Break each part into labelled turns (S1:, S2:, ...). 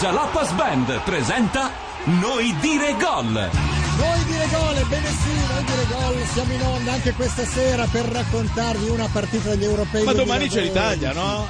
S1: Jalapas Band presenta Noi dire gol.
S2: Noi dire gol, ebbene sì, noi dire gol, siamo in onda anche questa sera per raccontarvi una partita degli europei.
S3: Ma domani c'è
S2: 2012.
S3: l'Italia, no?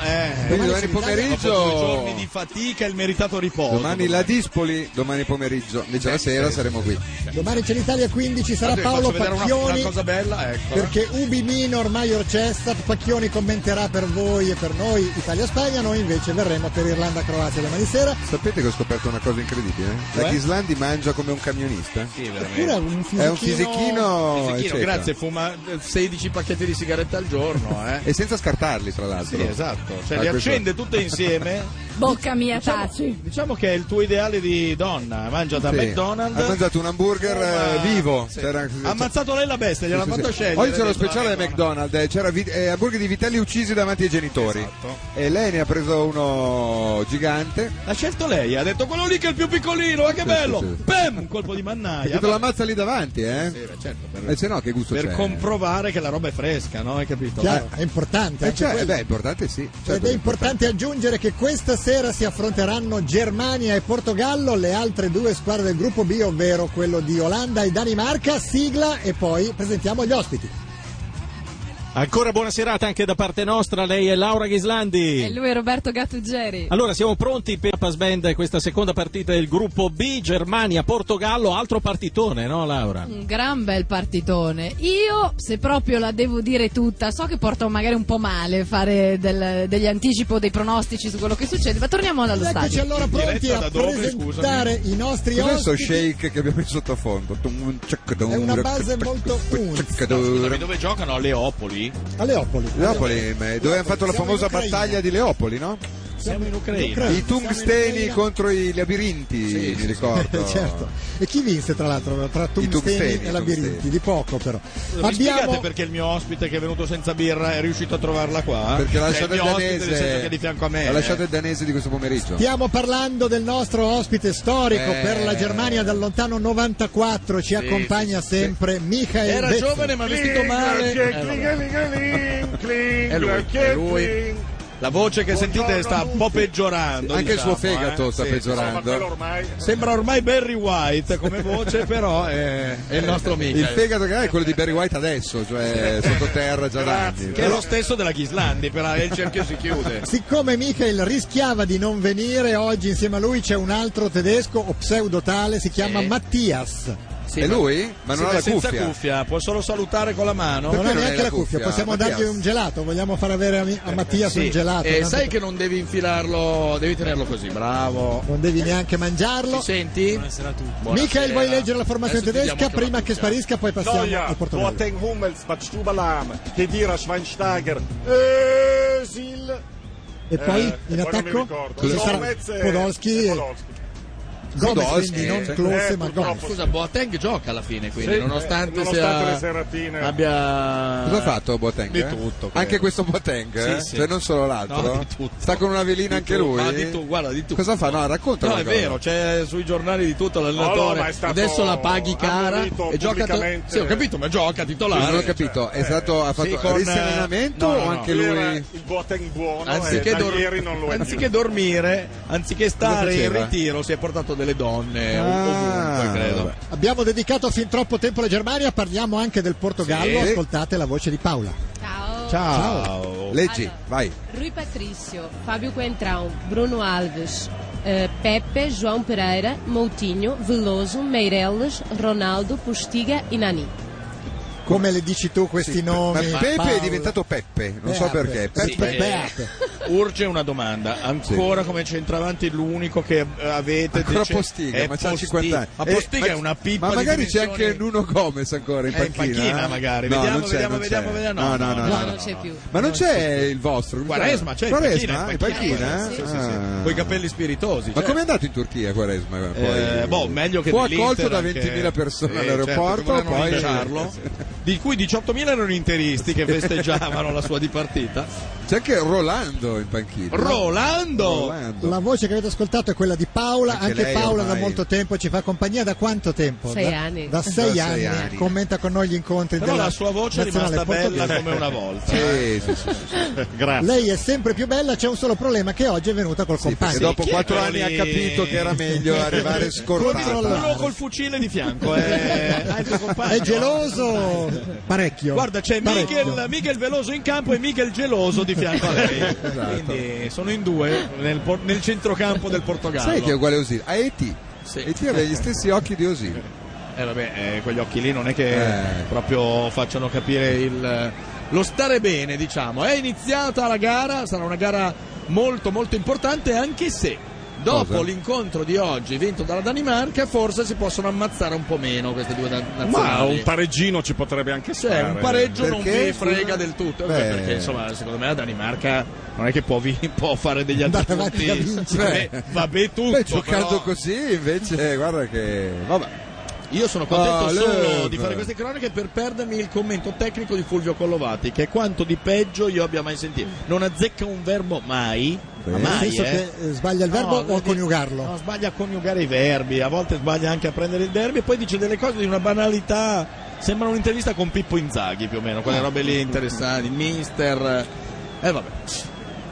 S2: Domani
S3: Eh.
S4: Quindi
S2: c'è l'Italia.
S4: domani
S3: Dopo due giorni
S4: pomeriggio.
S3: di fatica e il meritato riposo.
S4: Domani la Dispoli, domani pomeriggio. Invece la sera saremo qui.
S2: Domani c'è l'Italia 15, sarà
S3: Guardate, vi
S2: Paolo
S3: faccio vedere una, una
S2: Pacchioni.
S3: cosa bella, ecco.
S2: Perché Ubi Minor Maior Cestat Pacchioni commenterà per voi e per noi Italia-Spagna, noi invece verremo per Irlanda-Croazia domani sera.
S4: Sapete che ho scoperto una cosa incredibile? La
S3: Cioè?
S4: Ghislandi mangia come un camionista.
S3: Sì,
S2: Pure
S3: veramente.
S2: un fisichino.
S4: È un fisichino.
S3: Fisichino,
S4: eccetera.
S3: grazie, fuma eh, 16 pacchetti di sigarette al giorno, eh.
S4: E senza scartarli, tra l'altro.
S3: Sì, esatto. Cioè,
S4: Ah,
S3: le
S4: questo-
S3: accende tutte insieme.
S5: Bocca mia
S3: Diciamo,
S5: taci.
S3: diciamo che è il tuo ideale di donna. Mangia da
S4: Sì.
S3: McDonald's.
S4: Ha mangiato un hamburger eh,
S3: Fuma-
S4: vivo.
S3: Sì.
S4: C'era-
S3: Ha ammazzato lei la bestia, gliel'ha
S4: Sì,
S3: fatto
S4: sì.
S3: scegliere.
S4: Oggi c'era lo
S3: Ha detto,
S4: speciale
S3: "Ah,
S4: McDonald's, eh, c'era vi- eh, hamburger di vitelli uccisi davanti ai genitori.
S3: Esatto.
S4: E lei ne ha preso uno gigante.
S3: L'ha scelto lei, ha detto quello lì che è il più piccolino, eh, che
S4: Sì,
S3: bello!
S4: sì, sì.
S3: Bam! Un colpo di mannaia.
S4: Perché te lo ammazza lì davanti, eh?
S3: Ah, Sì, beh, certo, per,
S4: E se no, che gusto
S3: per
S4: c'è?
S3: comprovare che la roba è fresca, no? Hai capito?
S2: Chiaro, è importante.
S4: Eh,
S2: anche
S4: cioè,
S2: quello.
S4: beh, è importante sì.
S2: Ed
S4: certo
S2: è
S4: che-
S2: importante aggiungere che questa sera si affronteranno Germania e Portogallo, le altre due squadre del gruppo B, ovvero quello di Olanda e Danimarca, sigla e poi presentiamo gli ospiti.
S6: Ancora buona serata anche da parte nostra, lei è Laura
S5: E
S6: Ghislandi.
S5: lui è Roberto Gattuggeri.
S6: Allora siamo pronti per la Band, questa seconda partita del gruppo B, Germania, Portogallo, altro partitone, no Laura?
S5: Un gran bel partitone. Io, se proprio la devo dire tutta, so che porta magari un po' male fare del- degli anticipo dei pronostici su quello che succede, ma torniamo dallo
S2: Eccoci
S5: stadio.
S2: allora pronti
S3: Diretta
S2: a
S3: da dove,
S2: presentare i nostri
S4: Cos'è questo
S2: ospiti.
S4: shake che abbiamo in sottofondo? È
S2: È una base molto unz.
S3: No, scusami, dove giocano? A Leopoli?
S2: A Leopoli.
S4: Leopoli, ma è dove hanno fatto la
S2: Siamo Eh, in
S4: famosa
S2: Ucraina.
S4: battaglia di Leopoli, no?
S3: Siamo in Ucraina.
S2: Ucraina.
S4: I tungsteni contro i labirinti,
S3: Sì,
S4: mi ricordo.
S2: certo. E chi vinse tra l'altro tra tungsteni
S4: tungsteni,
S2: e
S4: i
S2: labirinti?
S4: tungsteni.
S2: Di poco però.
S3: Mi
S2: Abbiamo
S3: spiegate perché il mio ospite che è venuto senza birra è riuscito a trovarla qua?
S4: Perché l'ha
S3: Cioè, il
S4: lasciata il
S3: mio ospite, nel senso
S4: danese.
S3: che è di fianco a me.
S4: Ha
S3: eh.
S4: lasciato il danese di questo pomeriggio.
S2: Stiamo parlando del nostro ospite storico
S4: Eh.
S2: per la Germania dal lontano 94, ci accompagna sempre Michael
S3: Era
S2: Bezzecchi.
S3: giovane ma vestito male. Eh, vabbè. È lui, è lui. La voce che sentite sta un po' peggiorando.
S4: Anche il suo
S3: diciamo,
S4: fegato
S3: eh.
S4: sta
S3: Sì,
S4: peggiorando.
S3: Sembra ormai Barry White come voce, però è, è il nostro amico.
S4: Il fegato che ha è quello di Barry White adesso, cioè sottoterra già da anni.
S3: Che è lo stesso della Ghislandi, però il cerchio si chiude.
S2: Siccome Michael rischiava di non venire, oggi insieme a lui c'è un altro tedesco o pseudo tale, si chiama Mattias.
S4: è lui? Ma non
S3: Sì,
S4: ha la
S3: senza
S4: cuffia.
S3: può solo salutare con la mano.
S2: Non ha
S4: non hai
S2: neanche
S4: la
S2: la cuffia,
S4: cuffia,
S2: possiamo
S4: Mattias?
S2: dargli un gelato, vogliamo far avere a, mi- a Mattias un gelato.
S7: E
S3: Eh,
S2: tanto
S7: Eh, sai
S2: per-
S7: che non devi infilarlo, devi tenerlo così, bravo.
S2: Non devi neanche mangiarlo.
S7: Ti senti? Buonasera.
S2: Michael, vuoi leggere la formazione
S7: Adesso ti diamo
S2: tedesca
S7: anche una
S2: prima che
S7: cuffia.
S2: sparisca, poi passiamo
S8: Neuer,
S2: al Portogallo.
S8: Boateng, Hummels, Batstubalam, Kedira, Schweinsteiger, Özil
S2: E poi
S8: eh,
S2: in
S8: poi non mi
S2: attacco
S8: ricordo.
S2: ci sarà
S8: Gomez e-
S2: Podolski,
S8: e
S2: e
S8: Podolski.
S2: Gomez,
S4: Podolski,
S2: quindi non
S4: sì.
S2: Klose
S8: Eh,
S2: ma
S8: purtroppo
S2: Gomez.
S8: sì.
S7: Scusa, Boateng gioca alla fine, quindi
S8: Sì,
S7: nonostante,
S8: eh, nonostante
S7: sia-
S8: le serratine.
S7: abbia
S4: Cosa ha fatto Boateng?
S7: Di
S4: eh?
S7: tutto.
S4: Anche questo Boateng, eh?
S3: Sì, sì.
S4: cioè non solo l'altro.
S3: No, di tutto.
S4: Sta con una velina anche
S3: tu-
S4: lui.
S3: ma di tu- guarda, di tu-
S4: Cosa fa? No, racconta.
S3: No,
S4: una
S3: è
S4: cosa.
S3: vero, c'è sui giornali di tutto
S8: No, no,
S3: l'allenatore.
S8: ma è stato
S7: Adesso la paghi cara
S8: ammonito
S7: e gioca
S8: pubblicamente.
S7: Sì, ho capito, ma gioca
S3: cioè,
S7: titolare.
S4: Non ho capito, è stato, ha fatto
S3: eh, sì, con, eh,
S4: risanamento
S3: no, no,
S4: o
S3: no.
S4: anche
S8: Lui
S4: lui?
S8: era il Boateng buono
S7: Anziché
S8: e eh, da
S7: dor-
S8: ieri non lo è più.
S3: Anziché dormire, anziché stare in
S4: faceva?
S3: ritiro, si è portato delle donne
S4: Ah.
S3: ovunque, credo.
S4: Vabbè.
S2: Abbiamo dedicato fin troppo tempo alla Germania, parliamo anche del Portogallo,
S4: Sì.
S2: ascoltate la voce di Paola.
S9: Ciao.
S3: Ciao.
S4: Leggi,
S9: Allora,
S4: vai.
S9: Rui Patrício, Fábio Coentrão, Bruno Alves, eh, Pepe, João Pereira, Moutinho, Veloso, Meireles, Ronaldo, Postiga e Nani.
S2: Come le dici tu questi
S4: Ma
S2: nomi?
S4: Pepe
S2: Paola?
S4: è diventato Peppe, non so
S2: Beppe.
S4: perché. Peppe.
S2: Sì, Pepe.
S3: eh, Urge una domanda, ancora come centravanti l'unico che eh, avete
S4: Ancora
S3: dice-
S4: Postiga,
S3: è
S4: ma c'ha
S3: Posti-
S4: 50 anni.
S3: Ma
S4: Eh,
S3: Postiga è una pippa
S4: Ma
S3: di
S4: magari c'è
S3: dimensioni-
S4: anche Nuno Gomez ancora in
S3: Eh, in
S4: panchina.
S3: panchina, magari.
S4: No,
S3: Vediamo,
S4: non c'è,
S3: vediamo,
S4: non c'è.
S3: vediamo, vediamo.
S4: No, no, no.
S9: No,
S4: no,
S9: non
S4: no.
S9: c'è più.
S4: Ma non c'è il vostro? non c'è?
S3: Quaresma, c'è in
S4: Quaresma,
S3: panchina,
S4: in
S3: in
S4: panchina?
S3: Sì, sì, sì,
S4: Ah.
S3: Con i capelli spiritosi.
S4: Ma
S3: cioè.
S4: com'è andato in Turchia Quaresma? Poi?
S3: Eh, boh, meglio che
S4: Fu
S3: dell'Inter
S4: accolto da
S3: anche-
S4: 20.000 persone
S3: Sì, certo,
S4: all'aeroporto,
S3: come non
S4: poi
S3: rintracciarlo. di cui 18.000 erano interisti che festeggiavano la sua dipartita.
S4: C'è anche Rolando in panchina.
S3: Rolando!
S4: Rolando.
S2: La voce che avete ascoltato è quella di Paola,
S4: Anche
S2: anche,
S4: lei
S2: Paola
S4: ormai-
S2: da molto tempo ci fa compagnia, da quanto tempo?
S5: Sei
S2: da,
S5: anni.
S2: Da sei
S4: Da
S2: anni,
S4: sei anni.
S2: commenta con noi gli incontri
S3: Però
S2: della
S3: la sua voce è rimasta
S2: nazionale
S3: bella
S2: portoghese.
S3: come una volta.
S4: Sì, sì, sì, sì, sì.
S8: Grazie.
S2: Lei è sempre più bella, c'è un solo problema che oggi è venuta col
S4: Sì, perché
S2: compagno.
S4: dopo
S3: chi è
S4: quattro
S3: quello
S4: anni
S3: lì?
S4: ha capito che era meglio arrivare
S3: Quello
S4: scortata.
S3: col fucile di fianco, eh. Hai il tuo compagno.
S2: È geloso parecchio.
S3: Guarda, c'è
S2: Parecchio.
S3: Miguel, Miguel Veloso in campo e Miguel Geloso di fianco a lei.
S4: Esatto.
S3: Quindi sono in due nel, por- nel centrocampo del Portogallo.
S4: Sai che è uguale a Osil? A Eti.
S3: Sì.
S4: Eti aveva gli stessi occhi di Osil.
S3: Eh, vabbè, eh, quegli occhi lì non è che
S4: Eh.
S3: proprio facciano capire il- lo stare bene, diciamo. È iniziata la gara, sarà una gara molto molto importante, anche se dopo
S4: Cosa?
S3: l'incontro di oggi vinto dalla Danimarca, forse si possono ammazzare un po' meno queste due na-
S8: Ma
S3: nazionali.
S8: un pareggino ci potrebbe anche
S3: Cioè,
S8: stare.
S3: un pareggio non
S4: Perché,
S3: vi frega
S4: scusa?
S3: del tutto.
S4: Beh.
S3: Perché, insomma, secondo me la Danimarca non è che può, vi- può fare degli altri
S2: Andare avanti
S3: punti.
S2: a vincere.
S3: Vabbè, vabbè tutto.
S4: Beh, giocando
S3: però
S4: così invece, guarda che. Vabbè.
S3: Io sono contento
S4: Ah,
S3: solo
S4: Lev.
S3: di fare queste cronache per perdermi il commento tecnico di Fulvio Collovati, che è quanto di peggio io abbia mai sentito. Non azzecca un verbo mai. ma
S2: Nel
S3: mai,
S2: senso
S3: eh.
S2: che eh, sbaglia il verbo
S3: No,
S2: o a
S3: vedi-
S2: coniugarlo?
S3: No, sbaglia a coniugare i verbi, a volte sbaglia anche a prendere il derby e poi dice delle cose di una banalità. Sembra un'intervista con Pippo Inzaghi più o meno,
S2: Ah.
S3: quelle robe lì interessanti, il mister. E vabbè.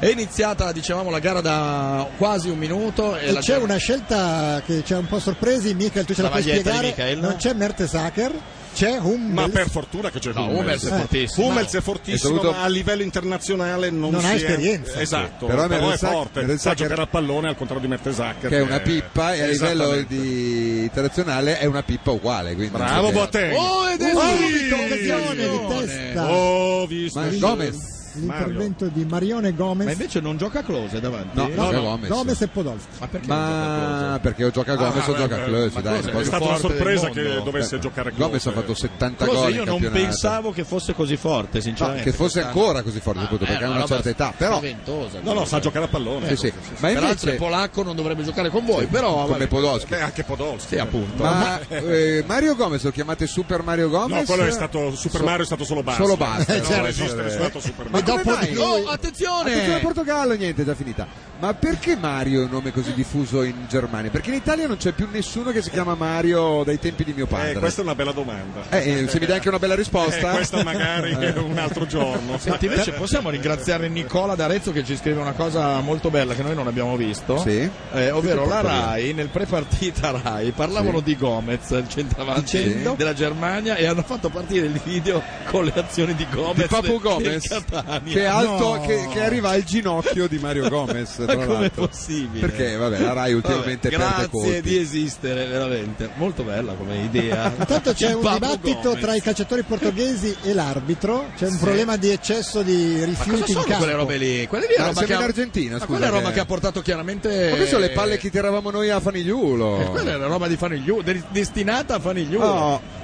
S3: È iniziata, dicevamo, la gara da quasi un minuto. E,
S2: E
S3: la
S2: c'è
S3: gara-
S2: una scelta che ci ha un po' sorpresi, Michael, tu ce la,
S3: La
S2: puoi
S3: maglietta di
S2: spiegare.
S3: Michael?
S2: Non c'è Mertesacker, c'è Hummels.
S8: Ma per fortuna che c'è
S3: No, Hummels
S8: Hummels.
S3: è fortissimo.
S8: Hummels è
S4: È
S8: fortissimo,
S4: dovuto-
S8: ma a livello internazionale non,
S2: Non ha
S8: si è-
S2: esperienza.
S8: Esatto,
S4: Però
S8: però, è
S4: Mertesacker-
S8: forte. Sa
S4: Mertesacker-
S8: giocare al pallone al contrario di Mertesacker.
S4: Che è una pippa e a livello
S8: Esattamente.
S4: di internazionale è una pippa uguale. Quindi
S8: Bravo
S4: non so che-
S8: Boateng.
S3: Oh, ed è
S2: Ui,
S3: subito
S2: occasione di
S3: occasione.
S2: testa.
S8: Oh, visto.
S4: Ma Gomez.
S2: L'intervento di Marione Gomez.
S3: Ma invece non gioca Close davanti?
S4: No, no,
S8: no,
S4: Gomez.
S2: Gomez e Podolski.
S3: Ma perché non gioca Klose?
S4: Ma perché o gioca Gomez o
S8: beh,
S4: gioca
S8: beh,
S4: Klose, dai,
S8: ma Klose
S4: una
S8: è
S4: cosa
S8: stata una
S3: forte del
S8: sorpresa
S3: mondo.
S8: che dovesse giocare
S4: Gomez Certo. ha
S8: Klose.
S4: fatto 70
S3: Cosa
S4: gol
S3: io
S4: in
S3: non
S4: campionato.
S3: pensavo che fosse così forte,
S4: No,
S3: sinceramente.
S4: che fosse
S3: quest'anno.
S4: ancora così forte appunto, perché
S3: Eh,
S4: ha una certa età, però
S3: spaventosa.
S8: No, no, sa giocare a pallone.
S4: sì, sì.
S3: Peraltro
S4: Ma
S3: il
S4: invece
S3: polacco non dovrebbe giocare con voi, però
S4: come
S3: vabbè.
S4: Podolski.
S8: Beh, anche Podolski.
S3: Sì, appunto.
S4: Ma eh, Mario Gomez lo chiamate Super Mario Gomez?
S8: No, quello è stato Super Mario, è stato solo Basta.
S4: Solo Basta,
S8: No,
S4: certo.
S8: non esiste nessun Super
S4: Ma
S8: Mario.
S4: dopo
S2: come mai?
S4: di lui
S3: Oh, attenzione!
S4: Attenzione al Portogallo, niente, è già finita. Ma perché Mario è un nome così diffuso in Germania? Perché in Italia non c'è più nessuno che si chiama Mario dai tempi di mio
S8: Eh,
S4: padre.
S8: questa è una bella domanda.
S4: Eh, eh, se mi dai anche una bella
S8: Eh,
S4: risposta.
S8: questa magari un altro giorno.
S3: Senti, invece possiamo ringraziare Nicola d'Arezzo che ci scrive una cosa molto bella che noi non abbiamo visto.
S4: Sì.
S3: Eh, ovvero la
S4: porta via?
S3: Rai, nel prepartita Rai, parlavano
S4: Sì.
S3: di Gomez, il centravanti
S4: Dicendo?
S3: della Germania, e hanno fatto partire il video con le azioni di Gomez.
S4: Di Papu
S3: del-
S4: Gomez
S3: del Catania.
S4: che è alto
S2: No.
S4: che, che arriva al ginocchio di Mario Gomez.
S3: Ma
S4: tra
S3: com'è
S4: l'altro.
S3: possibile?
S4: Perché vabbè, la Rai ultimamente
S3: Vabbè,
S4: perde
S3: grazie
S4: colpi.
S3: di esistere, veramente. Molto bella come idea.
S2: Intanto c'è
S3: Il
S2: un
S3: Papu
S2: dibattito
S3: Gomez.
S2: tra i calciatori portoghesi e l'arbitro, c'è un problema di eccesso di
S3: Ma cosa
S2: rifiuti in
S3: sono
S2: campo.
S3: quelle robe lì? Quelle lì è
S4: Ma
S3: roba
S4: Ah, siamo
S3: che ha-
S4: in Argentina,
S3: Ma
S4: scusa,
S3: quella è roba
S4: che-
S3: che ha portato chiaramente
S4: Ma queste sono le palle che tiravamo noi a Fanigliulo.
S3: Eh, quella era roba di Fanigliulo, de- destinata a Fanigliulo.
S4: No.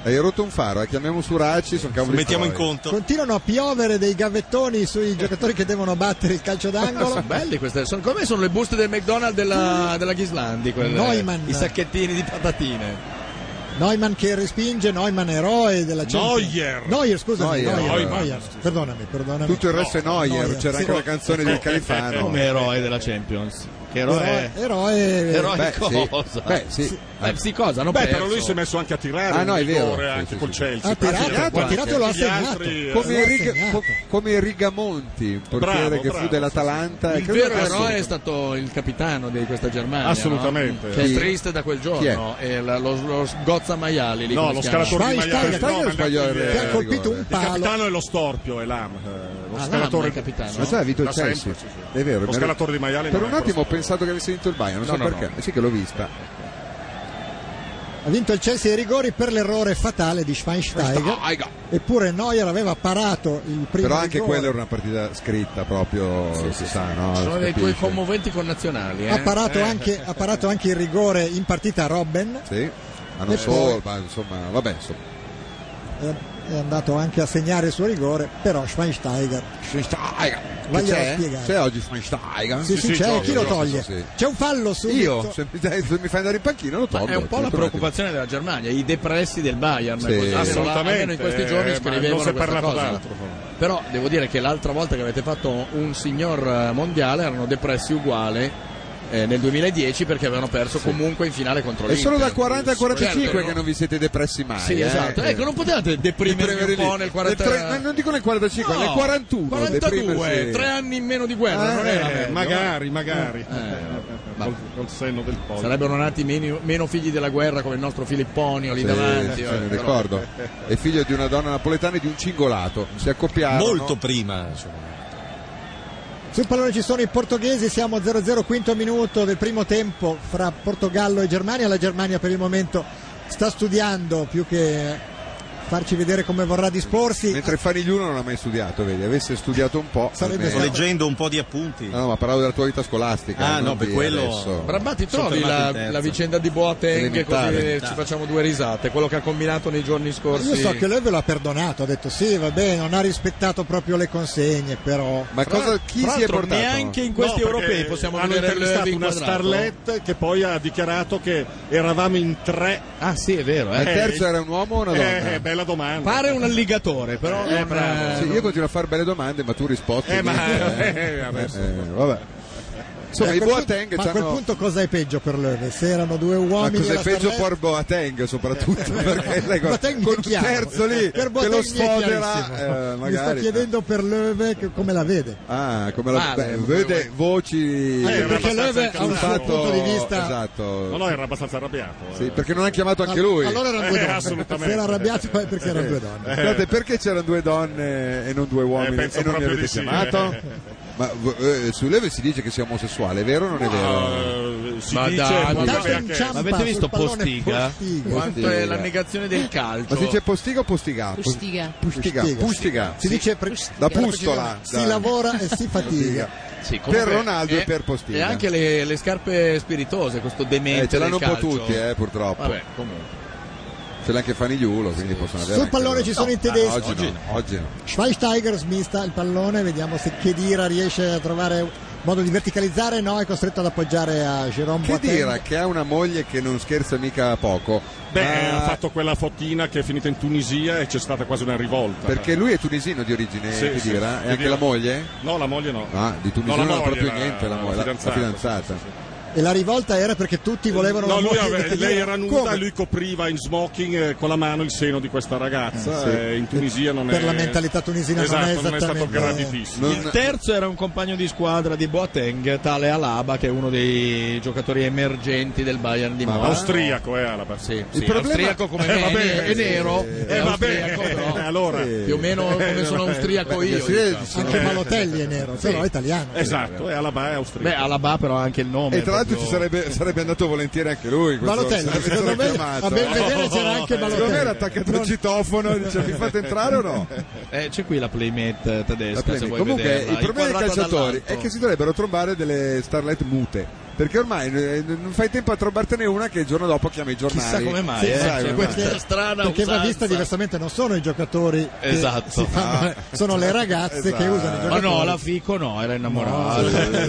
S4: Hai rotto un faro, eh, chiamiamo Suraci, sono cavoli
S8: Mettiamo in
S4: suoi.
S8: conto.
S2: Esatto. Continuano a piovere dei gavettoni sui giocatori che devono battere il calcio
S3: Sono
S2: d'angolo.
S3: belli queste, sono come sono le buste del McDonald's della,
S4: Ah.
S3: della Ghislandi, quelle-
S2: Neumann.
S3: i sacchettini di patatine.
S2: Neumann che respinge, Neumann eroe della Champions.
S8: Neuer.
S2: Neuer, scusami,
S4: Neuer.
S2: Neuer,
S8: Neumann,
S2: Neuer. Perdonami, perdonami.
S4: Tutto il resto è Neuer,
S2: Neuer.
S4: c'era
S2: Sì.
S4: anche la canzone del Califano.
S3: Come eroe della Champions. Che
S2: eroe,
S3: eroe.
S2: eroe-
S3: Eroe
S4: Beh, sì.
S3: cosa?
S4: Beh, sì.
S3: Eh, sì, cosa? Hanno
S8: Beh,
S3: perso.
S8: però lui si è messo anche a tirare
S4: Ah,
S8: un
S4: no, è vero.
S8: rigore
S4: Sì,
S8: anche
S4: sì,
S8: col
S4: sì.
S8: Chelsea.
S2: ha tirato,
S4: segnato
S2: ha tirato e lo ha
S8: anche. Gli
S2: segnato.
S8: altri, eh,
S4: Come,
S2: Lo ha
S4: Riga-
S2: segnato.
S4: co- come Rigamonti, il portiere
S8: Bravo,
S4: che
S8: bravo,
S4: fu dell'Atalanta.
S3: Il
S4: Credo
S3: vero
S4: che-
S3: eroe è stato il capitano di questa Germania.
S8: Assolutamente.
S3: no? Che è
S4: Chi?
S3: triste da quel giorno. E la- lo, lo sgozza maiali lì.
S8: No,
S3: come
S8: lo
S3: si chiama?
S8: scalatore di
S2: Schweinsteiger-
S8: Maiale. no,
S4: Schweinsteiger
S8: ma
S4: sbagliò il-
S8: andatevi,
S4: eh,
S2: Che ha
S8: eh, Il
S2: colpito un palo.
S8: capitano è lo storpio, è l'am. eh, Lo
S3: Ah, Lam è
S8: scalatore certo.
S3: il capitano.
S4: Ma sai, ha vinto il
S8: Da
S4: Chelsea.
S8: sempre, sì,
S4: È vero.
S8: Lo
S4: mi-
S8: scalatore di maiale
S4: Per
S8: non
S4: un
S8: è
S4: attimo ho
S8: questo.
S4: pensato che avesse vinto il Bayern, non so
S3: No, no,
S4: perché. Sì che l'ho vista.
S2: Ha vinto il Chelsea ai rigori per l'errore fatale di Schweinsteiger. Eppure Neuer aveva parato il primo
S4: Però anche
S2: rigore.
S4: quella era una partita scritta proprio, si sa, no?
S3: Sono
S4: Si
S3: dei tuoi
S4: capisce.
S3: commoventi connazionali. Eh?
S2: ha parato, anche, ha parato anche il rigore in partita a Robben
S4: Sì, ma non
S2: E
S4: solo, ma insomma, vabbè, insomma.
S2: è, è andato anche a segnare il suo rigore però Schweinsteiger
S4: Schweinsteiger.
S2: Vaglielo
S4: Che c'è?
S2: a spiegare.
S4: C'è oggi Schweinsteiger?
S2: sì, sì,
S8: sì,
S2: c'è
S8: gioca,
S2: chi lo
S4: gioca,
S2: toglie
S4: sì.
S2: c'è un fallo su
S4: Io, se mi, dai- se mi fai andare in panchina lo
S3: Ma
S4: tolgo.
S3: è un po' la
S4: Tutto
S3: preoccupazione della Germania, i depressi del Bayern.
S4: Sì.
S3: così.
S4: Assolutamente,
S3: Almeno in questi giorni
S8: eh, ma
S3: scrivevano
S8: non si è
S3: questa
S8: parlato
S3: cosa.
S8: d'altro.
S3: Però devo dire che l'altra volta che avete fatto un signor eh, mondiale erano depressi uguali eh, nel 2010 perché avevano perso comunque in finale contro
S4: È
S3: l'Inter.
S4: solo da 40 a 45
S3: Certo,
S4: che
S3: no?
S4: non vi siete depressi mai.
S3: Sì,
S4: eh.
S3: esatto. Ecco, non potevate deprimervi
S4: Deprimervi
S3: un po'
S4: lì.
S3: nel 40
S4: Nel tre- ma non dico nel 45, nel 41,
S3: 42,
S4: deprimersi.
S3: tre anni in meno di guerra,
S4: Eh,
S3: non era meglio, Eh,
S8: magari, magari.
S3: ma-
S8: col, col senno del
S3: eh.
S8: pollo.
S3: Sarebbero nati meno, meno figli della guerra come il nostro Filipponio lì
S4: Sì,
S3: davanti.
S4: sì,
S3: eh,
S4: mi
S3: però-
S4: ricordo. È figlio di una donna napoletana e di un cingolato. Si accoppiarono.
S6: Molto prima. insomma.
S2: Sul pallone ci sono i portoghesi, siamo a 0-0, quinto minuto del primo tempo fra Portogallo e Germania. La Germania per il momento sta studiando più che farci vedere come vorrà disporsi.
S4: Mentre Fanigliuno non ha mai studiato, vedi, avesse studiato un po'.
S2: Sarebbe
S4: almeno-
S2: stato-
S6: Sto leggendo un po' di appunti.
S4: No, no, ma parlavo della tua vita scolastica.
S6: Ah,
S4: non
S6: no, per
S4: di
S6: quello-
S4: adesso.
S3: Brambati,
S6: Sono
S3: trovi
S6: fermato
S3: la,
S6: in terza.
S3: la vicenda di Boateng
S4: Elementare.
S3: così ci facciamo due risate, quello che ha combinato nei giorni scorsi.
S2: Ah, Io so che lei ve l'ha perdonato, ha detto sì, va bene, non ha rispettato proprio le consegne, però... Eh,
S4: Ma cosa, chi
S3: Tra
S4: si è
S3: l'altro,
S4: portato?
S3: neanche in questi
S8: No, perché
S3: europei possiamo
S8: hanno
S3: vedere il
S8: intervistato
S3: Levi
S8: una
S3: inquadrato.
S8: starlet che poi ha dichiarato che eravamo in tre.
S3: Ah, sì, è vero,
S4: Ma
S3: eh.
S4: il terzo era un uomo o una donna?
S8: Eh, eh, bella domanda.
S3: Pare un alligatore, però
S8: Eh,
S3: non,
S8: bravo.
S3: eh,
S4: Sì, io continuo a fare belle domande, ma tu rispondi.
S8: Eh, ma-
S4: niente,
S8: eh, adesso-
S4: Eh, vabbè. Insomma,
S2: Eh,
S4: i
S2: a quel
S4: Boateng
S2: punto- ma a quel
S4: c'hanno...
S2: punto cosa è peggio per Löwe? Se erano due
S4: Ma
S2: uomini... e
S4: cos'è
S2: la
S4: peggio
S2: Starlet-
S4: per Boateng soprattutto? Perché lei con,
S2: eh, Boateng
S4: con
S2: è
S4: un
S2: chiaro.
S4: terzo
S2: Per
S4: lì che
S2: Boateng
S4: lo
S2: è
S4: sfodera,
S2: chiarissimo.
S4: eh,
S2: Mi sta
S4: magari.
S2: chiedendo per Löwe che- come la vede.
S4: Ah, come lo
S3: Ah,
S4: beh,
S3: sì,
S4: vede voci
S8: Eh, era
S2: perché
S8: abbastanza
S2: Löwe ha un
S4: sul
S2: suo
S8: incazzato.
S4: fatto
S2: punto di vista...
S4: esatto.
S8: No, no, era abbastanza arrabbiato.
S4: Sì,
S8: eh.
S4: perché non ha chiamato anche
S2: All-
S4: lui.
S2: Allora erano due
S8: Eh,
S2: donne.
S8: assolutamente.
S2: Se era arrabbiato è perché erano due donne.
S4: Scusate, perché c'erano due donne e non due
S8: Eh,
S4: uomini
S8: penso
S4: e non mi
S8: proprio
S4: avete
S8: di sì.
S4: chiamato? Ma eh, su Leve si dice che sia omosessuale, è vero o non è vero?
S8: Ah, eh, si
S3: Ma
S8: dice
S3: dai,
S8: può
S3: ma
S2: Tanto
S8: avere anche-
S2: inciampa
S6: Ma avete
S2: sul
S6: visto
S2: pallone
S6: Postiga?
S2: Postiga.
S3: quanto è la negazione del
S4: Ma
S3: calcio.
S4: si dice postiga o postiga?
S9: Pustiga.
S4: Pustiga.
S2: Pustiga.
S4: Pustiga.
S2: Si dice pre-
S4: Da
S2: per-
S4: pustola.
S2: Si
S4: da-
S2: lavora e si fatica.
S3: Sì, comunque-
S4: per Ronaldo e per Postiga.
S3: E anche le, le scarpe spiritose, questo demente
S4: Eh, ce
S3: del
S4: l'hanno un po'
S3: calcio.
S4: tutti, eh, purtroppo.
S3: Vabbè, comunque.
S4: Ce l'ha anche Fanigliulo, quindi possono avere.
S2: Sul
S4: anche
S2: pallone
S4: loro.
S2: ci sono
S4: No,
S2: i tedeschi.
S4: ah, Oggi no, oggi no.
S2: Schweinsteiger smista il pallone, vediamo se Chedira riesce a trovare modo di verticalizzare, no, è costretto ad appoggiare a Jerome
S4: Che
S2: Boateng.
S4: dire che ha una moglie che non scherza mica poco.
S8: Beh,
S4: ma-
S8: ha fatto quella fotina che è finita in Tunisia e c'è stata quasi una rivolta.
S4: Perché lui è tunisino di origine,
S8: Sì,
S4: che
S8: sì,
S4: dirà,
S8: sì,
S4: e anche
S8: Khedira.
S4: la moglie?
S8: No, la moglie no.
S4: Ah, di tunisino
S8: No,
S4: non
S8: la
S4: ha proprio
S8: moglie, la-
S4: niente la moglie, la,
S8: la
S4: la
S8: fidanzata,
S4: fidanzata.
S2: E la rivolta era perché tutti volevano
S8: No,
S2: la
S8: lui
S2: moglie
S8: ave-
S2: di Khedira.
S8: lei era nuda
S2: Come?
S8: e lui copriva in smoking eh, con la mano il seno di questa ragazza.
S4: Ah, sì.
S8: eh, in Tunisia non
S2: Per
S8: è.
S2: la mentalità tunisina non
S8: esatto,
S2: è
S8: stato
S2: esattamente-
S8: graditissimo.
S4: Non-
S3: Il terzo era un compagno di squadra di Boateng, tale Alaba, che è uno dei giocatori emergenti del Bayern di
S4: Ma
S3: Monaco.
S8: Austriaco, eh, Alaba.
S3: Sì,
S4: Il
S3: sì,
S4: problema-
S3: austriaco come
S8: Eh,
S3: me,
S8: vabbè,
S3: è nero,
S4: eh,
S3: è
S8: Eh, vabbè,
S3: austriaco però.
S8: allora.
S4: Sì.
S3: Più o meno
S4: Eh,
S3: come sono austriaco io. diciamo.
S2: Anche Malotelli è nero, però è italiano.
S8: Esatto, e Alaba è austriaco.
S3: Beh, Alaba però ha anche il nome.
S4: E eh, tra l'altro
S3: proprio-
S4: ci sarebbe, sarebbe andato volentieri anche lui. questo-
S2: Balotelli,
S8: eh,
S4: sarebbe
S2: secondo me,
S4: stato chiamato.
S2: a ben vedere c'era
S8: Oh,
S2: anche
S8: eh,
S4: Secondo me era
S2: Balotelli.
S4: attaccato al citofono e dice mi fate entrare o no?
S3: Eh, c'è qui la playmate
S4: La
S3: tedesca.
S4: premi.
S3: se vuoi
S4: Comunque
S3: vederla,
S4: il problema dei
S3: inquadrata
S4: calciatori
S3: dall'alto.
S4: è che si dovrebbero trombare delle starlet mute. Perché ormai eh, non fai tempo a trombartene una che il giorno dopo chiama i giornali.
S3: Chissà come mai,
S4: Sì,
S3: eh,
S4: sai
S3: c'è
S4: come
S3: questa
S4: mai.
S3: strana
S2: perché va
S3: usanza.
S2: vista diversamente non sono i giocatori che
S3: Esatto.
S2: si fanno- sono le ragazze che
S4: Esatto.
S2: usano i
S3: Ma
S2: giocatori
S3: no, la Fico no, era innamorata.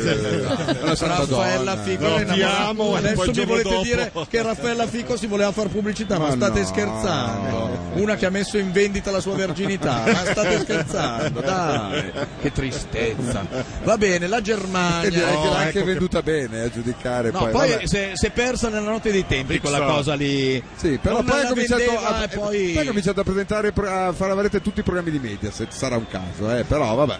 S4: Eh, una santa
S3: Raffaella
S4: donna.
S3: Fico
S8: No,
S3: era
S8: ti
S3: innamorata.
S8: amo, e poi
S3: Adesso
S8: il
S3: mi
S8: giorno
S3: volete
S8: dopo.
S3: dire che Raffaella Fico si voleva fare pubblicità, ma,
S4: Ma
S3: state
S4: no.
S3: scherzando. Una che ha messo in vendita la sua verginità, ma state scherzando, dai. Che tristezza. Va bene, la
S4: E direi
S3: Germania.
S4: che
S8: No,
S4: l'ha anche
S8: ecco che-
S4: venduta bene a giudicare.
S3: No,
S4: poi,
S3: poi
S4: vabbè.
S3: se, se è persa nella notte dei tempi quella
S8: Pixar.
S3: cosa lì.
S4: Sì, però
S3: Non
S4: poi
S3: la
S4: ha, cominciato
S3: vendeva
S4: a,
S3: e eh, poi-
S4: poi ha cominciato a presentare, a fare la rete tutti i programmi di Mediaset, sarà un caso, eh, però vabbè.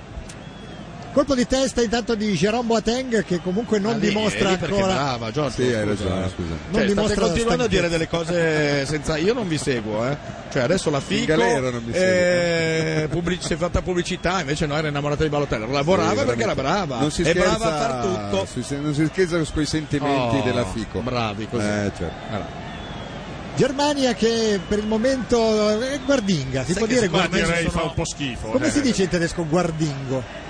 S2: colpo di testa intanto di Jerome Boateng che comunque non
S3: Ma Ah, lì-
S2: dimostra
S3: lì perché
S2: ancora
S3: brava, Giorgio.
S4: Sì, hai
S3: scusa.
S4: ragione,
S2: non
S4: scusa.
S3: Cioè, state
S2: dimostra
S3: continuando
S2: stanchezza.
S3: a dire delle cose senza. Io non vi seguo, eh. Cioè, adesso la Fico
S4: galera non mi
S3: eh, pubblic- si è fatta pubblicità, invece no, era innamorata di Balotelli. Lavorava
S4: Sì,
S3: perché era
S4: veramente.
S3: brava.
S4: Non si
S3: è
S4: scherza,
S3: brava a far tutto.
S4: sui- non si scherza con i sentimenti
S3: Oh,
S4: della Fico.
S3: bravi, così.
S4: Eh, certo.
S2: Germania che per il momento è guardinga si
S3: Sai
S2: può
S3: che
S2: dire
S3: secondo
S8: Ma
S3: me
S2: guardinga
S3: ci
S8: direi
S3: sono-
S8: fa un po' schifo.
S2: come
S8: eh.
S2: si dice in tedesco guardingo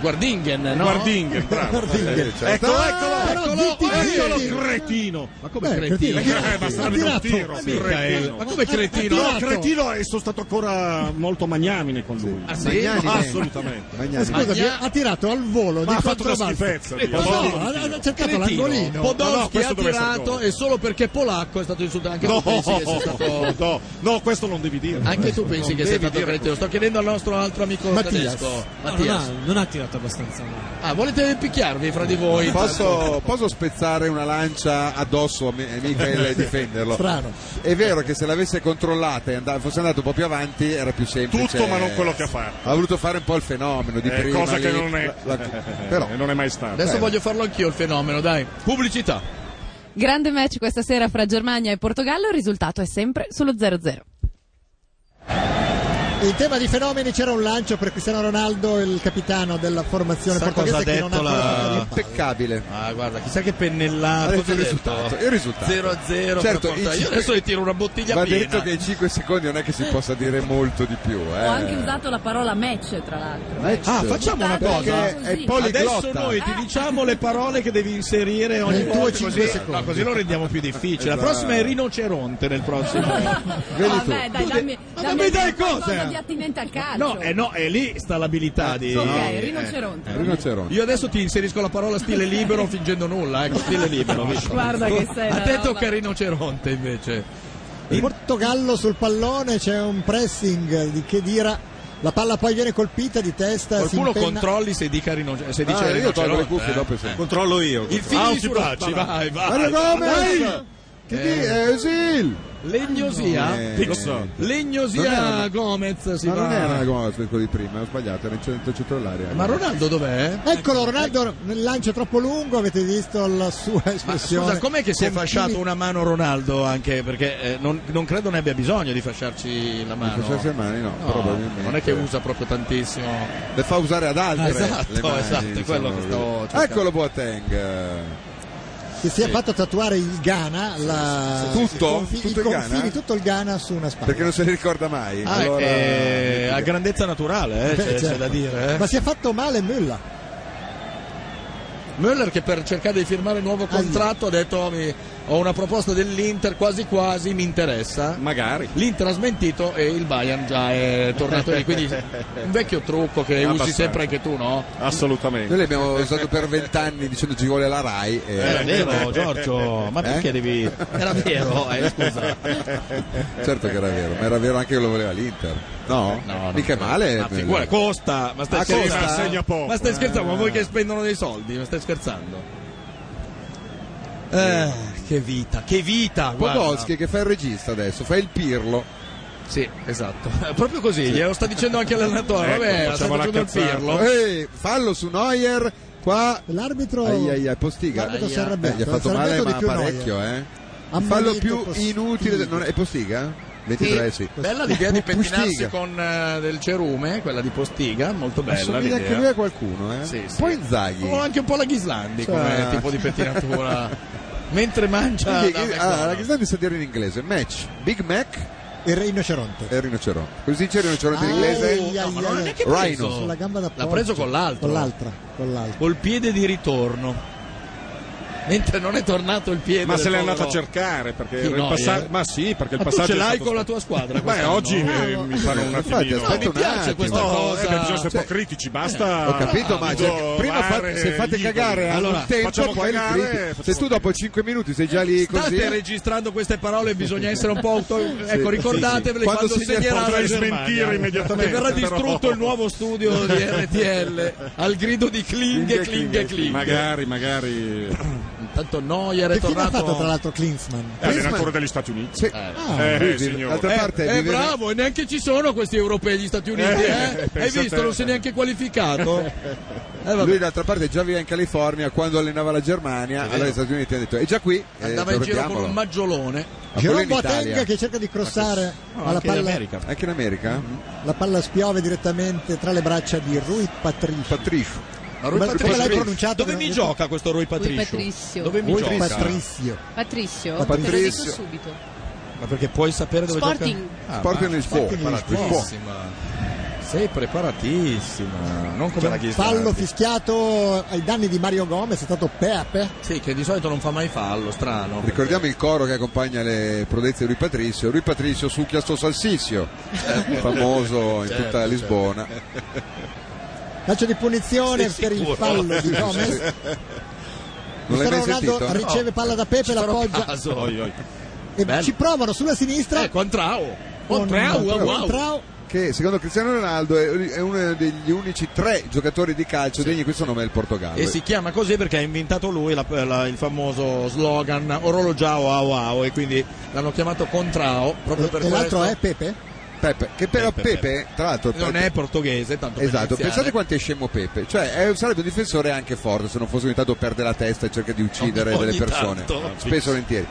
S3: Guardingen, no?
S8: Guardingen, bravo.
S4: Ecco,
S2: Guardingen.
S8: Eh, certo.
S2: Eccolo,
S8: Eccolo,
S4: cioè,
S2: eccolo,
S8: eccolo,
S2: zitti,
S8: eccolo,
S2: zitti.
S8: cretino.
S3: Ma come
S2: Beh,
S3: cretino?
S2: cretino.
S8: Eh, basta
S2: Ha
S8: darmi un
S2: tirato.
S8: tiro.
S3: Micael, Ma
S8: Cretino.
S3: come cretino?
S8: No, cretino e sono stato ancora molto magnamine con lui.
S3: Ah, sì?
S4: Magnani,
S8: No,
S4: eh.
S8: assolutamente.
S2: Ma
S4: Magnani.
S2: scusami,
S3: Magna-
S2: ha tirato al volo
S8: Ma
S2: di
S8: ha fatto una
S2: controbalzo.
S8: schifezza. lì,
S2: Ma
S8: ha
S2: no,
S8: fatto un
S2: ha
S8: tiro.
S2: ha cercato
S3: Cretino.
S2: l'angolino.
S8: Ma no,
S3: Podolski
S8: questo
S3: ha
S8: doveva essere
S3: tirato
S8: gol.
S3: e solo perché è polacco è stato insultato anche
S8: No,
S3: tu pensi che sia stato
S8: no, no, questo non devi dire.
S3: anche tu pensi che sia stato cretino sto chiedendo al nostro altro amico
S2: Mattias.
S3: tedesco
S10: non,
S3: Mattias
S10: ha, non ha tirato abbastanza male.
S3: ah volete picchiarvi fra di voi
S4: Posso, posso spezzare una lancia addosso a Mi- a Michael e difenderlo?
S2: Strano.
S4: È vero che se l'avesse controllata e andava- fosse andato un po' più avanti era più semplice.
S8: Tutto, ma non quello che ha fatto.
S4: Ha voluto fare un po' il fenomeno Cioè, di
S8: Eh,
S4: prima.
S8: cosa che
S4: lì,
S8: non è.
S4: la- la- però
S8: Eh, non è mai stato.
S3: adesso voglio farlo anch'io il fenomeno dai pubblicità
S5: Grande match questa sera fra Germania e Portogallo, il risultato è sempre solo 0-0.
S2: In tema di fenomeni c'era un lancio per Cristiano Ronaldo, il capitano della formazione
S3: Sa
S2: portoghese
S3: cosa ha
S2: che non ha
S3: detto
S2: ancora
S3: la-
S2: fatto le palle.
S4: impeccabile.
S3: ah guarda chissà che pennellata
S4: Ha
S3: Ah,
S4: detto
S3: cosa
S4: il risultato, il risultato.
S3: 0 a 0
S4: Certo, i
S3: io
S4: cinque-
S3: adesso gli tiro una bottiglia
S4: Va
S3: piena
S4: detto che in 5 secondi non è che si possa dire molto di più. eh.
S5: la parola match, tra l'altro.
S3: ah facciamo una cosa
S4: Perché è poliglotta.
S11: Adesso noi ti diciamo le parole che devi inserire ogni
S2: Nel tuo
S11: volta
S2: cinque
S11: Eh, così,
S2: secondi.
S11: no, così lo rendiamo più difficile. La
S4: Esatto.
S11: prossima è rinoceronte nel prossimo.
S4: Vedi tu.
S5: dai, dammi,
S11: Ma dammi mi dai qualcosa cosa? di
S5: attinente al calcio.
S11: No, eh, no, è lì sta l'abilità di Eh, no?
S3: eh,
S4: eh,
S5: rinoceronte.
S4: Rinoceronte.
S3: io adesso ti inserisco la parola stile libero fingendo nulla ecco stile libero visto?
S5: Guarda che sei
S3: a
S5: una
S3: te
S5: roba.
S3: tocca rinoceronte
S4: Eh,
S3: invece
S2: Il Portogallo sul pallone, c'è un pressing di Chedira, la palla poi viene colpita di testa.
S3: Qualcuno
S2: si impenna-
S3: controlli se, dica rinoce- se dice
S4: Ah, io tolgo le
S3: rinoceronte,
S4: cuffie
S3: eh. Ah,
S4: dopo e sento.
S8: Controllo io.
S3: Il figlio di Suracci, vai, vai.
S4: Mario Gomez! Che di- eh, Özil!
S3: Legnosia.
S4: Eh,
S8: Pixel.
S4: Non
S3: Legnosia
S4: era-
S3: Gomez si
S4: Ma
S3: va.
S4: non era Gomez per quello di prima, ho sbagliato, era in centro, eh. centro dell'area.
S3: Ma Ronaldo dov'è?
S2: Eccolo Ronaldo nel lancio troppo lungo, avete visto la sua
S3: Ma
S2: espressione.
S3: scusa, com'è che si è
S2: Continui-
S3: fasciato una mano Ronaldo anche? Perché eh, non, non credo ne abbia bisogno di fasciarci la mano.
S4: Facesse le mani, no,
S3: No,
S4: probabilmente.
S3: non è che usa proprio tantissimo.
S4: Le fa usare ad altre.
S3: Ah, esatto,
S4: le mani,
S3: esatto, è quello che stavo cercando.
S4: Eccolo Boateng. eh,
S2: Che si è fatto tatuare il Ghana, la...
S4: sì, sì.
S2: i
S4: Tutto?
S2: confi-
S4: Tutto
S2: i
S4: il Ghana?
S2: confini, tutto il Ghana su una spalla.
S4: Perché non se ne ricorda mai.
S3: Ah,
S4: Allora-
S3: eh, a grandezza naturale, eh,
S2: Beh,
S3: c'è, c'è
S2: certo.
S3: da dire. eh.
S2: Ma si è fatto male Müller.
S3: Müller che per cercare di firmare il nuovo contratto ha detto "Oh, mi- ho una proposta dell'Inter quasi quasi mi interessa.
S8: Magari.
S3: L'Inter ha smentito e il Bayern già è tornato lì, quindi un vecchio trucco che usi
S8: Abbastanza.
S3: sempre anche tu, no?
S8: Assolutamente.
S4: Noi l'abbiamo usato per vent'anni dicendo ci vuole la Rai. e-
S3: Era vero Giorgio, ma perché devi... Eh, Era vero, eh, scusa.
S4: Certo che era vero, ma era vero anche che lo voleva l'Inter. No?
S3: No,
S4: Mica è
S3: no.
S4: male. eh,
S3: Ma figura, costa, ma stai
S8: Ah, sì, ma
S3: scherzando.
S8: segna poco.
S3: Ma stai scherzando, ma voi che spendono dei soldi, ma stai scherzando. Eh, che vita, che vita, guarda.
S4: Podolski che fa il regista adesso, fa il pirlo.
S3: Sì, esatto. Proprio così, glielo sta dicendo anche l'allenatore.
S8: Ecco,
S3: Vabbè, sta
S8: facciamo la
S3: facendo il
S8: cazzata.
S3: pirlo.
S4: Ehi, fallo su Neuer. Qua.
S2: L'arbitro,
S4: Ai ai ai, Postiga.
S2: l'arbitro si è
S4: Eh,
S2: arrabbiato.
S4: gli ha fatto
S2: si è
S4: male
S2: arrabbiato
S4: ma
S2: di più
S4: parecchio,
S2: Neuer.
S4: eh.
S2: Ha
S4: Fallo
S2: ammonito
S4: più
S2: Postiga.
S4: inutile. del- non è, è Postiga? 23, sì.
S3: Bella l'idea di pettinarsi
S4: Postiga.
S3: con eh, del cerume, quella di Postiga, molto bella
S4: Assomiglia anche lui
S3: l'idea.
S4: a qualcuno, eh?
S3: Sì, Oh, sì.
S4: Poi Inzaghi.
S3: O anche un po' la Ghislandi
S4: Cioè-
S3: come tipo di pettinatura. Mentre mangia
S4: Quindi,
S3: da
S4: eh,
S3: McDonald's.
S4: ah, la Ghislandi sa dire in inglese match Big Mac
S2: Il rinoceronte.
S4: e rinoceronte. Così c'è il rinoceronte in
S2: Ah,
S4: inglese?
S2: ai, ai,
S3: ma non
S2: ai.
S3: è che
S4: Rhino.
S3: preso.
S2: Sulla gamba da
S3: L'ha
S2: porco.
S3: preso con l'altro.
S2: Con l'altra, con l'altra.
S3: Col piede di ritorno. Mentre non è tornato il piede.
S8: Ma
S3: del
S8: se l'è
S3: povero-
S8: andato a cercare perché
S3: Chi,
S8: il
S3: Noia?
S8: passa- ma sì, perché il
S3: eh. Ma tu
S8: passaggio
S3: ce
S8: è
S3: l'hai
S8: stato-
S3: con la tua squadra.
S8: Beh,
S3: quest'anno?
S8: oggi eh, mi fanno un
S4: Infatti,
S8: attimino.
S4: aspetta
S3: mi piace
S4: un attimo.
S3: questa
S4: Oh,
S8: No, eh,
S3: cosa.
S8: bisogna essere un po' critici, basta.
S4: Ho capito, ma cioè, prima fa- se fate cagare a
S3: Allora,
S4: un tempo,
S8: facciamo
S4: poi
S8: cagare,
S4: li critichi.
S8: facciamo
S4: Se tu dopo 5 minuti sei già lì
S3: State
S4: così,
S3: registrando queste parole, bisogna essere un po' auto...
S4: sì,
S3: Ecco, ricordatevele
S4: sì.
S3: quando,
S4: Quando segna-
S3: segnerà la
S8: potrei
S3: Germania.
S8: smentire immediatamente,
S3: Che verrà
S8: però.
S3: distrutto il nuovo studio di RTL al grido di Kling e Kling e Kling.
S8: Magari, magari. eh,
S3: Intanto Neuer è
S2: Che fine ha
S3: tornato...
S2: fatto tra l'altro Klinsmann?
S8: È allenatore degli Stati Uniti.
S4: se-
S2: Ah,
S8: Eh,
S4: cioè, lui vive-
S8: signore.
S4: d'altra
S3: Eh,
S4: parte
S3: eh,
S4: vive-
S3: bravo, e neanche ci sono questi europei degli Stati Uniti,
S8: Eh,
S3: eh? Hai
S8: pensa
S3: visto,
S8: te.
S3: non si è neanche qualificato. Eh, vabbè.
S4: lui d'altra parte già viveva in California quando allenava la Germania, allora gli Stati Uniti hanno detto "E già qui, eh,
S3: Andava in giro con
S4: torniamolo".
S3: un maggiolone.
S4: Ma quello
S2: Jerome
S4: in Italia.
S2: Boateng che cerca di crossare ma la,
S3: Anche in
S2: palla,
S3: America.
S4: Anche in America? eh?
S2: la palla spiove direttamente tra le braccia di Rui Patricio.
S4: Patricio.
S3: Ma Rui
S2: Ma
S3: Patricio-
S2: come l'hai pronunciato?
S3: Dove mi gioca questo Rui Patricio?
S9: Patricio.
S3: Dove mi
S2: Rui
S3: gioca?
S2: Patricio.
S9: Patricio,
S4: Ma
S9: te lo dico
S4: Patricio.
S9: subito.
S3: Ma perché puoi sapere dove
S9: Sporting.
S3: gioca? Ah,
S4: Sporting
S3: ma-
S4: Lisboa,
S2: Sporting
S4: guarda,
S2: Lisboa.
S4: Lisboa.
S3: Bellissima. Sei preparatissima. Non come la
S2: C'è un
S3: Ghislanti.
S2: Cioè, Fallo fischiato ai danni di Mario Gomez, è stato Pepe.
S3: Sì, che di solito non fa mai fallo, strano.
S4: Ricordiamo il coro che accompagna le prodezze di Rui Patricio. Rui Patricio succhia sto salsiccio, famoso in
S2: Certo,
S4: tutta Lisbona.
S2: Calcio di punizione
S4: Sì,
S2: per il
S4: sicuro.
S2: fallo di Gomez.
S4: Non l'hai mai
S2: Cristiano Ronaldo
S4: sentito?
S2: riceve palla da Pepe, la appoggia
S3: Ah,
S2: e
S4: Bello.
S2: ci provano sulla sinistra.
S3: Eh, Contrao.
S2: Contrao, wow, wow. Contrao.
S4: Che secondo Cristiano Ronaldo è, è uno degli unici tre giocatori di calcio degni di questo nome del Portogallo.
S3: E si chiama così perché ha inventato lui la- la- il famoso slogan orologiao au au e quindi l'hanno chiamato Contrao proprio per
S2: E l'altro è
S3: questo.
S2: Pepe?
S4: Pepe, che però
S3: Pepe,
S4: Pepe,
S3: Pepe.
S4: tra l'altro
S3: non
S4: Pepe-
S3: è portoghese, tanto per
S4: Esatto,
S3: iniziare.
S4: pensate quanto è scemo Pepe, cioè è- sarebbe un difensore anche forte se non fosse ogni tanto perde la testa e cerca di uccidere
S3: Ogni-
S4: delle
S3: ogni
S4: persone,
S3: tanto.
S4: spesso e volentieri.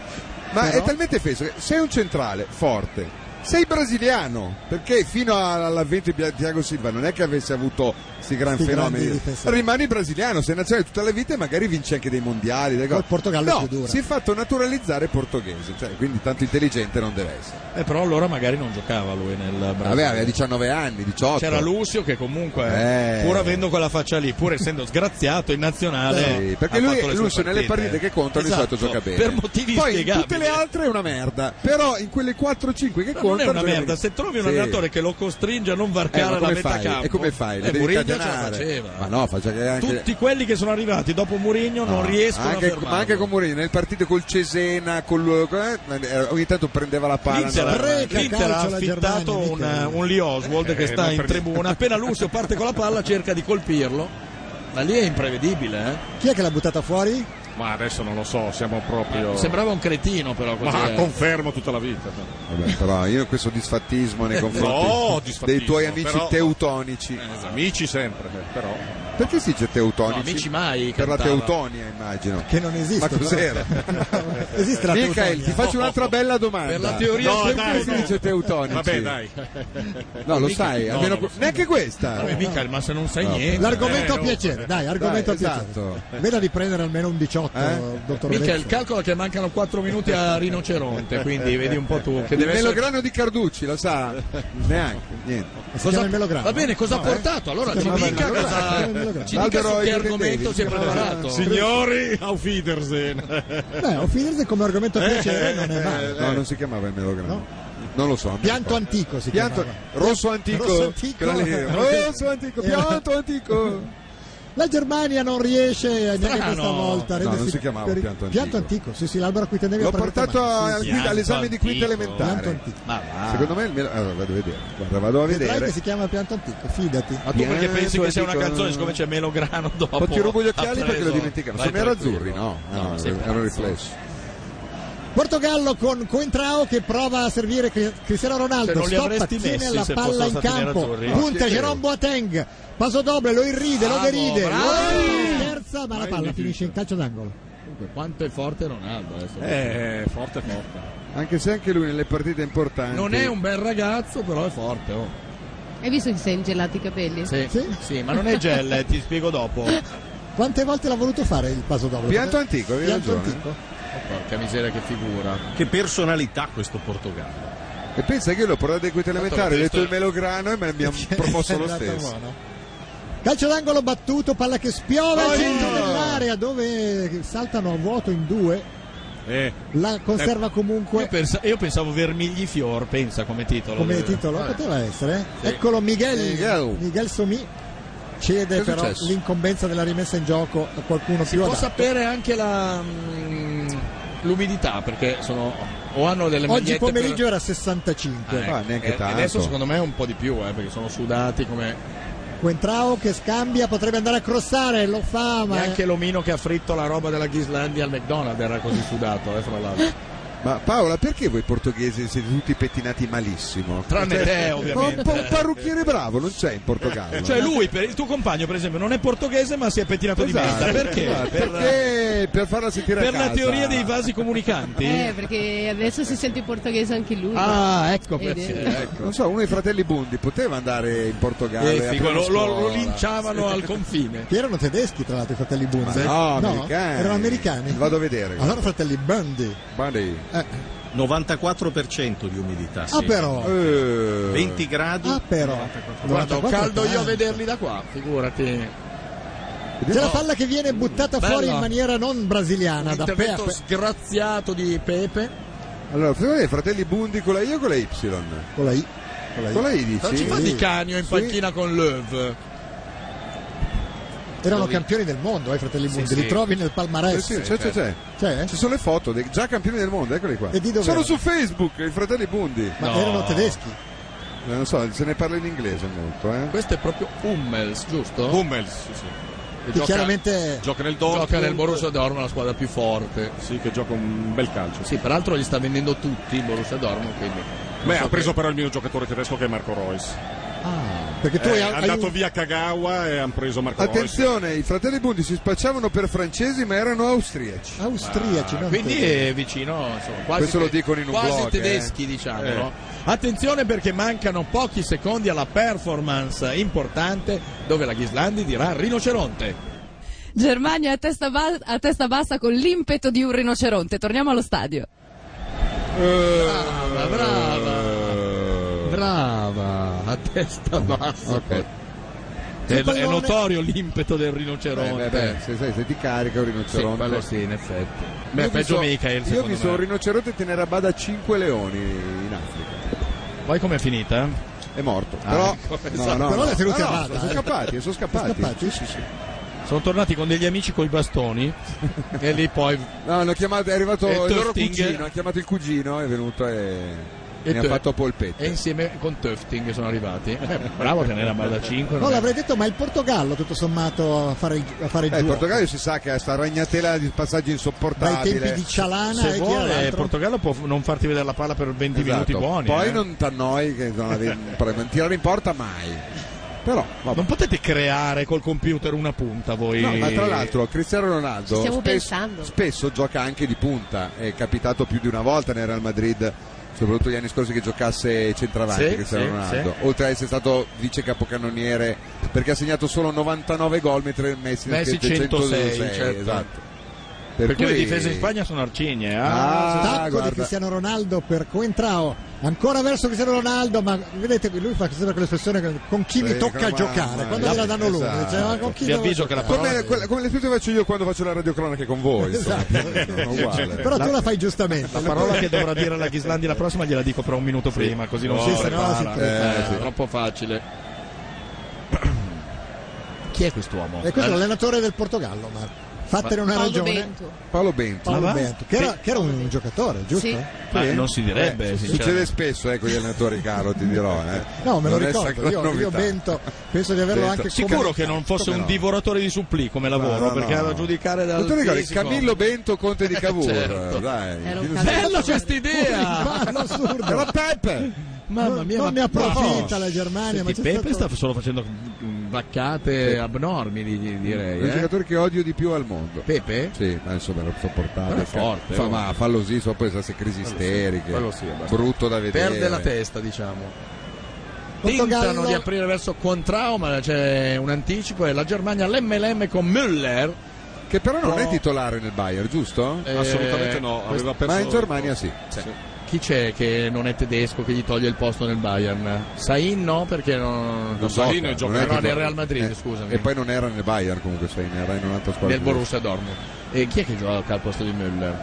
S4: Ma
S3: Però-
S4: è talmente fesso che sei un centrale forte, sei brasiliano, perché fino a- all'avvento di Thiago Silva non è che avesse avuto questi gran
S2: Sti grandi
S4: fenomeni,
S2: difensori.
S4: rimani brasiliano, sei nazionale tutta la vita e magari vinci anche dei mondiali. delle cose.
S2: Portogallo è
S4: no,
S2: più dura.
S4: si è fatto naturalizzare portoghese, cioè, quindi tanto intelligente non deve essere.
S3: Eh, però allora magari non giocava lui nel Brasile.
S4: Vabbè, aveva 19 anni, 18.
S3: C'era Lucio che comunque,
S4: Eh.
S3: pur avendo quella faccia lì, pur essendo sgraziato in nazionale,
S4: Sì, perché
S3: ha
S4: lui,
S3: fatto le sue
S4: Lucio nelle partite che contano
S3: Esatto,
S4: di solito gioca bene.
S3: Per motivi
S4: Poi
S3: spiegabili.
S4: in tutte le altre è una merda, però in quelle 4-5 che
S3: Ma non è
S4: contano
S3: una
S4: gioca
S3: merda,
S4: bene.
S3: se trovi un
S4: Sì.
S3: allenatore che lo costringe a non
S4: Eh, ma
S3: varcare la
S4: come
S3: metà
S4: fai?
S3: campo,
S4: E come fai? Le
S3: Eh,
S4: devi
S3: Mourinho ce la
S4: catenare.
S3: faceva.
S4: Ma no, faccia che anche
S3: Tutti quelli che sono arrivati dopo Mourinho non
S4: No,
S3: riescono
S4: anche-
S3: a fermarlo.
S4: ma anche con Mourinho nel partito col Cesena col, eh, ogni tanto prendeva la palla
S3: L'Inter,
S4: andava avanti.
S3: l'Inter ha affittato un, un Lee Oswald
S4: Eh,
S3: che sta
S4: non
S3: in
S4: per-
S3: tribuna. Appena Lucio parte con la palla, cerca di colpirlo. Ma lì è imprevedibile, eh?
S2: Chi è che l'ha buttata fuori?
S8: Ma adesso non lo so, siamo proprio.
S3: Sembrava un cretino, però. Eh, Così,
S8: Ma
S3: eh.
S8: confermo tutta la vita. cioè.
S4: Vabbè, però io questo disfattismo
S3: Eh,
S4: nei confronti
S8: No, disfattismo,
S4: dei tuoi amici
S8: però-
S4: teutonici
S3: esatto.
S8: Amici sempre, eh, però.
S4: perché si dice teutonici?
S8: No, amici mai,
S4: per la
S8: cantava.
S4: teutonia immagino
S2: che non esiste
S4: ma cos'era?
S2: Esiste la
S4: Michael
S2: teutonia?
S4: ti faccio un'altra bella domanda
S2: Per la teoria
S4: no,
S2: teutonica.
S4: dai, si dice teutonici
S2: Vabbè, dai.
S4: no lo
S2: Mica-
S4: sai
S2: no,
S4: almeno
S2: non lo so.
S4: neanche questa
S2: Vabbè, Michael,
S3: Eh, ma se non sai
S2: niente. L'argomento a piacere, dai, argomento
S4: Dai,
S2: a piacere.
S4: esatto.
S2: Veda di prendere almeno un 18, dottor
S3: Michel,
S2: Vecchio.
S3: calcola che mancano 4 minuti a Rinoceronte, quindi vedi un po' tu. Che
S4: il
S3: deve essere-
S4: melograno di Carducci lo sa neanche niente
S3: Cosa- chiama il melograno? Va bene, cosa ha
S4: eh.
S3: portato? Allora, ci dica cosa- ci dica su che argomento si è preparato.
S8: Signori, auf Wiedersehen.
S2: Beh, O'Fields come argomento a piacere non è male.
S4: no non si chiamava il melograno non lo so
S2: Pianto antico si
S4: Pianto-
S2: chiamava.
S4: rosso antico.
S2: Rosso antico.
S4: Quella lì, rosso antico, pianto antico.
S2: La Germania non riesce neanche
S4: Strano.
S2: questa volta. a
S4: No,
S2: rendersi
S4: non si chiamava
S2: per-
S4: pianto
S2: Pianto antico, sì, sì, l'albero a cui tendevi
S4: L'ho
S2: a prendere
S4: portato
S2: mano.
S4: a-
S2: Sì, sì.
S4: guida all'esame di quinta
S2: Pianto
S4: elementare. Ah.
S2: antico.
S4: Secondo me il melo- allora, vado a vedere. Guarda, vado a
S2: Vedrai che
S4: vedere.
S2: si chiama pianto antico, fidati.
S3: Ma tu perché
S4: Pianto
S3: pensi che sia una
S4: antico.
S3: canzone, siccome c'è Melograno dopo?
S4: Poi ti rubo gli
S3: ha
S4: occhiali perché
S3: preso-
S4: lo dimenticano.
S3: Vai
S4: Sono nerazzurri,
S3: tranquillo. No,
S4: no? No,
S3: sei
S4: era un riflesso.
S2: Portogallo con Coentrao che prova a servire Cri- Cristiano
S3: Se
S2: Ronaldo.
S3: non li
S2: Stoppa,
S3: avresti
S2: tiene
S3: messi
S2: la
S3: se
S2: palla
S3: fossero
S2: in
S3: stati
S2: campo.
S3: nerazzurri.
S2: Punta
S3: Ah, sì.
S2: Jerome Boateng. Paso doble, lo irride, lo
S3: Bravo,
S2: deride.
S3: bravo.
S2: Lo- Terza, ma la palla finisce in calcio d'angolo.
S3: Comunque, quanto è forte Ronaldo adesso.
S8: Eh, forte, forte.
S4: Anche se anche lui nelle partite importanti.
S3: Non è un bel ragazzo, però è forte. Oh.
S9: Hai visto che sei ingellati i capelli?
S3: Sì. Sì, ma non è gel, eh, ti spiego dopo.
S2: Quante volte l'ha voluto fare il paso doble?
S3: Pianto
S4: antico,
S2: avevi Pianto ragione. antico.
S3: Porca miseria, che figura.
S8: Che personalità questo Portogallo.
S4: E pensa che io l'ho portato in quinta elementare, ho
S8: Tanto
S4: detto
S8: l'ho
S4: il melograno e me mi ha proposto lo
S2: Andato
S4: stesso.
S2: buono. Calcio d'angolo battuto, palla che spiova al centro dell'area dove saltano a vuoto in due.
S8: Eh.
S2: La conserva comunque
S3: Io, pensa- io pensavo Vermigli Fior, pensa come titolo.
S2: come
S3: Eh,
S2: titolo
S3: vabbè.
S2: poteva essere.
S3: Sì.
S2: Eccolo Miguel,
S3: Miguel.
S2: Miguel. Somi cede
S3: Che è
S2: però
S3: successo?
S2: l'incombenza della rimessa in gioco a qualcuno
S3: Si
S2: più
S3: può
S2: adatto.
S3: sapere anche la, mm, l'umidità, perché sono, o hanno delle
S2: Oggi
S3: magliette
S2: pomeriggio
S3: per-
S2: era 65.
S3: Eh, e- Adesso secondo me è un po' di più, eh, perché sono sudati come...
S2: Quentrao che scambia, potrebbe andare a crossare, lo fa, ma
S3: Neanche l'omino che ha fritto la roba della Ghislandia al McDonald's era così sudato, eh, fra l'altro.
S4: Ma Paola, perché voi portoghesi siete tutti pettinati malissimo?
S3: Tranne
S4: Cioè,
S3: te, ovviamente.
S4: Un, pa- un parrucchiere bravo non c'è in Portogallo. eh?
S3: Cioè lui, per- il tuo compagno per esempio, non è portoghese ma si è pettinato
S4: Esatto,
S3: di merda. Perché?
S4: esatto,
S3: Per-
S4: perché per farla sentire a
S3: per la
S4: casa.
S3: teoria dei vasi comunicanti?
S9: Eh, perché adesso si sente in portoghese anche lui.
S3: Ah, ecco
S9: Ed è-
S3: perché.
S4: Ecco. Non so, uno dei fratelli Bundi poteva andare in Portogallo.
S3: Eh,
S4: e aprire
S3: figo, lo, lo-
S4: scuola.
S3: lo linciavano al confine.
S2: che erano tedeschi tra l'altro i fratelli Bunzi.
S4: Ma no, americani.
S2: erano americani.
S4: Vado a vedere.
S2: Allora fratelli Bundy.
S4: Bundy.
S12: 94% di umidità.
S2: Ah, però.
S4: eh.
S12: 20 gradi.
S2: Ah, però.
S3: Guarda, ho
S2: 94
S3: caldo io a
S2: tanto.
S3: vederli da qua, figurati.
S2: C'è la
S3: No.
S2: palla che viene buttata
S3: Bello.
S2: fuori in maniera non brasiliana. Ah, Da
S3: Intervento
S2: Pepe.
S3: sgraziato di Pepe.
S4: Allora, secondo me, fratelli Bundi con la I o con la Y? Con
S2: la I.
S4: Con la I, con la I dici?
S3: Non ci fa di canio in
S4: Sì.
S3: panchina con Löw.
S2: Erano
S4: Dove-
S2: campioni del mondo, eh, fratelli
S4: Sì,
S2: Bundi.
S4: sì.
S2: Li trovi nel palmarès.
S3: Eh,
S4: Sì, sì, c'è,
S3: certo.
S4: c'è, c'è.
S2: C'è, eh?
S4: Ci sono le foto, dei, già campioni del mondo, eccoli qua.
S2: E di dove
S4: sono
S2: erano?
S4: su Facebook, i fratelli Bundi.
S2: Ma erano tedeschi.
S4: Eh, Non so, se ne parla in inglese molto, eh.
S3: Questo è proprio Hummels, giusto?
S8: Hummels, sì, sì.
S3: Che
S2: Che chiaramente-
S8: gioca nel Dortmund.
S3: Gioca nel Borussia Dortmund, la squadra più forte.
S8: Sì, che gioca un bel calcio.
S3: Sì, peraltro li sta vendendo tutti il Borussia Dortmund, quindi...
S8: Beh, ha preso però il mio giocatore tedesco che è Marco Reus.
S2: Perché tu
S8: Eh,
S2: hai, hai
S8: è andato
S2: un-
S8: via Kagawa e hanno preso Marco Reus.
S4: Attenzione, i fratelli Bundi si spacciavano per francesi, ma erano austriaci.
S2: Austriaci,
S3: Ah, quindi è vicino, insomma, quasi
S4: Questo lo dicono in un
S3: quasi
S4: blog,
S3: tedeschi,
S4: eh.
S3: diciamo.
S4: Eh.
S3: no? Attenzione perché mancano pochi secondi alla performance importante dove la Ghislandi dirà rinoceronte.
S5: Germania a testa, ba- a testa bassa con l'impeto di un rinoceronte. Torniamo allo stadio.
S3: Brava, brava. Brava, a testa bassa.
S4: Eh,
S3: È,
S4: Il pallone-
S3: è notorio l'impeto del rinoceronte.
S4: Beh, beh, beh, se, sai, se ti carica un rinoceronte.
S3: Sì, quello sì, in effetti. Beh,
S4: Io vi
S3: peggio
S4: so-
S3: Michael,
S4: Io
S3: secondo
S4: vi
S3: me.
S4: sono un rinoceronte e te ne rabada 5 leoni in Africa.
S3: Poi com'è finita?
S4: È morto.
S3: Ah,
S4: Però,
S3: ecco,
S4: no,
S3: esatto.
S4: no,
S3: Però
S4: no.
S3: l'ha tenuti
S4: Ah, no,
S3: a bada,
S4: Sono
S3: eh.
S4: scappati, sono scappati.
S3: Sono scappati?
S4: Sì, sì, sì.
S3: Sono tornati con degli amici coi bastoni e lì poi
S4: No, hanno chiamato, è arrivato
S3: E
S4: il loro
S3: Tufting?
S4: cugino, ha chiamato il cugino, è venuto e,
S3: E
S4: ne ha
S3: te-
S4: fatto polpetto.
S3: E insieme con Tufting sono arrivati. Eh, bravo che ne era balla 5.
S2: No, l'avrei detto, ma il Portogallo tutto sommato a fare il, a fare il
S4: Eh, il
S2: giro.
S4: Portogallo si sa che ha sta ragnatela di passaggio insopportabile. Esatto.
S2: Dai tempi di Cialana
S3: Se
S2: e chi era
S3: vuole, il
S2: l'altro?
S3: Portogallo può f- non farti vedere la palla per 20
S4: Esatto.
S3: minuti buoni.
S4: Poi
S3: eh.
S4: non t'annoi che non, avevi- però non tirare in porta mai. Però, vabbè.
S3: Non potete creare col computer una punta voi.
S4: No, ma tra l'altro Cristiano Ronaldo
S9: Ci stiamo
S4: spesso,
S9: pensando.
S4: spesso gioca anche di punta, è capitato più di una volta nel Real Madrid, soprattutto gli anni scorsi che giocasse centravanti
S3: Sì,
S4: Cristiano
S3: sì,
S4: Ronaldo, oltre ad essere stato vice capocannoniere perché ha segnato solo 99 gol mentre Messi, ne ha
S3: Messi
S4: scritti
S3: 106,
S4: 106,
S3: certo.
S4: esatto. Per
S3: Perché
S4: cui-
S3: le difese in Spagna sono arcigne. eh.
S4: Ah,
S2: Tacco
S4: guarda.
S2: di Cristiano Ronaldo per Coentrao ancora verso Cristiano Ronaldo ma vedete lui fa sempre quell'espressione che- con chi mi
S4: Sì,
S2: tocca
S4: con-
S2: giocare quando
S4: ma-
S2: gliela danno loro
S4: esatto.
S2: dice, ma con chi
S3: Vi
S2: devo
S3: avviso che la
S2: giocare?
S4: Come, quella- come le che faccio io quando faccio la radiocronaca con voi, insomma, sono uguale.
S2: certo. però tu la fai giustamente
S3: La parola che dovrà dire la Ghislandi la prossima gliela dico fra un minuto prima, così non
S2: Sì,
S3: si
S2: se no
S3: prepara.
S2: si prepara.
S3: Eh,
S2: Eh, sì.
S3: Troppo facile. Chi è quest'uomo? Eh,
S2: e questo è l'allenatore del Portogallo ma fattene una
S5: Paolo
S2: ragione
S5: Bento.
S4: Paolo Bento.
S2: Paolo
S3: Ma va?
S2: Bento, che era, che era un giocatore giusto?
S5: Sì.
S3: Ma non si direbbe,
S4: Eh,
S3: sinceramente.
S4: succede spesso eh, con gli allenatori caro, ti dirò. eh.
S2: no me lo
S4: Non è
S2: ricordo
S4: sacra
S2: io, io
S4: novità.
S2: Bento penso di averlo
S4: Bento.
S2: anche
S3: Sicuro
S2: come-
S3: che non fosse
S4: Come
S3: un
S4: no?
S3: divoratore di supplì come lavoro,
S4: No, no,
S3: perché
S4: no.
S3: era a giudicare dal
S4: Non ti ricordi
S3: fisico.
S4: Camillo Bento Conte di Cavour?
S3: Certo.
S4: Dai.
S9: Era un
S3: Bello questa idea!
S2: Ballo assurdo.
S4: Era Peppe.
S3: Eh. Mamma mia,
S2: non
S3: ma-
S2: ne approfitta
S3: no.
S2: la Germania ma c'è
S3: Senti, Pepe
S2: stato-
S3: sta solo facendo mm, vaccate abnormi, di- di- direi.
S4: È il
S3: eh.
S4: giocatore che odio di più al mondo.
S3: Pepe?
S4: Sì, ma insomma lo
S3: Ma
S4: sopportare.
S3: è forte,
S4: Fa,
S3: oh.
S4: ma fallo sì, so poi sa se crisi isteriche.
S8: quello sì, abbastanza.
S4: brutto da vedere.
S3: Perde la testa, diciamo.
S2: Portogallo-
S3: Tentano di aprire verso Contrao, ma c'è un anticipo e la Germania l'MLM con Müller.
S4: Che però non
S3: No.
S4: è titolare nel Bayern, giusto?
S3: Eh,
S8: Assolutamente no,
S3: questo-
S8: aveva perso
S4: Ma in Germania sì.
S3: Chi c'è che non è tedesco che gli toglie il posto nel Bayern? Sain no, perché non...
S8: Non
S4: so,
S8: Salino gioca-
S4: è
S3: Però nel
S4: titolare.
S3: Real Madrid,
S4: Eh,
S3: scusami.
S4: E poi non era nel Bayern comunque, sei, era in un'altra squadra.
S3: Nel Borussia Dortmund. E chi è che gioca al posto di Müller?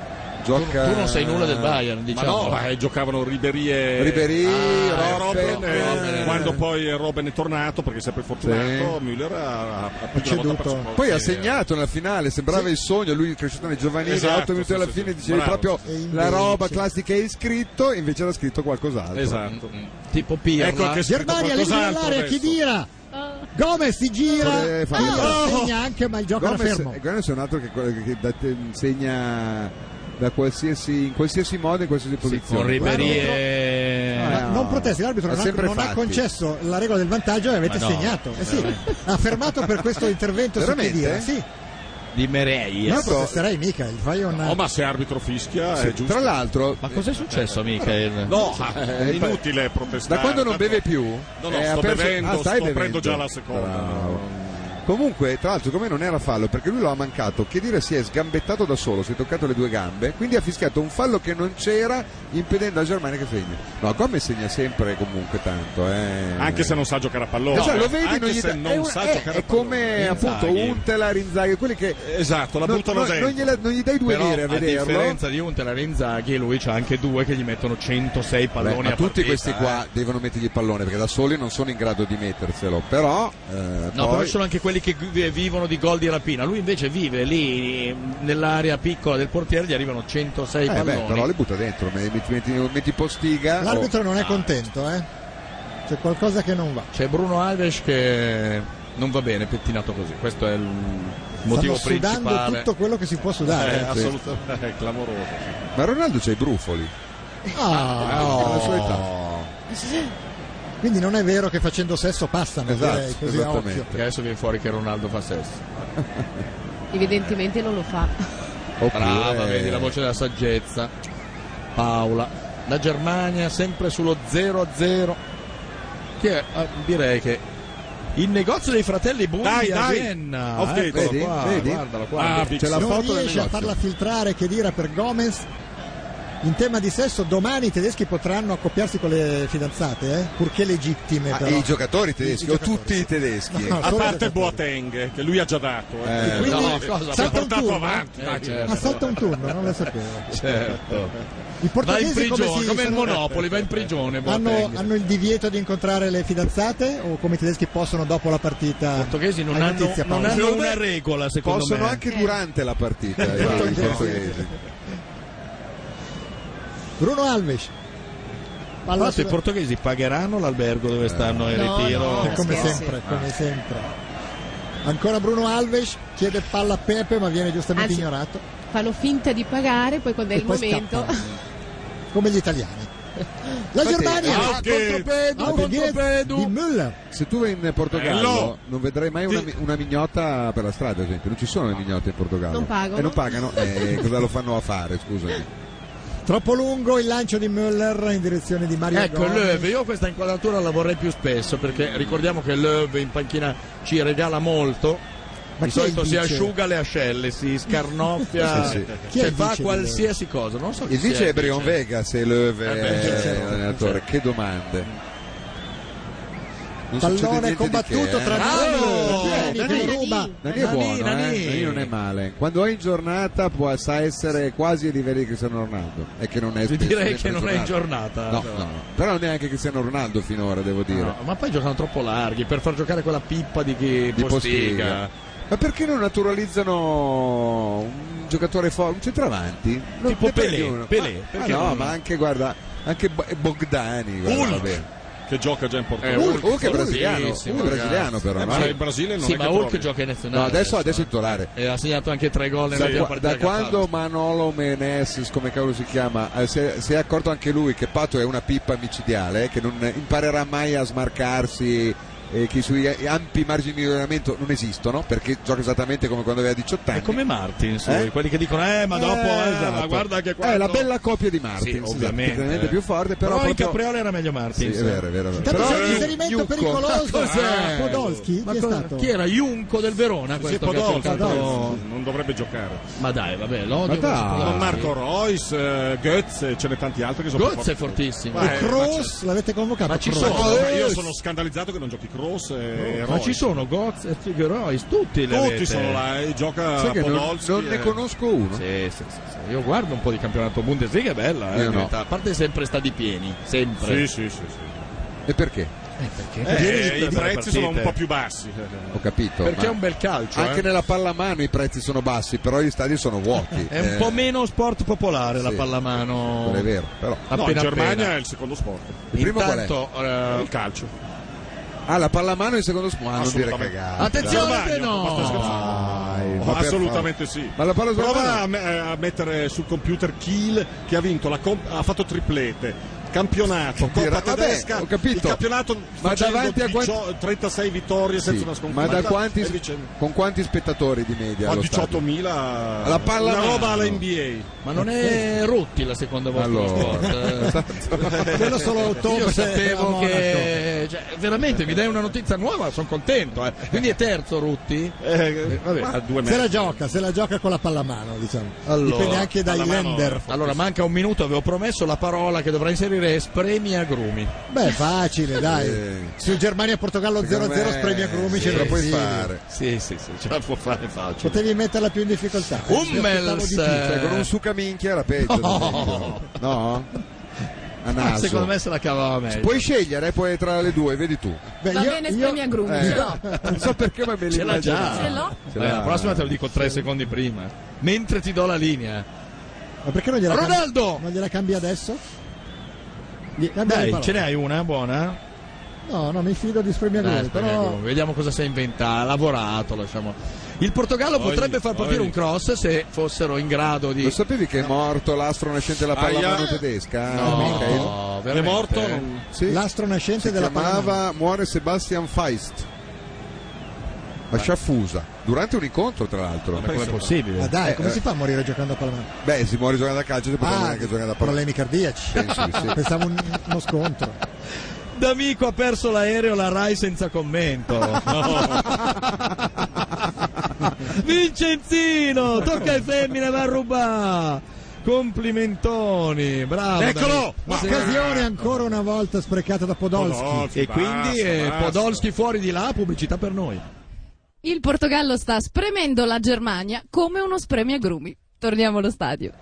S4: Gioca...
S3: Tu non sai nulla
S4: Eh,
S3: del Bayern,
S8: Ma
S3: diciamo.
S8: no, ma, eh, giocavano Ribery e
S4: Ribery,
S8: Ah,
S4: Robben,
S8: Robben, eh,
S4: Robben.
S8: quando poi Robben è tornato perché è sempre fortunato
S4: Sì.
S8: Müller ha, ha più di una
S2: ceduto.
S8: volta perso un po'.
S4: Poi ha
S8: Sì,
S4: segnato nella finale, sembrava il sogno, lui cresciuto nei giovanili,
S8: Esatto,
S4: 8 minuti
S8: sì,
S4: alla
S8: sì,
S4: fine
S8: sì.
S4: dicevi
S8: Bravo.
S4: proprio
S2: E invece-
S4: la roba classica è iscritto, invece era scritto qualcos'altro.
S8: esatto
S4: Eh.
S3: Tipo Pirlo.
S8: Ecco che-
S2: Germania
S8: Qualcos'altro
S2: libera l'area
S8: adesso.
S2: Chidira Gomez si gira
S4: Eh, fa-
S2: Pirlo
S4: Oh!
S2: segna anche ma il gioco era
S4: Gomez,
S2: fermo
S4: eh, Gomez è un altro che, che, che da te- segna da qualsiasi, in qualsiasi modo, in qualsiasi posizione.
S3: con Ribery
S2: Guarda,
S3: e...
S4: eh,
S2: Ma
S4: no.
S2: non protesti, l'arbitro
S4: Ha
S2: non, ha,
S4: sempre
S2: non ha
S4: fatti.
S2: concesso la regola del vantaggio e avete
S3: Ma no,
S2: segnato. Eh sì,
S3: veramente.
S2: ha fermato per questo intervento su
S4: Veramente?
S2: Chedira. Sì,
S3: di Merei.
S2: non
S4: Però-
S2: protesterei mica. gli Fai un
S8: No, Oh, ma se arbitro fischia è giusto.
S4: Tra l'altro, eh,
S3: Ma cos'è successo, Michael?
S8: No, è inutile
S4: da
S8: protestare.
S4: quando non
S8: tanto-
S4: beve più,
S8: No, no,
S4: eh,
S8: sto
S4: ha perso-
S8: bevendo,
S4: ah,
S8: sto
S4: stai
S8: prendo
S4: bevendo.
S8: già la seconda.
S4: Bravo. Comunque, tra l'altro, come non era fallo, perché lui lo ha mancato, che dire si è sgambettato da solo, si è toccato le due gambe, quindi ha fischiato un fallo che non c'era, impedendo a Germania che segni. No, Gomez segna sempre comunque tanto, eh.
S8: Anche se non sa giocare a pallone.
S4: Eh, cioè, lo vedi,
S8: Anche
S4: non gli
S8: se
S4: dà-
S8: non
S4: è un-
S8: sa
S4: è-
S8: giocare a
S4: è come
S8: pallone.
S4: appunto
S8: Inzaghi.
S4: Untelar, Inzaghi, quelli che
S3: Esatto, la
S4: non,
S3: buttano
S4: non-
S3: dentro.
S4: non gliela- non gli dai due
S3: Però,
S4: lire a
S3: A
S4: vederlo.
S3: differenza di Untelar e Inzaghi, lui c'ha anche due che gli mettono 106
S4: Beh,
S3: palloni
S4: ma
S3: a
S4: tutti
S3: partita,
S4: questi qua
S3: eh.
S4: devono mettergli il pallone perché da soli non sono in grado di metterselo, però. eh,
S3: No,
S4: poi-
S3: però ci sono anche quelli che vi- vivono di gol di rapina. Lui invece vive lì nell'area piccola del portiere, gli arrivano 106
S4: Eh,
S3: palloni.
S4: beh, però le butta dentro, me- metti, metti, metti postiga.
S2: L'arbitro
S4: oh.
S2: non è contento, eh? C'è qualcosa che non va.
S3: C'è Bruno Alves che non va bene pettinato così. Questo è il motivo
S2: Stanno sudando
S3: principale.
S2: tutto quello che si può
S8: Eh,
S2: sudare.
S8: assolutamente, è Eh, clamoroso.
S4: Ma Ronaldo c'ha i brufoli.
S2: Ah,
S4: Anche alla sua età.
S2: Quindi non è vero che facendo sesso passano, direi così a occhio.
S3: Che adesso viene fuori che Ronaldo fa sesso.
S5: Evidentemente non lo fa.
S4: Oppure-
S3: Brava, vedi la voce della saggezza. Paola. La Germania sempre sullo 0-0. Che eh, direi che il negozio dei fratelli Bundi
S8: Dai,
S3: a
S8: dai.
S3: Vienna.
S8: Off gate.
S3: Eccolo
S8: Vedi?
S3: qua,
S8: Vedi?
S3: guardalo qua.
S8: Ah,
S3: C'è la
S2: non
S3: foto del
S2: riesce a
S3: negozio.
S2: farla
S4: Ah,
S2: filtrare che dira per Gomez. In tema di sesso, domani i tedeschi potranno accoppiarsi con le fidanzate, eh? purché legittime.
S4: Ah,
S2: però.
S4: e i giocatori tedeschi,
S2: I- i
S4: o
S2: giocatori.
S4: tutti i tedeschi.
S2: No,
S8: A
S2: solo
S8: parte Boateng, che lui ha già dato. Eh.
S4: Eh,
S2: Quindi
S8: no, cosa,
S2: salta un
S8: portato
S2: turno.
S8: avanti,
S2: Eh,
S8: dai,
S2: Ah, salta un turno, non lo sapevo.
S3: Certo.
S2: I
S3: Va in
S2: portoghesi come,
S3: prigione,
S2: si
S3: come eh, il
S2: sono-
S3: Monopoli, va in prigione.
S2: hanno,
S3: Boateng.
S2: hanno il divieto di incontrare le fidanzate o come i tedeschi possono dopo la partita? I
S3: portoghesi non hanno- non hanno una regola, secondo
S4: Possono
S3: me.
S4: anche
S3: Eh.
S4: durante la partita. eh, i
S2: Esatto.
S4: portoghesi.
S2: Bruno Alves.
S3: Tra l'altro i portoghesi pagheranno l'albergo dove stanno in
S2: No,
S3: ritiro.
S2: no, come sempre, come sempre. Ancora Bruno Alves chiede palla a Pepe ma viene giustamente
S5: Anzi,
S2: ignorato.
S5: Fanno finta di pagare, poi quando è
S2: E
S5: il
S2: poi
S5: momento.
S2: Come gli italiani. La
S4: Infatti,
S2: Germania
S4: ah,
S2: a
S4: che-
S2: contropiede,
S4: ah,
S2: Pedro
S4: contropiede.
S2: di Müller.
S4: Se tu vai in
S3: Eh,
S4: Portogallo,
S8: Bello.
S4: non vedrai mai una, una mignotta per la strada, ad esempio. Non ci sono le mignotte in Portogallo.
S5: Non pagano.
S4: E non pagano. Eh, cosa lo fanno a fare, scusami?
S2: Troppo lungo il lancio di Müller in direzione di Mario
S3: Ecco
S2: Gomez.
S3: Löw, io questa inquadratura la vorrei più spesso perché ricordiamo che Löw in panchina ci regala molto.
S2: Ma
S3: di
S2: chi è il
S3: solito si
S2: vice?
S3: asciuga le ascelle, si scarnoffia,
S4: Sì, sì.
S2: Chi è
S3: cioè
S2: il
S3: fa
S2: vice di
S3: qualsiasi cosa. Non so chi
S4: Il
S3: sia
S4: vice è
S3: il
S4: Brion
S3: vice.
S4: Vega, se Löw è
S3: certo. Eh beh, certo,
S4: l'allenatore. Che domande. Non succede niente
S2: Pallone
S4: di
S2: combattuto
S4: che, eh.
S2: tra
S3: Bravo!
S2: Nani, Nani che lo
S5: Nani.
S2: ruba.
S4: Nani è
S3: Nani,
S4: buono,
S3: Nani.
S4: eh? Nani non è male. Quando è in giornata può, sa essere quasi ai livelli di Cristiano Ronaldo. E che non è spesso
S3: direi
S4: neanche
S3: che non è in giornata.
S4: No, no, no. Però neanche Cristiano Ronaldo finora, devo dire.
S3: No, ma poi giocano troppo larghi per far giocare quella pippa di chi
S4: Di
S3: postiga.
S4: Postiga. Ma perché non naturalizzano un giocatore forte, un centravanti? Non
S3: Tipo
S4: ne prendi
S3: Pelé,
S4: uno.
S3: Pelé,
S4: Ma-
S3: perché
S4: ma no,
S3: non-
S4: ma anche, guarda, anche Bo- Bogdani. Guarda,
S8: Hulk.
S4: vabbè.
S8: Che gioca già in
S4: Eh,
S8: Portogallo.
S4: Hulk, Hulk è
S3: Hulk,
S4: brasiliano,
S3: sì,
S4: Hulk è
S3: ragazzi.
S4: brasiliano però.
S8: Eh,
S4: no?
S8: ma il Brasile non
S3: sì,
S8: è
S3: ma
S8: che
S3: Hulk
S8: trovi.
S3: gioca in nazionale.
S4: No, adesso,
S3: adesso,
S4: adesso è titolare.
S3: eh. E ha segnato anche tre gol nella
S4: Da,
S3: prima
S4: qua-
S3: partita.
S4: da
S3: che ha
S4: quando Manolo Menes, come cavolo si chiama, eh, si è, si è accorto anche lui che Pato è una pippa micidiale, eh, che non imparerà mai a smarcarsi, eh, che i suoi ampi margini di miglioramento non esistono, perché gioca esattamente come quando aveva 18
S3: fatto.
S4: anni.
S3: È come Martins,
S4: Eh?
S3: lui, quelli che dicono, eh, ma dopo, eh,
S2: esatto.
S3: ma guarda che qua.
S4: È Eh, la bella coppia di Martins,
S3: Sì,
S4: esatto,
S3: ovviamente.
S4: tecnicamente più forte, però,
S3: Però, il
S4: proprio-
S3: Capriola era meglio
S4: Sì,
S3: Martins.
S4: è vero, è vero. È vero.
S2: Intanto
S4: Però-
S2: c'è un inserimento
S4: Jucco.
S2: pericoloso.
S3: Cos'è?
S2: Podolski,
S3: Ma
S2: chi è
S3: cosa-
S2: stato?
S3: chi era? Junco del Verona
S8: Sì,
S3: questo che ha
S8: Podolski,
S3: cercato...
S8: non dovrebbe giocare.
S3: Ma dai, vabbè, l'odio.
S4: Ma dai.
S3: questo
S8: Ma
S3: Podolski.
S8: Marco Royce, eh, Goetz, eh, ce ne tanti altri che sono più
S3: Goetz è
S8: forti.
S3: fortissimo.
S8: Ma
S2: E
S8: eh,
S2: Kroos l'avete convocato?
S3: Ma ci
S2: Kroos?
S8: Ma
S3: sono.
S8: no,
S3: Eh,
S8: ma io
S3: eh,
S8: sono scandalizzato che non giochi Cross e
S3: Ma
S8: Royce.
S3: ci sono Goetz e Figuerois, tutti le
S8: Tutti sono là e gioca
S4: Sai che non,
S8: Podolski.
S4: non ne
S8: eh.
S4: conosco uno.
S3: Sì, sì, sì, sì. Io guardo un po' di campionato Bundesliga, è bella, eh,
S4: Io
S3: in
S4: no.
S3: realtà. a parte sempre sta di pieni, sempre.
S8: Sì, sì, sì. sì.
S4: E perché?
S3: Eh, perché?
S8: Eh, I prezzi sono un po' più bassi.
S4: Ho capito.
S3: Perché
S4: ma-
S3: è un bel calcio,
S4: Anche
S3: eh.
S4: nella pallamano i prezzi sono bassi, però gli stadi sono vuoti.
S3: È un
S4: Eh,
S3: po' meno sport popolare la
S4: sì.
S3: pallamano.
S4: non è vero, però.
S8: No, in
S3: Appena
S8: Germania
S3: appena.
S8: è il secondo sport.
S4: Il primo qual è?
S3: Intanto, eh,
S8: Il calcio.
S4: Ah, la pallamano è il secondo squadro. Ah, non dire
S8: Assolutamente.
S4: cagate.
S3: attenzione
S8: Germania, ma sto
S3: no.
S8: scherzando.
S4: Dai,
S8: Oh,
S4: Eh, ma per
S8: assolutamente sì.
S4: Ma la palla
S8: Prova eh,
S4: sbagliata
S8: a, me- a mettere sul computer Kiel che ha vinto, la comp- ha fatto triplete. campionato,
S4: Dire,
S8: Coppa
S4: vabbè,
S8: tedesca,
S4: ho capito.
S8: il campionato
S4: Ma
S8: facendo
S4: davanti a quanti-
S8: 18 36 vittorie senza
S4: Sì,
S8: una sconfitta.
S4: ma da quanti-
S8: E dicendo-
S4: con quanti spettatori di media?
S8: Ma
S4: allo stadio?
S8: 18.000
S4: La palla
S8: una
S4: mano.
S8: roba alla NBA.
S4: Ma non è
S3: Rutti la seconda volta
S4: Allora.
S3: dello sport. Eh.
S4: Quello solo autobus
S3: Io sapevo
S4: a
S3: che cioè, veramente mi dai una notizia nuova, sono contento. eh. Quindi è terzo Rutti? Eh, vabbè,
S2: Ma
S3: a due
S2: se la
S3: metri.
S2: gioca, se la gioca con la pallamano, diciamo.
S3: Allora,
S2: Dipende anche dai
S3: pallamano-
S2: lender.
S3: Allora, manca un minuto, avevo promesso la parola che dovrà inserire è spremi agrumi.
S2: Beh, facile, dai.
S3: Eh.
S2: Su Germania-Portogallo 0-0 spremi a Grumi, ce la sì.
S3: Sì, sì, sì,
S8: cioè,
S3: ce la può fare facile.
S2: Potevi metterla più in difficoltà.
S3: Um! Hummels,
S4: Cioè, con un sucaminchia era peggio.
S3: No.
S4: ad esempio. no? A
S3: Ma
S4: naso.
S3: Ah, secondo me se la cavava meglio.
S4: Puoi scegliere, eh, poi tra le due, vedi tu.
S5: Va bene, spremi a grumi,
S2: Eh,
S5: ce l'ho.
S4: Non so perché, ma me
S3: Ce l'ha già.
S5: Ce l'ho.
S4: Ce
S3: Vabbè,
S4: l'ha.
S3: la prossima te lo dico tre secondi prima. eh. Mentre ti do la linea.
S2: Ma perché non gliela
S3: Ronaldo!
S2: Cambia, non gliela cambi adesso? Cambia le
S3: Dai,
S2: parole.
S3: ce n'hai una buona?
S2: No, no, mi fido di spremi a
S3: Dai,
S2: Grumi,
S3: aspetta,
S2: però...
S3: Grumi, Vediamo cosa si è inventato. Ha lavorato, lasciamo. Il Portogallo
S4: Poi-
S3: potrebbe far partire
S4: poi-
S3: un cross se fossero in grado di.
S4: Lo sapevi che è morto l'astro nascente della
S3: Aia.
S4: pallamano tedesca? Eh,
S3: No,
S4: Michael?
S3: Oh, veramente? È morto? Non-
S4: Sì.
S2: L'astro nascente
S4: si
S2: della
S4: chiamava
S2: pallamano.
S4: Muore Sebastian Feist. A Sciaffusa, durante un incontro tra l'altro.
S2: Ma com'è possibile? Ma dai, come si fa a morire giocando a pallamano?
S4: Beh, si muore giocando a calcio, si può
S2: Ah,
S4: morire anche giocando a pallamano.
S2: problemi cardiaci.
S4: Penso di sì.
S2: Pensavo un- uno scontro.
S3: D'amico ha perso l'aereo, la Rai senza commento. Vincenzino, tocca ai femmine, va a rubare. Complimentoni, bravo. D'Amico. Sì.
S2: Occasione ancora una volta sprecata da Podolski.
S3: e quindi eh, Podolski fuori di là, pubblicità per noi.
S5: Il Portogallo sta spremendo la Germania come uno spremi a grumi. Torniamo allo stadio.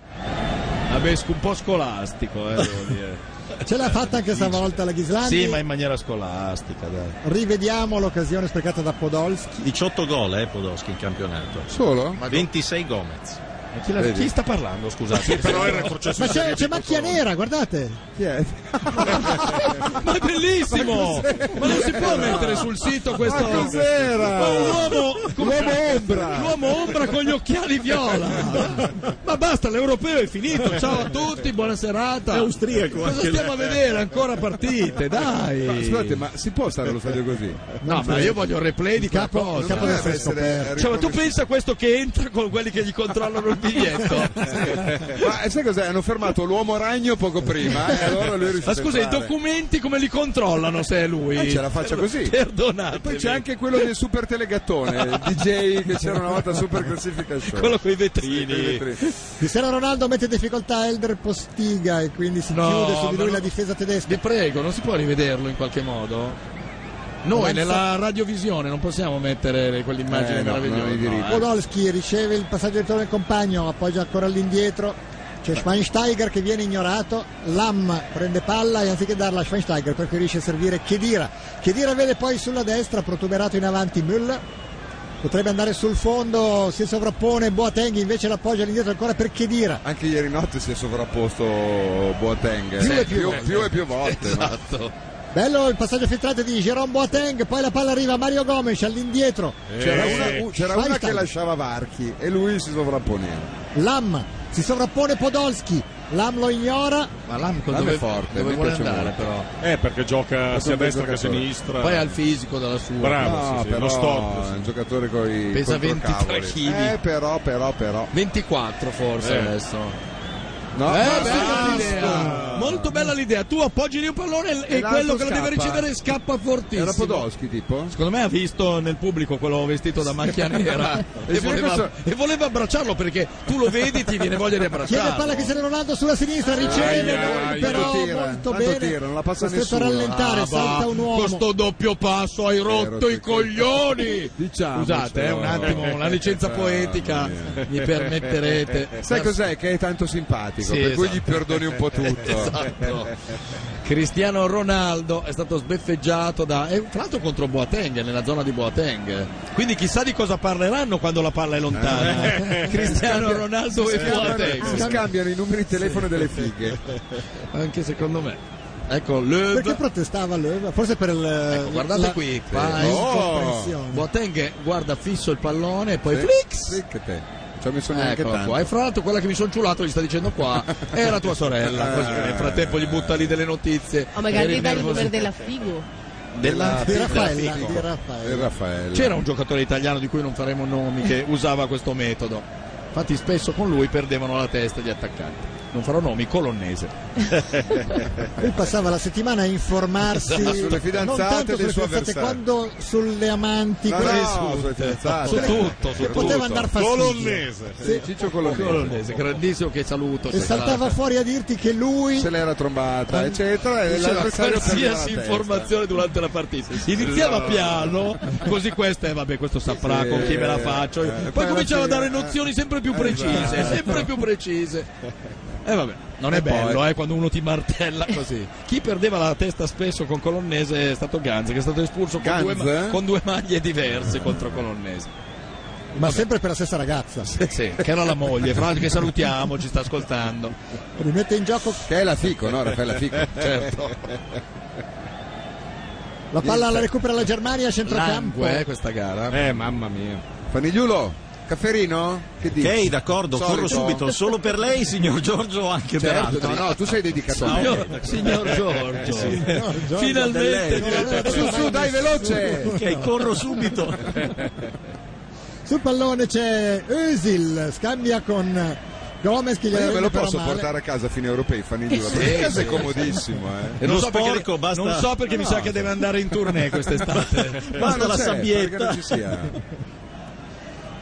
S3: Vabbè, sc- Ah, un po' scolastico, eh, devo dire.
S2: Ce l'ha fatta anche stavolta la Ghislandi.
S3: Sì, ma in maniera scolastica, dai.
S2: Rivediamo l'occasione sprecata da Podolski.
S12: 18 gol, eh, Podolski in campionato.
S4: Solo?
S12: 26 Gomez.
S3: chi, la- chi sta parlando, scusate?
S12: Però era
S2: Ma c'è, c'è macchia nera, guardate.
S3: Ma è bellissimo! Ma non si può mettere sul sito questo.
S2: Ma cos'era?
S3: Ma un uomo.
S4: L'uomo ombra!
S3: L'uomo ombra con gli occhiali viola. Ma basta, l'europeo è finito. Ciao a tutti, buona serata.
S4: È austriaco
S3: Cosa
S4: anche
S3: stiamo a
S4: lei.
S3: vedere? Ancora partite, dai.
S4: Ma, scusate, ma si può stare allo stadio così?
S3: No, ma io voglio un replay di capo, cosa.
S4: capo deve essere scoperto.
S3: Cioè, ma tu pensa a questo che entra con quelli che gli controllano il biglietto?
S4: Ma eh, sai cos'è? Hanno fermato l'uomo ragno poco prima e allora lui è riuscito
S3: Ma scusa,
S4: a
S3: i
S4: entrare.
S3: documenti come li controllano se è lui?
S4: Eh, ce la faccio così.
S3: Perdonate.
S4: E poi c'è anche quello del super telegattone, il DJ che c'era una volta al super classifica show.
S3: Quello coi vetrini.
S4: Sì, coi vetrini.
S2: Cristiano Ronaldo mette in difficoltà Elder Postiga e quindi si
S3: No,
S2: chiude su di
S3: ma
S2: lui
S3: no.
S2: la difesa tedesca.
S3: Vi prego, non si può rivederlo in qualche modo? Noi
S2: Avanza-
S3: nella radiovisione non possiamo mettere quell'immagine
S4: Eh, no, non hai
S3: meravigliosa. no,
S4: diritto.
S3: eh.
S2: Podolski riceve il passaggio di ritorno del compagno, appoggia ancora all'indietro. C'è Schweinsteiger che viene ignorato, Lam prende palla e anziché darla a Schweinsteiger preferisce servire Chedira. Chedira vede poi sulla destra, protuberato in avanti Müller. Potrebbe andare sul fondo, si sovrappone Boateng, invece l'appoggia all'indietro ancora per Chedira.
S4: Anche ieri notte si è sovrapposto Boateng.
S2: Più e
S4: Eh,
S2: più.
S4: più e più volte. ma-
S2: Bello il passaggio filtrante di Jerome Boateng, poi la palla arriva a Mario Gomes all'indietro.
S4: C'era,
S2: Eh.
S4: una, c'era una che
S2: Schweinsteiger.
S4: lasciava varchi e lui si sovrapponeva.
S2: Lam si sovrappone Podolski, Lam lo ignora.
S3: Ma l'Amco
S4: Lam è
S3: dove,
S4: forte,
S3: dove
S4: mi
S3: vuole
S4: piace
S3: andare
S4: molto.
S3: però?
S8: Eh, perché gioca sia a
S4: bel
S8: destra che a
S4: giocatore.
S8: sinistra.
S3: Poi ha il fisico della sua.
S8: Bravo, sì, sì, lo stop.
S4: è
S8: sì.
S4: un giocatore con i
S3: Pesa 23 chili.
S4: Eh, però, però, però.
S3: 24 forse
S4: Eh.
S3: adesso.
S4: No,
S3: Eh,
S4: basta.
S3: bella l'idea. Molto bella l'idea. Tu appoggi lì un pallone e,
S4: E l'altro
S3: quello che lo
S4: scappa.
S3: deve ricevere scappa fortissimo.
S4: Era Podolski tipo?
S3: Secondo me ha visto nel pubblico quello vestito da macchia nera e,
S4: sì, questo-
S3: voleva, e voleva abbracciarlo perché tu lo vedi ti viene voglia di
S2: Chiede palla
S3: abbracciarlo.
S2: che se ne Ronaldo sulla sinistra, riceve,
S4: Eh, Aia,
S2: però
S4: tanto tira,
S2: molto
S4: tanto
S2: bene.
S4: tira, non la passa
S2: Costretto a
S4: nessuno.
S2: rallentare,
S3: Ah,
S2: salta
S3: va,
S2: un uomo.
S3: Con sto doppio passo hai rotto
S4: rotto
S3: i
S4: i
S3: coglioni.
S4: Diciamo,
S3: Scusate, eh,
S4: però.
S3: un attimo, una licenza poetica, mi permetterete.
S4: Sai cos'è? Che è tanto simpatico,
S3: Sì,
S4: per cui
S3: esatto.
S4: gli perdoni un po' tutto.
S3: Esatto. Cristiano Ronaldo è stato sbeffeggiato da. E tra l'altro contro Boateng, nella zona di Boateng. Quindi chissà di cosa parleranno quando la palla è lontana. Cristiano Ronaldo e
S4: Si
S3: Boateng.
S4: scambiano i numeri di telefono delle fighe.
S3: Anche secondo me. Ecco, Löw.
S2: Perché protestava Löw? Forse per il
S4: Ecco,
S3: guardate
S2: la-
S3: qui,
S2: la
S3: qua,
S4: eh.
S2: incomprensione.
S3: Boateng guarda fisso il pallone e poi
S4: Eh? Sì.
S3: flix. Ecco, eh,
S4: Sì, che te. ci ho messo neanche
S2: Ecco.
S3: Eccola
S4: tanto.
S3: qua. E fra l'altro quella che mi sono ciulato gli sta dicendo qua è la tua sorella. Così.
S2: Ah.
S3: Nel frattempo gli butta lì delle notizie.
S5: Oh, magari
S3: Eri
S5: gli dai il
S3: nervoso.
S5: numero della Figo.
S3: della
S2: Di Raffaella,
S3: della-
S2: di Raffaella.
S4: Di Raffaella.
S3: C'era un giocatore italiano di cui non faremo nomi che usava questo metodo. Infatti spesso con lui perdevano la testa gli attaccanti. Non farò nomi, colonnese.
S2: Lui passava la settimana a informarsi
S3: Esatto. Sulle
S2: non
S3: fidanzate
S2: tanto
S3: del
S2: sulle
S3: suo
S2: fidanzate
S3: avversario.
S2: quanto sulle amanti,
S4: No,
S2: quelle-
S4: no, sulle fidanzate.
S2: Su
S4: tutto, su
S2: che poteva
S4: tutto.
S2: andare fastidio.
S4: Colonnese. Sì, Ciccio Colonnese.
S3: grandissimo che saluto.
S2: E saltava fuori a dirti che lui
S4: Se l'era trombata, eccetera. E
S3: Diceva
S4: l'avversario perdeva la
S3: qualsiasi
S4: testa.
S3: informazione durante la partita iniziava piano così questa e vabbè questo saprà
S4: Sì,
S3: con chi me la
S4: eh,
S3: faccio
S4: eh, poi
S3: poi
S4: alla
S3: cominciava a
S4: fine,
S3: dare
S4: eh,
S3: nozioni sempre più
S4: eh,
S3: precise
S4: esatto.
S3: sempre più precise e vabbè non è
S4: E poi?
S3: bello eh, quando uno ti martella così chi perdeva la testa spesso con Colonnese è stato Ganz che è stato espulso con, due,
S4: Ganz,
S3: ma-
S4: eh?
S3: con due maglie diverse contro Colonnese
S2: ma sempre per la stessa ragazza.
S3: sì, che era la moglie fra l'altro che salutiamo ci sta ascoltando
S2: Rimette in gioco
S4: Che è la Fico, no? Raffaella Fico.
S3: Certo.
S2: la palla la recupera la Germania a centrocampo.
S3: Langue eh, questa gara
S8: Eh, mamma mia.
S4: Fanigliulo, Cafferino? Che dici?
S6: Ok, d'accordo, corro
S4: Solito?
S6: subito, solo per lei, signor Giorgio, anche per
S4: Certo,
S6: altri.
S4: no, no, tu sei dedicato a me.
S3: signor, signor Giorgio
S6: Del
S3: finalmente
S6: lei.
S3: diventa
S4: Su, su, dai, veloce!
S6: Ok, corro subito.
S2: Eh, Sul pallone c'è Özil, scambia con Gomez che gli
S4: Ma io Eh, me lo
S2: però
S4: posso
S2: male.
S4: portare a casa a fine europei, Fanigliulo,
S3: Sì,
S4: perché a casa
S3: sì.
S4: è comodissimo, eh.
S3: E non
S6: Lo
S3: so perché-
S6: sporco, basta-
S3: Non so perché mi
S4: No.
S3: sa che deve andare in tournée quest'estate.
S4: Ma non c'è,
S6: Basta la
S2: certo,
S4: perché
S6: sabbietta.
S4: non ci sia.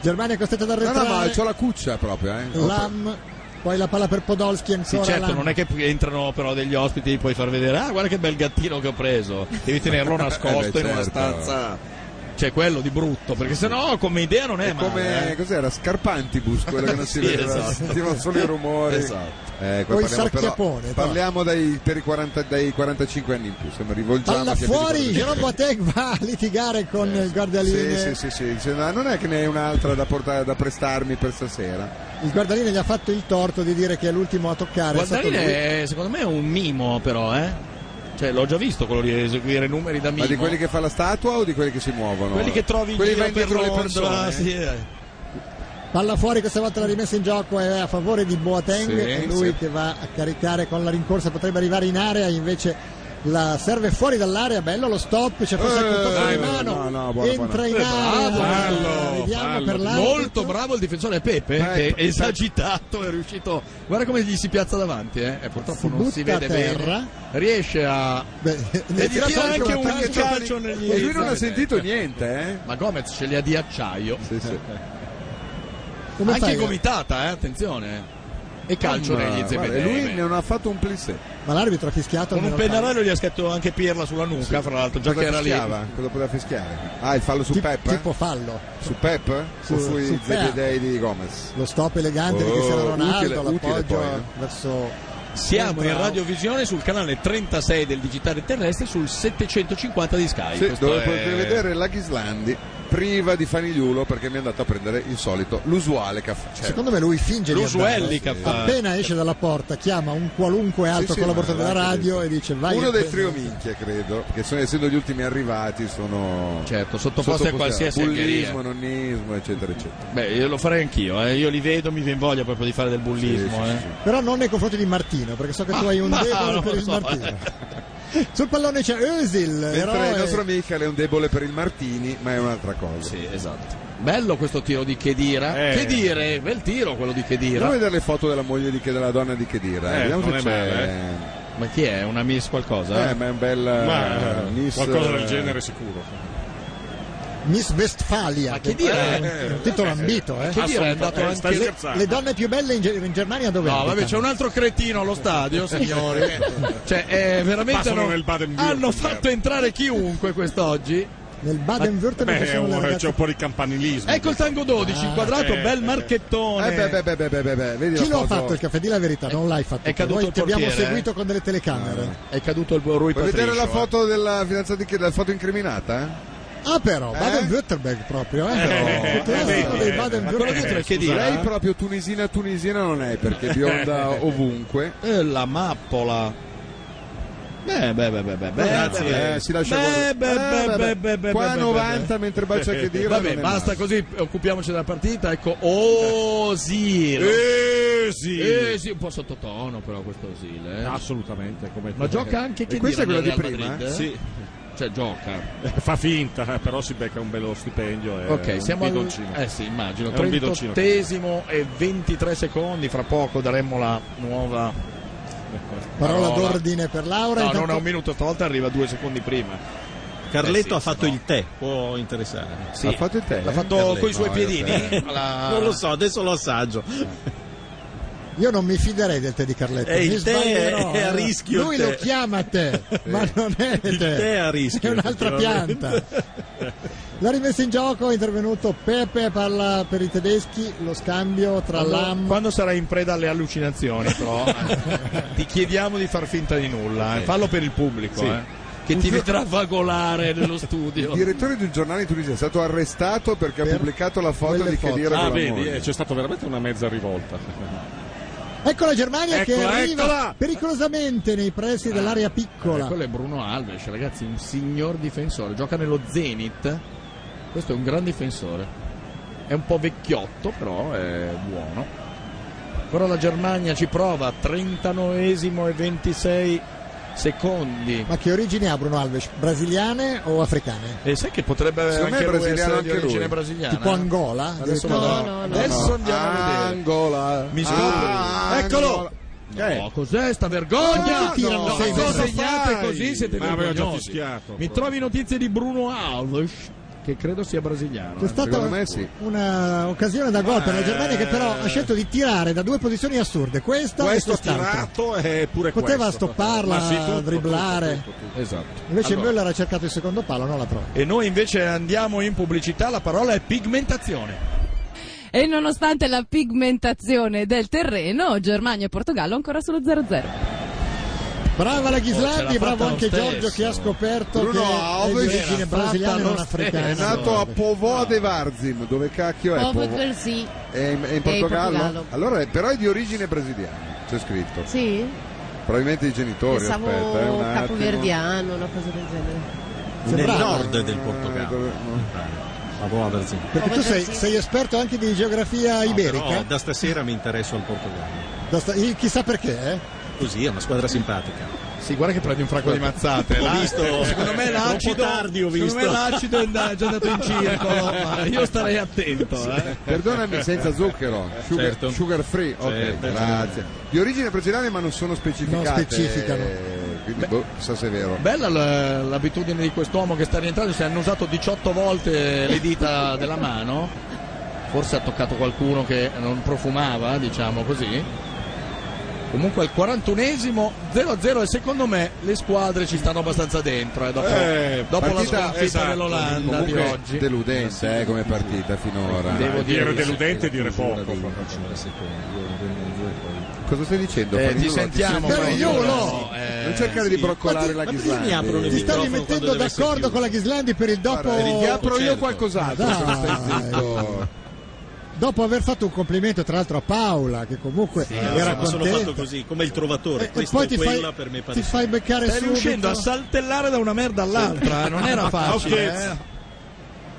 S2: Germania è costretta ad
S4: No,
S2: arretrare.
S4: no, ma c'ho la cuccia proprio, eh.
S2: Lam, poi la palla per Podolski
S3: Sì,
S2: ancora.
S3: certo,
S2: Lam.
S3: non è che entrano però degli ospiti puoi far vedere, ah, guarda che bel gattino che ho preso. Devi tenerlo nascosto
S4: Eh beh,
S3: in una
S4: certo.
S3: stanza. Cioè quello di brutto, perché sennò come idea non è,
S4: È
S3: male,
S4: come
S3: eh.
S4: cos'era? Scarpantibus, quello che non si
S3: Sì,
S4: vedeva,
S3: esatto.
S4: si sentivano solo i rumori.
S3: Esatto.
S2: Coi
S4: Eh, qua parliamo,
S2: sarchiapone,
S4: però-
S2: tra-
S4: parliamo dai, per i 40 dai 45 anni in più, insomma, rivolgiamo
S2: Palla fuori, Jerome Boateng va a litigare con il guardaline.
S4: Eh,
S3: eh.
S4: Sì, sì, sì, sì. Dice, "No, non è che ne hai un'altra da, portare, da prestarmi per stasera.
S2: Il guardaline gli ha fatto il torto di dire che è l'ultimo a toccare. è stato
S3: Guardarini
S2: lui.
S3: è, eh, secondo me è un mimo però, eh. Cioè l'ho già visto quello di eseguire numeri da mimo.
S4: Ma di quelli che fa la statua o di quelli che si muovono?
S3: Quelli che trovi in
S4: quelli
S3: giro
S4: vai
S3: per
S4: dietro le
S3: Londra,
S4: persone.
S3: sì, eh.
S2: Palla fuori, questa volta la rimessa in gioco è a favore di Boateng.
S3: Sì,
S2: è lui
S3: sì.
S2: che va a caricare con la rincorsa, potrebbe arrivare in area, invece la serve fuori dall'area. Bello lo stop, c'è forse anche un tocco
S4: Eh,
S2: di mano.
S4: no, no, buona,
S2: Entra
S4: buona.
S2: in area.
S3: Eh, bravo,
S8: fallo,
S2: Vediamo
S8: fallo.
S2: per l'arbitro.
S3: Molto bravo il difensore Pepe,
S4: Eh,
S3: che è esagitato, è riuscito. Guarda come gli si piazza davanti, eh. e purtroppo
S2: Si
S3: non si
S2: butta a
S3: vede
S2: terra.
S3: bene. Riesce a.
S2: Beh,
S3: E gli tira anche un
S4: Perché
S3: calcio,
S4: c'è-
S3: negli.
S4: E lui non ha sentito niente,
S3: Ma Gomez ce li ha di acciaio.
S4: eh. Sì, sì.
S2: Come
S3: anche
S2: fai?
S3: gomitata, eh, attenzione. E calcio
S4: Ma,
S3: negli
S4: guarda, Lui
S3: zebedei.
S4: non ha fatto un plissé.
S2: Ma l'arbitro ha fischiato.
S3: Con un
S2: almeno il fallo.
S3: pennarello gli ha scatto anche Pirla sulla nuca, fra l'altro, già
S4: Cosa
S3: che era lì.
S4: fischiava? Cosa poteva fischiare? Ah, il fallo su
S2: Ti-
S4: Pep?
S2: Tipo fallo.
S4: Su Pep?
S2: Su-
S4: o sui
S2: su Pep.
S4: zebedei di Gomez?
S2: Lo stop elegante di
S4: Oh,
S2: Cristiano Ronaldo,
S4: utile, utile
S2: l'appoggio
S4: poi, eh.
S2: verso
S3: Siamo in
S2: Bravo.
S3: radiovisione sul canale 36 del digitale terrestre sul 750 di Sky.
S4: Sì,
S3: Eh, Questo
S4: dove
S3: è-
S4: potete vedere la Ghislandi priva di fanigliulo perché mi è andato a prendere il solito, l'usuale caffè. Cioè,
S2: Secondo me lui finge di
S3: L'Usuelli
S2: andare.
S3: Eh. che fa-
S2: Appena esce dalla porta chiama un qualunque altro
S4: sì,
S2: collaboratore
S4: ma
S2: della
S3: esatto,
S4: anche
S2: radio
S4: questo.
S2: e dice vai
S4: Uno
S2: a
S4: dei
S2: prendere-
S4: trio minchia, credo, che sono, essendo gli ultimi arrivati sono...
S3: Certo, sottoposti a qualsiasi angheria.
S4: Bullismo, nonnismo, eccetera, eccetera.
S3: Beh, io lo farei anch'io, eh. io li vedo, mi viene voglia proprio di fare del bullismo.
S4: Sì, sì,
S3: eh.
S4: sì.
S2: Però non nei confronti di Martino, perché so che tu hai un
S3: ma
S2: debole
S3: non
S2: per
S3: lo
S2: il
S3: so,
S2: Martino. Sul pallone c'è Özil,
S4: Mentre il
S2: eroe.
S4: nostro Michael è un debole per il Martini, ma è un'altra cosa.
S3: Sì, esatto. Bello questo tiro di Chedira.
S8: Eh.
S3: Chedire, bel tiro quello di
S4: Andiamo
S3: Chedira.
S4: a vedere le foto della moglie di che della donna di Chedira.
S8: Eh,
S4: Vediamo
S8: non
S4: se
S8: è
S4: c'è.
S3: Ma chi è? Una miss qualcosa?
S4: Eh, ma è un bel eh,
S8: Ma eh,
S4: miss,
S8: qualcosa
S4: eh,
S8: del genere sicuro.
S2: Miss Westfalia.
S3: Ma che dire?
S2: è un titolo ambito, eh.
S3: Che dire, è andato
S8: Eh,
S3: anche
S8: stai
S3: le...
S8: scherzando.
S2: Le donne più belle in, Ge- in Germania dove
S3: No,
S2: abitano?
S3: vabbè, c'è un altro cretino allo stadio,
S4: Eh,
S3: signori. cioè, è veramente
S8: Passano
S3: hanno-
S8: nel Baden-Württemberg.
S3: hanno fatto entrare chiunque quest'oggi.
S2: Nel Baden-Württemberg
S8: Beh,
S2: ci
S8: è
S2: sono
S8: un-
S2: le
S8: c'è
S2: ragazze-
S8: un po' di campanilismo.
S3: Ecco il tango
S4: Ah,
S3: 12 inquadrato,
S8: eh,
S3: bel
S8: eh,
S3: marchettone.
S4: Eh, beh, beh, beh, beh, beh, beh, beh, vedi
S2: Chi
S4: la
S2: lo ha
S4: foto.
S2: fatto il caffè? Di la verità, non l'hai fatto.
S3: è
S2: tu.
S3: caduto
S2: Noi
S3: il
S2: ti abbiamo
S3: portiere, eh.
S2: seguito con delle telecamere.
S3: È caduto il bu- Rui
S4: Vuoi
S3: Patricio.
S4: vedere la
S3: eh.
S4: foto della fidanzata di che la foto incriminata?
S2: Ah, però,
S4: Eh?
S2: Baden-Württemberg proprio, eh.
S8: Eh,
S2: Tutto il resto
S8: eh,
S2: sono
S8: vedi,
S2: dei
S8: eh,
S3: Ma quello dietro
S2: Baden-Württemberg.
S3: è Chedira.
S4: Lei proprio tunisina tunisina non è perché è bionda ovunque.
S3: Eh, la mappola. Beh, beh, beh, beh, beh, beh,
S4: Ragazzi,
S3: beh,
S4: eh, si lascia
S3: beh,
S4: volare.
S3: beh,
S4: Eh,
S3: beh,
S4: vabbè.
S3: beh, beh, beh,
S4: Qua
S3: beh,
S4: 90
S3: beh.
S4: mentre bacia che dire,
S3: Vabbè,
S4: non è
S3: basta
S4: male.
S3: così, occupiamoci della partita. Ecco, Osil.
S8: Eh, Esil.
S3: Esil, un po' sottotono però questo Osil. eh.
S8: Assolutamente. Come
S3: Ma gioca anche chi
S8: E questa è
S3: dirà
S8: quella di
S3: nel Real
S8: prima?
S3: Madrid, eh?
S8: Sì.
S3: Cioè gioca.
S8: Fa finta, eh, però si becca un bello stipendio. È
S3: Ok, siamo
S8: Eh, un
S3: al-
S8: bidoncino.
S3: eh sì, immagino.
S8: È un bidoncino.
S3: 38 e 23 secondi, fra poco daremmo la nuova ecco.
S2: Parola d'ordine per Laura.
S3: No,
S2: intanto-
S3: non è un minuto, stavolta arriva due secondi prima.
S6: Carletto
S3: Eh sì,
S6: ha fatto
S3: no.
S6: il tè, può interessare.
S3: Sì. Ha fatto il tè? L'ha fatto
S4: Eh,
S3: coi suoi piedini? Alla-
S6: Non lo so, adesso lo assaggio.
S2: Io non mi fiderei del tè di Carletto.
S6: Eh,
S2: mi
S6: il tè
S2: sbaglierò,
S6: è a
S2: eh.
S6: rischio, il
S2: Lui
S6: tè.
S2: lo chiama tè, ma non è
S6: Il tè è a rischio,
S2: È un'altra
S6: effettivamente.
S2: pianta. La rimessa in gioco è intervenuto Pepe per, la- per i tedeschi. Lo scambio tra
S3: Quando,
S2: Lam.
S3: quando sarai in preda alle allucinazioni, però, eh, ti chiediamo di far finta di nulla. eh. Fallo per il pubblico,
S4: Sì.
S3: eh, che ti vedrà vagolare nello studio.
S4: Il direttore di un giornale in Tunisia è stato arrestato perché ha pubblicato la foto
S8: Quelle
S4: di
S8: foto.
S4: Khedira
S8: Ah,
S4: con la
S8: vedi,
S4: moglie.
S8: eh, c'è stata veramente una mezza rivolta.
S2: Ecco la Germania che
S3: Eccola,
S2: arriva
S3: eccola!
S2: pericolosamente nei pressi dell'area piccola.
S3: Eh, quello è Bruno Alves, ragazzi, un signor difensore. Gioca nello Zenit. Questo è un gran difensore. È un po' vecchiotto, però è buono. Però la Germania ci prova, 39esimo e 26 secondi.
S2: Ma che origini ha Bruno Alves? Brasiliane o africane?
S3: E sai che potrebbe
S4: Secondo me
S3: anche
S4: è
S3: lui
S4: brasiliano
S3: essere di
S4: anche
S3: origine
S4: lui.
S3: brasiliana?
S2: Tipo Angola?
S3: Ah, Adesso
S2: Addirittura?
S3: vado- Adesso andiamo a vedere.
S4: Angola.
S3: Mi scopro.
S4: Ah,
S3: Eccolo!
S4: Angola. Eh.
S3: No, Oh, cos'è sta vergogna?
S2: Ma perché tirano
S3: no,
S2: sempre?
S3: cosa fate
S8: Dai!
S3: così? Siete
S8: Ma aveva già
S3: vergognosi.
S8: fischiato,
S3: Mi
S8: proprio.
S3: trovi notizie di Bruno Alves, che credo sia brasiliano.
S2: C'è
S3: eh.
S2: stata
S4: Secondo me sì.
S2: un'occasione da gol per la Germania che però
S8: Eh.
S2: ha scelto di tirare da due posizioni assurde, questa
S8: questo
S2: e quest'altra.
S8: tirato è pure
S2: Poteva
S8: questo.
S2: stopparla,
S8: Ma sì, tutto,
S2: dribblare.
S8: tutto, tutto, tutto.
S3: Esatto.
S2: Invece
S3: Allora,
S2: Müller ha cercato il secondo palo, non l'ha provato.
S3: eh. E noi invece andiamo in pubblicità, la parola è pigmentazione.
S5: E nonostante la pigmentazione del terreno, Germania e Portogallo ancora solo 0-0.
S2: Brava la
S3: Oh, ce l'ha
S2: Ghislandi,
S3: fatta
S2: bravo
S3: lo
S2: anche
S3: stesso.
S2: Giorgio che ha scoperto
S4: Bruno
S2: che è di
S4: Alves ce
S2: origine
S4: l'ha
S2: brasiliana e
S3: fatta
S2: non
S3: lo
S2: africana.
S3: stesso.
S4: È nato a Povo de Varzim, dove cacchio è?
S13: Ovo
S4: Povo?
S13: Verzi.
S4: È in, è in
S13: in
S4: Portogallo?
S13: Portogallo.
S4: Allora, è- però è di origine brasiliana, c'è scritto.
S13: Sì,
S4: Probabilmente i genitori,
S13: pensavo
S4: aspetta, eh, un attimo.
S13: capoverdiano, una cosa del genere.
S6: Nel
S2: Sembrava.
S6: nord del Portogallo. La buona versione.
S2: Perché tu sei, sei esperto anche di geografia iberica?
S6: No, da stasera mi interesso al Portogallo.
S2: Da sta- il- chissà perché, eh?
S6: Così è una squadra simpatica.
S3: Sì, guarda che prendi un fracco di mazzate.
S6: Ho
S3: là.
S6: visto-
S3: Eh, secondo me l'acido,
S6: troppo tardi ho visto.
S3: Secondo me l'acido è and- già andato in circolo, ma io starei attento. eh.
S4: Perdonami, senza zucchero, sugar,
S6: Certo.
S4: sugar free, ok,
S6: Certo,
S4: grazie. Di origine brasiliana ma non sono specificate.
S2: Non specificano.
S4: eh, Quindi, boh, chissà se è vero.
S3: Bella l- l'abitudine di quest'uomo che sta rientrando, si è annusato 18 volte le dita della mano, forse ha toccato qualcuno che non profumava, diciamo così. Comunque al 41esimo 0-0 e secondo me le squadre ci stanno abbastanza dentro eh, dopo,
S8: Eh,
S3: dopo la
S4: partita-
S3: sconfitta
S8: esatto.
S3: dell'Olanda di
S4: Comunque,
S3: oggi.
S4: deludente eh, come partita finora.
S3: Devo
S8: Devo dire
S3: dire-
S8: deludente e dire poco.
S4: Cosa stai dicendo?
S3: Eh, ti
S4: Fanigliolo?
S3: sentiamo
S4: sento-
S2: Fanigliolo!
S3: Fanigliolo, eh,
S4: non cercare di broccolare la Ghislandi.
S6: aprono
S2: Ti
S6: i
S2: stavi
S6: microfono quando
S2: mettendo
S6: deve essere
S2: d'accordo
S6: chiuso.
S2: con la Ghislandi per il dopo... Ah,
S4: Guarda, Ti apro io
S6: Certo.
S4: qualcos'altro.
S2: Dai.
S4: se non stai zitto.
S2: Dopo aver fatto un complimento tra l'altro a Paola, che comunque era
S6: ma sono fatto
S2: contenta.
S6: così, come il trovatore.
S2: E- e
S6: Questa
S2: poi
S6: è
S2: ti
S6: quella
S2: fai,
S6: per me
S2: ti
S6: pare.
S2: fai beccare
S3: Stai
S2: subito.
S3: riuscendo a saltellare da una merda all'altra, eh, non era facile.
S8: Austerlitz.
S3: eh.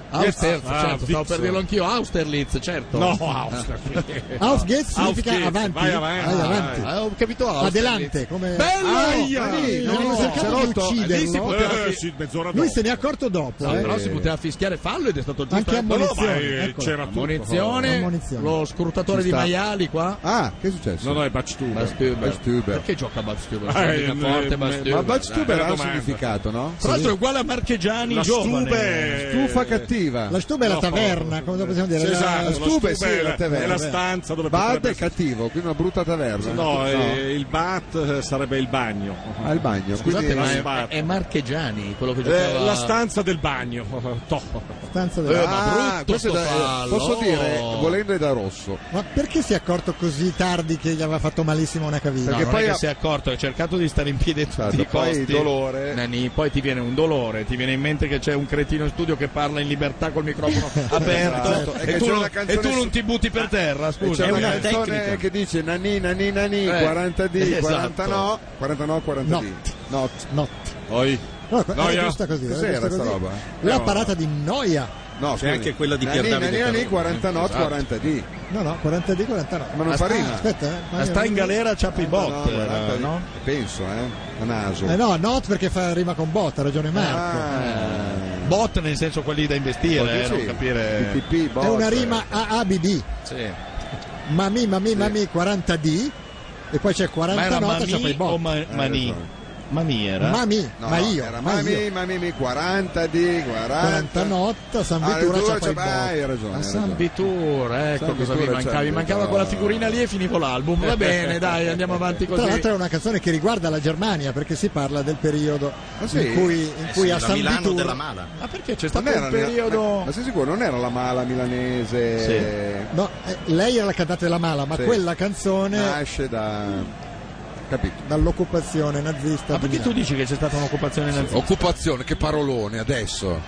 S3: Austerlitz,
S8: Ah,
S3: certo, stavo per
S8: Witzel.
S3: dirlo anch'io, Austerlitz, certo.
S8: No, Austerlitz.
S2: Aufgeht eh. significa
S8: Aufgeht,
S2: avanti.
S8: vai avanti.
S2: Vai
S3: Eh,
S2: avanti.
S3: ho capito Austerlitz.
S2: Adelante, come-
S3: Bello!
S2: Ah,
S3: Aia,
S2: no, vedi,
S3: no.
S2: hanno cercato di
S4: Cerotto,
S2: ucciderlo.
S4: lì si poteva-
S8: Eh, sì, mezz'ora dopo.
S2: Lui se ne è accorto dopo.
S3: No,
S2: eh.
S3: però si poteva fischiare fallo ed è stato giusto.
S2: Anche a
S3: No, no,
S8: No, ma, eh,
S2: Ammonizione, eccola.
S8: c'era tutto.
S3: Ammonizione,
S2: Ammonizione.
S3: lo scrutatore
S4: Ci
S3: di
S4: sta.
S3: maiali qua. Eh,
S4: Ah, che è successo?
S8: No, no, è Batstuber.
S3: Bastuber.
S4: Bastuber.
S3: Perché gioca Bastuber?
S8: Ah,
S3: Mica
S8: eh,
S3: forte
S8: eh,
S3: Bastuber.
S4: Ma
S8: Eh,
S4: Batstuber ha un
S8: domanda.
S4: significato, no?
S3: Tra l'altro è uguale a Marchegiani
S8: La
S3: giovane. Eh,
S2: eh,
S8: Stube
S4: Stufa cattiva.
S2: La stuba è la
S8: No,
S2: taverna, come possiamo dire?
S8: Sì,
S2: La-
S8: esatto,
S4: la stufa, sì,
S8: è
S4: la
S8: la,
S4: taverna.
S8: è la stanza dove
S4: Bad è
S8: potrebbe-
S4: cattivo, quindi una brutta taverna.
S8: No, eh, il bat eh, sarebbe il bagno. Eh,
S4: Al bagno.
S3: Scusate,
S4: quindi-
S3: ma
S8: la
S3: è,
S8: sbarca.
S3: è Marchegiani quello che
S8: Eh,
S3: giocava.
S8: la stanza del bagno. Eh, Toh.
S2: stanza della-
S3: Eh, ma
S4: Ah,
S3: brutto
S4: questo è
S3: sto
S4: da-
S3: fallo.
S4: posso dire, volendo è da rosso.
S2: Ma perché si è accorto così tardi che gli aveva fatto malissimo una
S3: No,
S2: caviglia?
S4: Perché
S3: non
S4: poi
S3: è che
S4: ha-
S3: si è accorto, ha cercato di stare in piedi a tutti
S4: Certo,
S3: i
S4: poi
S3: costi.
S4: il dolore.
S3: Nani, poi ti viene un dolore, ti viene in mente che c'è un cretino in studio che parla in libertà col microfono aperto
S4: Esatto, e
S3: e,
S4: che
S3: tu
S4: c'è
S3: non,
S4: una canzone
S3: e tu
S4: su-
S3: non ti butti per terra,
S4: E
S3: scusa. Eh,
S4: c'è una
S6: una
S4: canzone
S6: tecnica.
S4: che dice nani nani nani
S3: Eh,
S4: 40 d
S3: esatto.
S4: 40 no 40 no 40 d
S2: Not. Not.
S8: Poi.
S2: No, era
S8: Noia.
S2: giusta così. era
S8: Cos'era
S2: giusta
S8: sta
S2: così.
S8: roba?
S2: La
S8: No.
S2: parata di Noia.
S8: No, Che è anche quella di Pier Davide
S4: Nannina lì
S8: Carone.
S4: 40 not,
S8: Esatto.
S4: 40 di.
S2: No, no, 40 di 40 no.
S4: Ma non
S2: Ah,
S4: fa
S2: sta-
S4: rima.
S2: Aspetta, eh. Ma io-
S3: sta in galera Ciappi Bot,
S4: No, 40
S3: era,
S4: di-
S3: no?
S4: Penso, eh. A naso. Ah,
S2: Eh no, not perché fa rima con bot, ha ragione Marco.
S3: Bot nel senso quelli da investire, eh,
S2: Sì.
S3: non capire.
S2: È una
S4: eh.
S2: rima AABD.
S3: Sì.
S2: Mami, mami, mami, 40D. E poi c'è
S3: Ma
S2: 40
S3: era
S2: nota, c'è poi
S3: Mani
S2: bot.
S3: o ma- Mani? Mani era?
S2: Mami,
S4: No,
S2: ma
S4: no,
S2: io,
S4: Era
S2: ma
S4: mami,
S2: io.
S4: mami, mami, 40 di, 40.
S2: 40 notta, San
S4: Ah,
S2: Ventura
S4: allora
S2: c'è poi
S4: c'è- ah, hai ragione,
S2: bot.
S4: hai ragione.
S3: Bitura, ecco
S4: San
S3: cosa
S4: Bitura,
S3: mi mancava. Mi
S4: San
S3: mancava
S4: Bitura.
S3: quella figurina lì e finivo l'album. Va bene, dai, andiamo avanti
S2: Tra
S3: così.
S2: l'altro è una canzone che riguarda la Germania perché si parla del periodo
S4: sì?
S2: in cui, in
S4: Eh
S2: cui
S4: sì,
S2: a
S4: da
S2: San
S4: Milano
S2: Vituro-
S4: della Mala.
S3: Ma perché c'è
S4: Non
S3: stato
S4: era
S3: un periodo.
S4: Ma, ma sei sicuro? Non era la mala milanese.
S2: No, eh, lei era la cantante della Mala, ma
S4: Sì.
S2: quella canzone
S4: Nasce da. Capito.
S2: dall'occupazione nazista.
S4: Ma
S2: di
S4: perché tu
S2: Milano.
S3: dici che c'è stata un'occupazione nazista?
S14: Occupazione, che parolone adesso.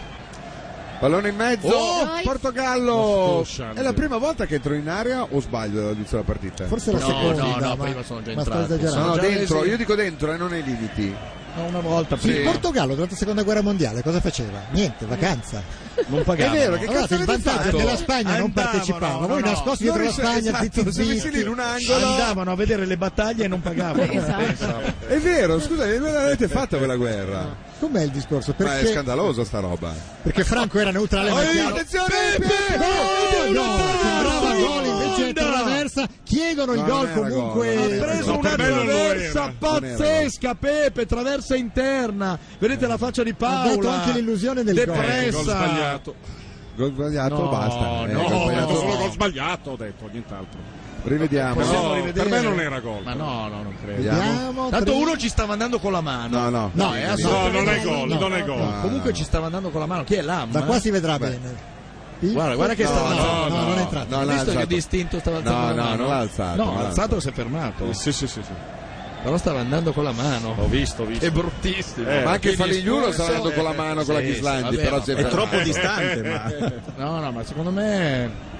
S4: Pallone in mezzo.
S14: Oh,
S4: Oh, Portogallo!
S14: Schandler.
S4: È la prima volta che entro in area o sbaglio dall'inizio della partita?
S2: Forse la
S3: No,
S2: seconda.
S3: no, no,
S2: ma-
S3: prima sono già
S2: ma sto
S3: entrati.
S2: esagerando.
S4: No,
S3: Già
S4: dentro,
S3: lesi-
S4: io dico dentro e non nei limiti.
S3: No, una volta
S4: Sì.
S2: Il Portogallo durante la seconda guerra mondiale cosa faceva? Niente, vacanza.
S3: Non
S4: pagavano. È vero, che
S2: Allora,
S4: cazzo
S2: il
S4: avete
S2: vantaggio è
S4: fatto?
S2: che la Spagna non
S4: Andavano,
S2: partecipava,
S4: no,
S2: voi
S4: no.
S2: nascosti dietro
S4: Non
S2: la
S4: ris-
S2: Spagna,
S4: esatto,
S2: zitti
S4: sono messi lì
S2: zitti.
S4: in un angolo.
S3: Andavano a vedere le battaglie e non pagavano. Pensa.
S4: È vero, scusa, eh, non l'avete fatta quella guerra.
S2: Com'è il discorso?
S4: Ma è
S2: Perché,
S4: scandalosa sta roba.
S2: perché Franco era neutrale. ma è
S4: Ehi,
S2: chiaro-
S4: attenzione! eh,
S2: Oh, no, sembrava gol invece è traversa. Chiedono il
S4: No,
S2: gol
S4: non era
S2: comunque.
S4: gol, non era
S2: Ha preso
S3: preso
S2: un-
S3: una
S8: bello non era.
S3: traversa pazzesca, Pepe, traversa interna. Vedete la faccia di
S2: Ha dato
S3: Paola.
S2: anche l'illusione del
S8: Eh, gol
S3: depressa.
S8: sbagliato.
S4: Gol sbagliato,
S3: No,
S4: basta. Eh,
S8: No,
S4: gol
S8: ho detto
S4: sbagliato,
S8: solo
S4: no.
S8: gol sbagliato, ho detto, nient'altro.
S4: Rivediamo.
S8: No, per
S3: rivedere?
S8: me non era gol.
S3: Ma no, no, non credo.
S4: Vediamo.
S2: gol.
S3: Tanto uno ci stava andando con la mano.
S4: No, no.
S2: No, è
S8: No,
S2: assolutamente
S8: non è
S2: no,
S8: gol,
S2: no.
S8: non è gol.
S3: Comunque ci stava andando con la mano. Chi è l'AM?
S2: Da
S4: Eh.
S2: qua si vedrà bene. Il-
S3: Guarda, guarda che
S4: No,
S3: sta
S4: no,
S2: No,
S3: alzando.
S2: no, non è entrato.
S4: No,
S3: Hai
S4: l'ha
S3: visto che
S4: alzato.
S3: distinto stava alzando
S4: No,
S3: la
S4: no,
S3: mano?
S4: non l'ha alzato,
S3: No,
S4: non
S3: l'ha
S4: l'ha
S3: alzato e si è fermato.
S8: Eh, Sì, sì, sì, sì.
S3: Però stava andando con la mano.
S8: Ho visto, ho visto.
S3: È bruttissimo.
S8: Eh,
S4: Ma anche
S8: quindi
S4: Faligliulo
S8: espulso,
S4: sta andando con la mano con la
S3: sì,
S4: Ghislandi,
S3: vabbè,
S4: però
S3: ma-
S4: si è
S3: è
S4: fermato.
S15: Troppo distante, ma.
S3: No, no, ma secondo me...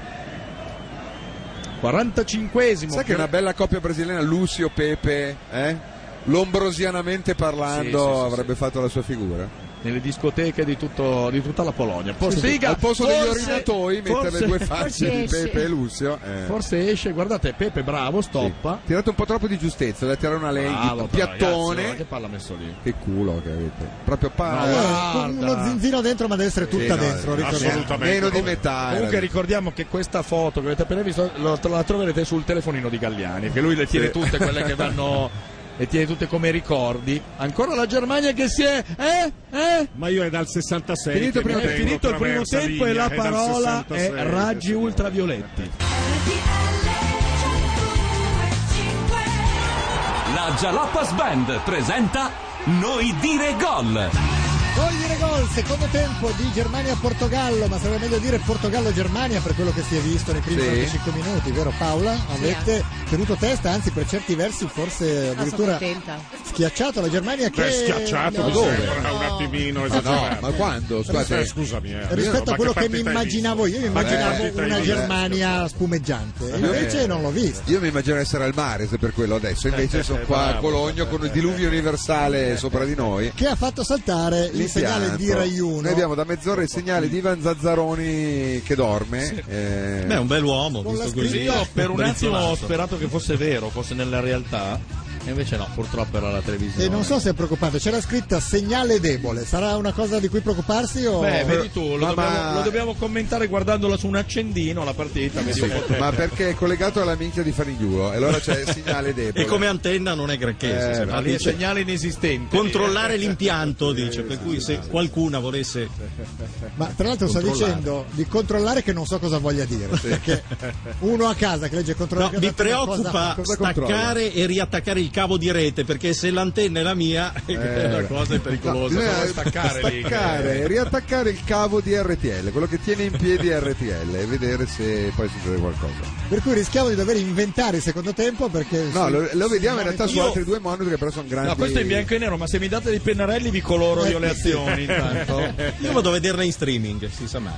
S3: 45esimo.
S4: Sai che è una bella coppia brasiliana, Lucio Pepe, eh? Lombrosianamente parlando,
S3: Sì, sì, sì,
S4: avrebbe fatto la sua figura.
S3: nelle discoteche di, tutto- di tutta la Polonia. Forse,
S4: Al posto degli orinatoi, mettere
S3: forse-
S4: le due facce di
S5: forse-
S4: Pepe e Lucio. eh.
S3: Forse esce, guardate, Pepe bravo,
S4: Sì.
S3: stoppa.
S4: Tirate un po' troppo di giustezza, da tirare una lei
S3: Bravo,
S4: di
S3: però,
S4: piattone.
S3: ragazzi, guarda che palla ha messo lì.
S4: Che culo che avete. Proprio
S2: Eh,
S4: palla.
S2: con uno zinzino dentro, ma deve essere tutta
S4: no,
S8: eh,
S2: dentro. ricordiamo.
S8: assolutamente.
S4: Meno di metà.
S3: Comunque
S4: Ah, era.
S3: ricordiamo che questa foto che avete appena visto lo- la troverete sul telefonino di Galliani, che lui le tiene
S4: Sì.
S3: tutte quelle che vanno le tiene tutte come ricordi. Ancora la Germania che si è eh eh
S8: Ma io è dal 66.
S3: Finito,
S8: che mi
S3: prima- è
S8: tengo
S3: finito il primo
S8: attraversa
S3: tempo e
S8: linea,
S3: la
S8: è dal
S3: parola è
S8: 66,
S3: raggi
S8: signore.
S3: ultravioletti.
S1: La Jalapas Band presenta Noi dire gol.
S2: Noi dire gol, secondo tempo di Germania-Portogallo, ma sarebbe meglio dire Portogallo-Germania per quello che si è visto nei primi
S4: Sì.
S2: 45 minuti, vero Paola? Avete tenuto testa, anzi per certi versi forse
S5: Ah, sono
S2: addirittura
S5: contenta.
S2: schiacciato la Germania che...
S8: Beh, schiacciato
S2: No, eh,
S8: mi
S2: dove?
S8: sembra un attimino
S4: Ma no, Cioè,
S8: esagerato.
S4: ma quando?
S8: Eh,
S4: Scusate.
S8: scusami, eh.
S2: Rispetto
S8: Ma
S2: a quello che mi
S8: partita hai
S2: immaginavo io,
S8: visto?
S2: mi
S8: Ma che
S2: immaginavo
S8: partita hai
S2: una
S8: visto? Eh.
S2: Germania spumeggiante, invece non l'ho vista.
S4: Io mi immagino essere al mare se per quello adesso,
S3: Eh,
S4: invece sono qua a Cologno con il diluvio universale sopra di noi.
S2: Che ha fatto saltare il segnale di
S4: L'impianto.
S2: Rai 1.
S4: Noi abbiamo da mezz'ora il segnale di Ivan Zazzaroni che dorme. eh,
S6: Beh, è un bel uomo,
S2: Con la
S6: visto
S2: scritta-
S6: così.
S3: Io per un attimo ho
S6: brizzolato.
S3: sperato che fosse vero, fosse nella realtà, e invece no, purtroppo era la televisione.
S2: E non so se è preoccupante, c'è la scritta segnale debole, sarà una cosa di cui preoccuparsi o...
S3: Beh, vedi tu, lo,
S4: Ma-
S3: dobbiamo,
S4: ma-
S3: lo dobbiamo commentare guardandola su un accendino la partita. vedi un po' te.
S4: Ma perché è collegato alla minchia di Fanigliulo e allora c'è il segnale debole.
S6: E come antenna non è granché,
S4: Eh,
S6: si sembra.
S4: ma
S6: Lì
S3: Il
S6: c'è-
S3: segnale inesistente.
S6: controllare l'impianto, dice, per cui se qualcuna volesse
S2: Ma tra l'altro sto
S6: Controllare.
S2: dicendo di controllare che non so cosa voglia dire, perché uno a casa che legge
S6: No,
S2: controllare...
S6: mi preoccupa staccare e riattaccare il cavo di rete perché se l'antenna è la mia
S4: Eh.
S6: quella cosa è
S4: No,
S6: pericolosa.
S4: bisogna
S6: Però staccare lì. Eh.
S4: staccare, riattaccare il cavo di RTL, quello che tiene in piedi RTL e vedere se poi succede qualcosa.
S2: Per cui rischiamo di dover inventare il secondo tempo perché...
S4: No,
S2: su-
S4: lo, lo
S2: su
S4: vediamo in realtà
S2: monitor-
S4: su altri due monitor che però sono grandi.
S3: No, questo è in bianco e nero, ma se mi date dei pennarelli vi coloro io le azioni intanto.
S6: Io vado a vederla in streaming, si sa mai.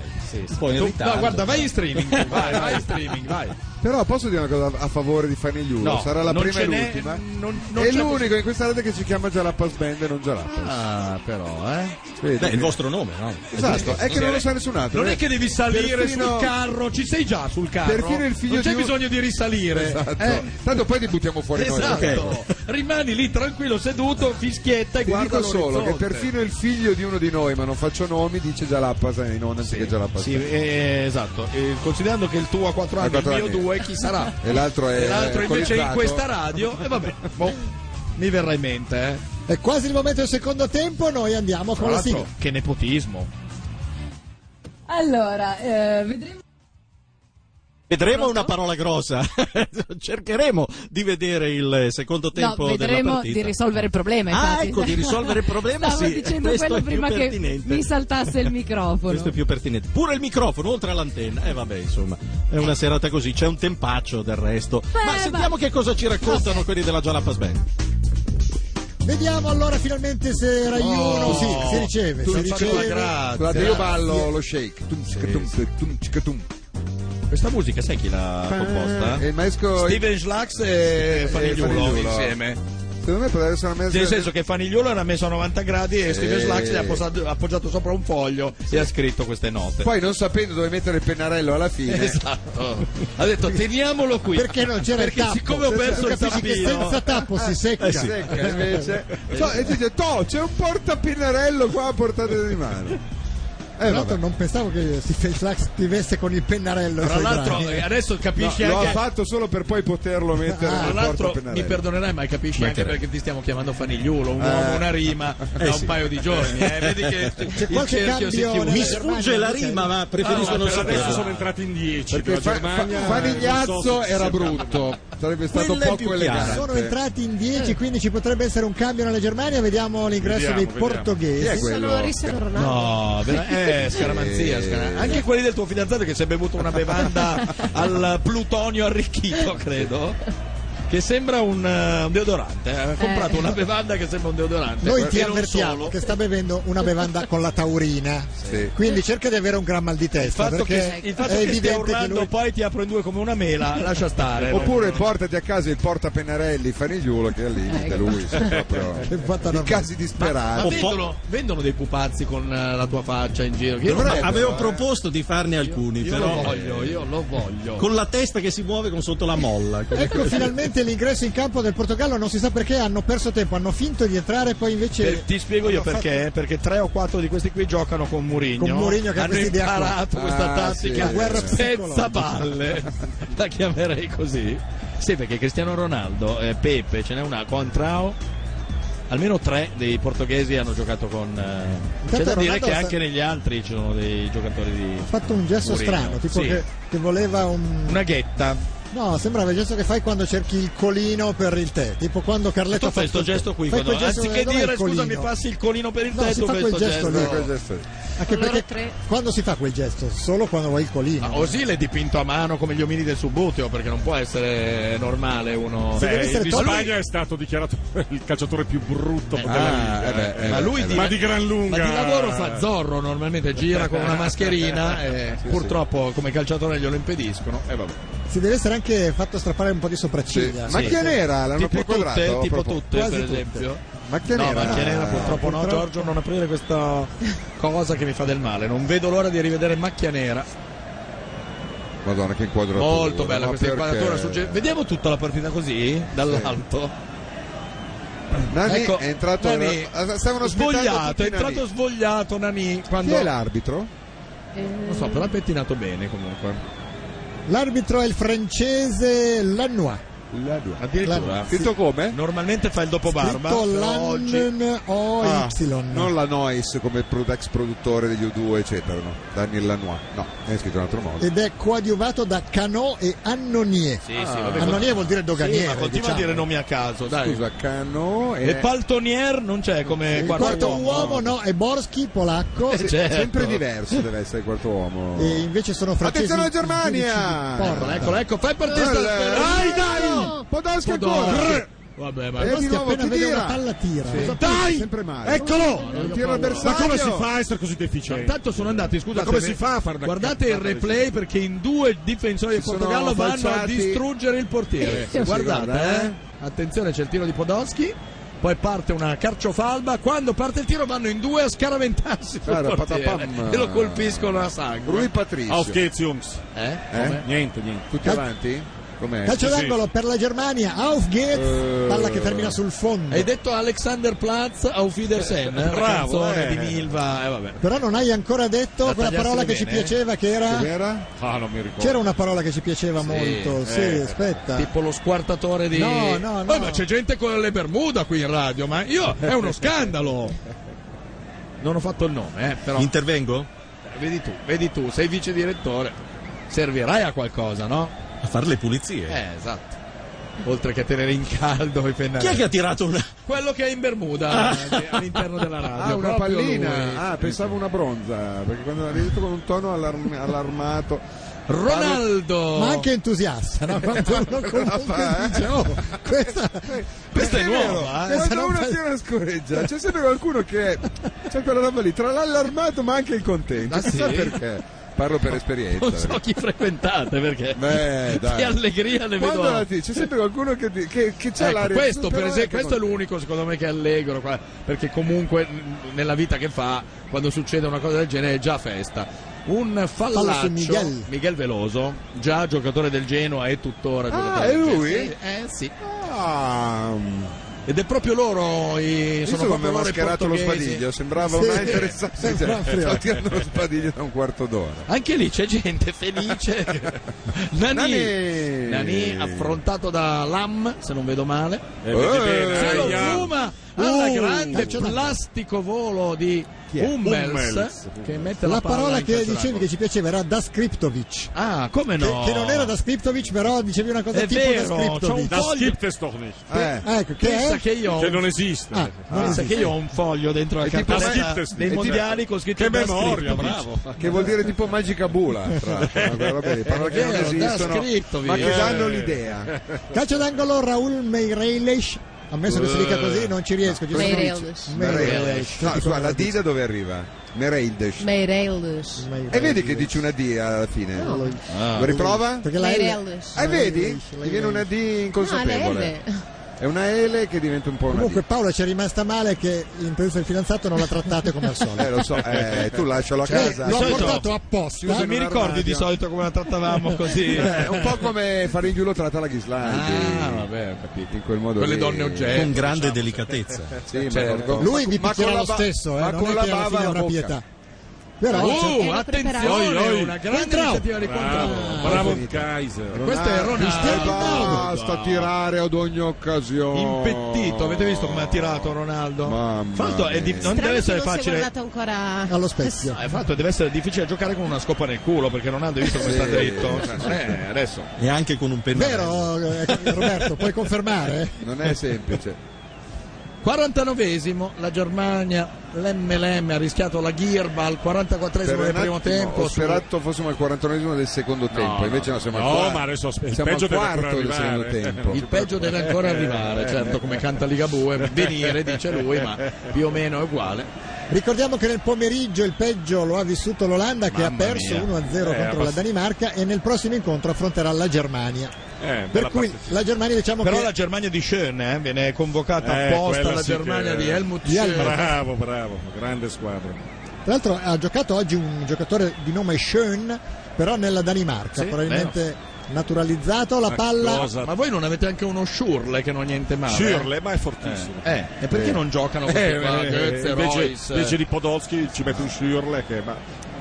S6: Poi in
S3: Tu-
S6: ritardo.
S3: no, guarda, vai in streaming, tu, vai, vai in streaming, vai.
S4: Però posso dire una cosa a favore di Fanigliulo?
S3: No,
S4: Sarà la
S3: non
S4: prima
S3: ce
S4: e
S3: n'è,
S4: l'ultima.
S3: non- non
S4: è
S3: c'è-
S4: l'unico in questa rete che si chiama Jalapas Band e non Jalapas.
S3: Ah, però, eh.
S6: Beh, il vostro nome, no?
S4: Esatto, è che non lo sa nessun
S3: Cioè,
S4: altro. eh.
S3: Non è che devi salire
S4: Perfino-
S3: sul carro, ci sei già sul carro.
S4: Perfino il figlio
S3: non c'è
S4: di un-
S3: bisogno di risalire.
S4: Esatto.
S3: eh.
S4: Tanto poi ti buttiamo fuori noi.
S3: Esatto. Rimani lì tranquillo seduto, fischietta e
S4: Ti
S3: guarda
S4: dico solo che
S3: l'orizzonte.
S4: perfino il figlio di uno di noi, ma non faccio nomi, dice Jalapas in onda anziché Jalapas.
S3: Sì, eh, esatto. Eh, considerando che il tuo ha 4
S4: Ha
S3: anni,
S4: quattro
S3: il mio
S4: anni.
S3: 2, chi sarà?
S4: E l'altro è
S2: Eh,
S3: E l'altro invece è in
S4: colizzato.
S3: questa radio. E vabbè, boh, mi verrà in mente, eh.
S2: È quasi il momento del secondo tempo, noi andiamo
S3: Tra
S2: con la sigla.
S3: l'altro, che nepotismo.
S5: Allora, eh, vedremo.
S6: Vedremo una parola grossa. Cercheremo di vedere il secondo
S5: No,
S6: tempo della
S5: vedremo
S6: partita.
S5: di risolvere il problema.
S6: Ah,
S5: infatti.
S6: ecco, di risolvere il problema,
S5: Stavo
S6: sì,
S5: dicendo
S6: questo è
S5: quello
S6: più
S5: prima che
S6: pertinente.
S5: mi saltasse il microfono.
S6: Questo è più pertinente. Pure il microfono, oltre all'antenna. E vabbè, insomma, è una serata così. C'è un tempaccio del resto. ma sentiamo che cosa ci raccontano quelli della Jalapas Band.
S2: Vediamo allora finalmente se Rai 1 sì, si riceve.
S4: Tu
S2: si
S4: dici
S2: riceve.
S4: la grazia. Guarda, io ballo lo shake. Tum, tskatum, tum, tskatum.
S3: Questa musica, sai chi l'ha composta?
S4: Eh, il maestro-
S3: Ah? Steven Schlax e Fanigliolo
S4: Fanigliulo.
S3: insieme.
S4: Secondo me potrebbe essere una mezza.
S3: Nel senso che Fanigliolo era messo a 90 gradi e
S4: Sì.
S3: Steven Slax gli ha posato- ha appoggiato sopra un foglio e ha scritto queste note.
S4: Poi non sapendo dove mettere il pennarello alla fine.
S3: Esatto. Ha detto teniamolo qui.
S2: Perché non c'era il
S3: Perché
S2: tappo?
S3: siccome ho perso il
S2: Capisci che
S3: tappino.
S2: senza tappo si secca.
S4: Eh, sì. Secca, invece. Cioè, e dice, "Toh, c'è un portapennarello qua a portata di mano.
S3: Eh,
S2: Tra l'altro non pensavo che Stephen Flax scrivesse con il pennarello.
S3: Tra
S2: sai,
S3: l'altro,
S2: Draghi.
S3: eh, adesso capisci
S4: No, Lo ha
S3: anche.
S4: fatto solo per poi poterlo mettere
S3: Ah, Tra
S4: nel
S3: l'altro, mi
S4: portapennarello.
S3: perdonerai, ma capisci anche
S4: Mancherebbe.
S3: perché ti stiamo chiamando Fanigliolo, un uomo, una rima da un paio di giorni. Eh. Vedi che
S2: Eh. C'è
S3: il
S2: qualche
S3: cerchio si
S2: cambio
S3: chiude.
S2: nella Germania, ok.
S8: Ah, ma per adesso sono entrati in 10
S4: Perché
S8: della
S4: fa- fa-
S8: Germania.
S4: Fanigliazzo
S8: non so se
S4: era
S8: sia-
S4: brutto, sarebbe stato
S8: Quella è più
S4: poco
S8: chiara.
S4: elegante.
S2: Sono
S3: eh.
S2: entrati in 10, quindi ci potrebbe essere un cambio nella Germania. Vediamo l'ingresso
S4: Vediamo,
S2: dei
S4: vediamo.
S2: portoghesi.
S4: Chi è quello?
S5: Sono Cristiano Ronaldo.
S3: No, vera- eh, scaramanzia, scara- anche quelli del tuo fidanzato che si è bevuto una bevanda al plutonio arricchito, credo. Che sembra un, eh, un deodorante. Ha comprato una bevanda che sembra un deodorante.
S2: Eh. Noi ti
S3: E non
S2: avvertiamo
S3: solo.
S2: che sta bevendo una bevanda con la taurina, quindi cerca di avere un gran mal di
S3: Il
S2: testa
S3: fatto
S2: perché
S3: che, il fatto
S2: è
S3: che stia
S2: evidente che Eh,
S3: urlando
S2: lui
S3: poi ti apro in due come una mela, lascia stare.
S4: Oppure portati a casa il portapennarelli Fanigliulo che è lì, da lui, sì, proprio. in casi
S3: Ecco. Ma
S4: disperati.
S3: vendono, vendono dei pupazzi con eh, la tua faccia in giro. Io
S6: Ma
S3: lo-
S6: avevo
S3: eh.
S6: proposto di farne alcuni,
S3: Io
S6: però.
S3: lo voglio, io lo voglio.
S6: Con la testa che si muove con sotto la molla.
S2: Ecco finalmente l'ingresso in campo del Portogallo, non si sa perché hanno perso tempo, hanno finto di entrare poi invece...
S3: Per- ti spiego io
S2: hanno fatto-
S3: perché, perché tre o quattro di questi qui giocano con Mourinho.
S2: Con Mourinho che ha
S3: hanno
S2: questa idea qua.
S3: imparato questa
S2: Ah, sì,
S3: tattica
S2: la guerra
S3: senza
S2: psicologica.
S3: palle. La chiamerei così. Sì, perché Cristiano Ronaldo, eh, Pepe, ce n'è una Contrao. Almeno tre dei portoghesi hanno giocato con. eh, C'è da
S2: Ronaldo
S3: dire che
S2: sta-
S3: anche negli altri ci sono dei giocatori di.
S2: Ha fatto un gesto
S3: Mourinho.
S2: strano, tipo
S3: Sì.
S2: che, che voleva un...
S3: Una ghetta.
S2: No, sembrava il gesto che fai quando cerchi il colino per il tè, tipo quando Carletto
S3: Tu
S2: ha
S3: fai
S2: fatto
S3: sto
S2: il tè.
S3: gesto qui.
S2: Fai
S3: quando-
S2: quel gesto,
S3: anziché
S2: dov'è il
S3: dire scusa, mi
S2: colino?"
S3: passi il colino per il
S2: No,
S3: tetto,
S2: si fa
S3: questo
S2: quel gesto, lì.
S3: gesto.
S2: Anche perché quando si fa quel gesto? Solo quando vuoi il colino.
S3: Ma Osil è dipinto a mano come gli omini del subbuteo perché non può essere normale uno.
S8: Beh, il di
S3: ma lui-
S8: Spagna è stato dichiarato il calciatore più brutto
S4: Eh,
S8: della
S3: Ah,
S8: Liga.
S3: eh beh, eh, ma lui di,
S8: ma di gran lunga.
S3: ma di lavoro fa zorro normalmente gira con una mascherina e
S8: Sì, sì.
S3: purtroppo come calciatore glielo impediscono e vabbè
S2: Si deve essere anche fatto strappare un po' di sopracciglia.
S3: Sì. Ma chi
S2: che
S3: è
S4: nera? L'hanno
S3: tipo
S4: quadrato,
S3: tutte, tipo
S4: proprio.
S3: tutte
S4: Quasi
S3: per
S4: tutte.
S3: esempio
S4: Macchia
S3: no
S4: nera.
S3: macchia nera purtroppo no
S4: Purtroppo-
S3: Giorgio non aprire questa cosa che mi fa del male non vedo l'ora di rivedere macchia nera
S4: Madonna, che inquadratura.
S3: molto bella
S4: ma
S3: questa
S4: perché?
S3: inquadratura sugge- vediamo tutta la partita così dall'alto
S4: Nani è entrato-
S3: Ecco, Nani,
S4: ah, stavano aspettando
S3: svogliato, è
S4: tutti Nani.
S3: entrato svogliato Nani quando
S4: Chi è l'arbitro?
S3: non so, però ha pettinato bene comunque.
S2: L'arbitro è il francese Lannoy.
S4: La due.
S11: Addirittura.
S4: Scritto come?
S11: Normalmente fa il dopo
S3: Ah,
S11: barba.
S2: Scritto
S11: però oggi-
S2: Lannen o
S4: Ah,
S2: Y.
S4: Non la Nois come pro- ex produttore degli U2, eccetera, no? Daniel Lanois. No, è scritto in un altro modo.
S2: Ed è coadiuvato da Canò e Annonier.
S3: Ah,
S4: Sì, sì, vabbè,
S2: Annonier vuol dire doganiere.
S11: Sì, ma continua
S2: diciamo.
S11: a dire nomi a caso, dai.
S4: Scusa, Cano
S11: e...
S3: eh.
S4: e-
S11: Paltonier non c'è come
S2: Il
S11: quarto,
S2: quarto uomo, no, è Borski, polacco.
S11: Eh, certo.
S4: Sempre diverso deve essere il quarto uomo.
S2: E invece sono francesi.
S4: Attenzione alla Germania!
S2: giudici di porta.
S4: Eccolo, ecco, fai partire
S2: Eh,
S4: sta-
S2: Dai,
S4: dai! Podolski ancora!
S3: Vabbè, ma
S4: E Eh,
S11: Eh,
S4: di
S2: Borski
S4: nuovo
S2: appena
S4: chi
S2: vede una
S4: tira?
S2: palla tira.
S4: Sì.
S2: Cosa
S4: Dai!
S2: Sempre male.
S4: Eccolo! Ecco. Non tira il
S8: Ma
S4: bersaglio!
S8: come si fa a essere così deficiente?
S3: Tanto sono andati, scusate,
S8: Ma come si fa a fare una
S3: guardate il
S8: cazzata del
S3: replay perché in due difensori del
S4: Si sono
S3: Portogallo vanno a
S4: falciati.
S3: distruggere il portiere.
S4: Sì, sì,
S3: guardate,
S4: guarda, eh.
S3: eh. attenzione, c'è il tiro di Podolski. Poi parte una carciofalba. Quando parte il tiro, vanno in due a scaraventarsi sul
S4: Guarda,
S3: portiere
S4: patapam.
S3: e lo colpiscono a sangue.
S4: Rui Patricio.
S8: Auf geht's, Jungs.
S3: Eh?
S4: Eh?
S3: Come?
S8: Ah, Niente, niente.
S4: Tutti avanti? Com'è?
S3: Eh,
S2: Calcio
S4: Sì, sì.
S2: d'angolo per la Germania. Auf geht's.
S4: Eh.
S2: Palla che termina sul fondo.
S3: Hai detto Alexander Platz auf Wiedersehen, eh?
S11: Bravo,
S3: la canzone
S11: eh.
S3: di Milva. eh, vabbè.
S2: Però non hai ancora detto
S3: Da
S2: quella
S3: tagliarsi
S2: parola che ci
S3: bene, eh.
S2: piaceva, che
S4: Che
S2: era.
S4: era?
S8: Ah, non mi ricordo.
S2: C'era una parola che ci piaceva molto. Sì,
S3: eh.
S2: aspetta.
S3: Tipo lo squartatore di.
S2: No, no, no.
S3: Poi, ma c'è gente con le Bermuda qui in radio, ma io. È uno scandalo! Non ho fatto il nome, eh, però.
S6: Intervengo?
S3: Vedi tu, vedi tu, sei vice direttore. Servirai a qualcosa, no?
S6: A fare le pulizie.
S3: Eh, esatto. Oltre che a tenere in caldo i pennelli.
S6: Chi è che ha tirato una...
S3: Quello che è in Bermuda eh, all'interno della radio.
S4: Ah, una
S3: proprio
S4: pallina!
S3: lui.
S4: Ah, pensavo una bronza, perché quando l'hai detto con un tono allarm- allarmato.
S3: Ronaldo!
S2: Ma anche entusiasta, no? Quando uno
S3: eh.
S2: comunque dice, oh, questa...
S3: Questa è nuova, eh?
S4: Quando
S2: Questa non
S4: uno
S2: fa-
S4: tira una scoreggia, c'è sempre qualcuno che c'è quella roba lì, tra l'allarmato ma anche il contento.
S3: Ah,
S4: Chissà
S3: sì?
S4: perché. Parlo per esperienza.
S3: Non so chi frequentate perché.
S4: eh, Beh,
S3: Che
S4: dai.
S3: allegria ne vedo.
S4: Quando la tira, c'è sempre qualcuno che, ti- che, che c'ha
S3: Ecco,
S4: l'aria.
S3: questo,
S4: però
S3: per esempio,
S4: anche
S3: questo è
S4: contento.
S3: l'unico secondo me che è allegro qua, perché comunque mh, nella vita che fa quando succede una cosa del genere è già festa un fallaccio
S2: su Miguel.
S3: Miguel Veloso già giocatore del Genoa e tuttora
S4: Ah,
S3: giocatore
S4: è
S3: del Genoa.
S4: lui?
S3: Sì, eh, sì.
S4: Ah,
S3: ed è proprio loro i,
S4: visto
S3: sono proprio
S4: come ha
S3: loro i
S4: mascherato lo
S3: portoghesi.
S4: spadiglio, sembrava
S2: Sì.
S4: una interessante.
S2: Sembrava
S4: Cioè, sto tirando lo spadiglio da un quarto d'ora.
S3: anche lì c'è gente felice Nani
S4: Nani.
S3: Nani affrontato da Lam se non vedo male
S8: Eh, vedi
S4: Eh,
S8: bene,
S3: Se lo
S8: ahia.
S3: fuma alla
S2: Uh,
S3: grande
S2: calcio d'angolo.
S3: plastico volo di
S4: è?
S3: Hummels,
S8: Hummels.
S3: che mette la,
S2: La parola
S3: palla
S2: che
S3: in calcio
S2: dicevi
S3: d'angolo.
S2: che ci piaceva era da Skriptovic.
S3: Ah, come no?
S2: Che, che non era da Skriptovic, però dicevi una cosa
S3: È
S2: tipo
S3: vero,
S2: da
S3: c'ho un
S2: Skriptovic.
S8: Das
S3: Voglio-
S8: gibt es doch nicht.
S4: Eh.
S2: Ah, Ecco, che
S3: Pensa
S2: è?
S3: che io ho
S8: Che
S3: un,
S8: non esiste.
S2: Ah, non
S3: pensa
S2: esiste.
S3: che io ho un foglio dentro la
S4: È tipo
S3: cartella
S8: Scriptus,
S3: dei
S8: è
S3: mondiali con scritto
S8: Che
S3: Da
S8: memoria,
S3: Scriptovic.
S8: bravo.
S4: Che vuol dire tipo magica bula, tra l'altro, no? Quella roba lì, parole che non
S3: Vero, Eh, da
S4: esistono,
S3: scritto, Eh,
S4: ma che
S3: via.
S4: danno l'idea.
S2: Calcio d'angolo Raul Meireles. Ammesso che si dica così, non ci riesco. ci sono-
S9: Meireles.
S2: Meireles.
S4: Eh. No, scusa, la D da dove arriva? Mereildes.
S9: Meireles.
S4: E vedi che dici una D alla fine. Ah. Lo riprova?
S2: Perché la L...
S9: Meireles.
S4: E vedi?
S2: Meireles,
S4: Ti viene una D
S9: No,
S4: inconsapevole.
S9: le
S4: È una L che diventa un po' una
S2: Comunque
S4: D.
S2: Paola c'è rimasta male che l'intervista del fidanzato non la trattate come al solito.
S4: Eh, lo so, eh, tu lascialo a
S2: Cioè,
S4: casa.
S2: l'ho
S4: Cioè,
S2: portato apposta.
S4: Chiuso
S3: Non mi
S4: in un
S3: ricordi
S4: armadio.
S3: di solito come la trattavamo così?
S4: È un po' come Faringiulo tratta la Ghislandi.
S3: Ah, vabbè, ho capito.
S4: In quel modo
S3: Quelle
S4: lì.
S3: donne oggetto.
S6: Con grande delicatezza.
S4: Sì, ma-
S3: Certo.
S4: ma-
S2: Lui vi
S4: ma con
S2: picchierà
S4: la
S2: lo
S4: ba-
S2: stesso, eh,
S4: ma
S2: non
S4: con
S2: è
S4: la
S2: che alla
S4: bava
S2: fine
S4: alla
S2: avrà
S4: bocca. Uh!
S2: pietà. Però
S3: Oh,
S9: Era
S3: attenzione,
S9: preparato.
S3: una grande
S2: Entrao.
S3: iniziativa di
S8: Bravo,
S3: contrasto.
S8: bravo
S4: finito.
S8: Kaiser.
S3: Questo è
S2: Cristiano
S3: Ronaldo.
S2: Ronaldo.
S4: Basta tirare ad ogni occasione.
S3: Impettito, avete visto come ha tirato Ronaldo?
S4: Mamma
S3: Fatto è di-
S4: mia.
S3: non
S9: Strano
S3: deve
S9: che
S3: essere
S9: non sia
S3: facile.
S9: guardato ancora
S2: allo specchio.
S3: Ah, Infatti deve essere difficile giocare con una scopa nel culo perché Ronaldo hai visto come sta
S4: Sì.
S3: dritto. Eh, adesso
S6: E anche con un pennello.
S2: Vero eh, Roberto, puoi confermare?
S4: Non è semplice.
S3: 49esimo, la Germania, l'MLM ha rischiato la ghirba al 44esimo del
S4: un
S3: primo
S4: attimo
S3: tempo.
S4: ho
S3: su-
S4: sperato fossimo al 41 del secondo tempo, invece no, siamo al
S8: no,
S4: quarto.
S8: ma adesso aspe- il
S4: siamo
S8: peggio
S4: al
S8: deve ancora
S4: quarto del secondo
S8: arrivare.
S4: tempo.
S3: Il peggio deve ancora arrivare, certo, come canta Ligabue, venire, dice lui, ma più o meno è uguale.
S2: Ricordiamo che nel pomeriggio il peggio lo ha vissuto l'Olanda che ha
S3: Mamma
S2: perso 1-0
S3: mia.
S8: Eh,
S2: contro la
S8: abbast-
S2: Danimarca e nel prossimo incontro affronterà la Germania.
S8: Eh,
S2: Per
S8: bella
S2: cui
S8: partita.
S2: la Germania diciamo
S3: Però
S2: che
S3: la Germania di Schöne eh, viene convocata
S8: Eh,
S3: apposta
S8: quella
S3: la
S8: sì che-
S3: Germania di Helmut
S2: Di Helmut.
S3: Schön.
S8: Bravo, bravo, grande squadra.
S2: tra l'altro ha giocato oggi un giocatore di nome Schön, però nella Danimarca,
S3: Sì,
S2: probabilmente naturalizzato, la
S8: Ma
S2: palla
S8: cosa-
S3: Ma voi non avete anche uno Schurle che non è niente male?
S8: Schürrle, ma è fortissimo.
S3: Eh, e perché non giocano questi
S8: Ah, Eh,
S3: qua?
S8: eh,
S3: Goetze,
S8: invece,
S3: Reus, eh?
S8: invece di Podolski ci mette un Schürrle che ma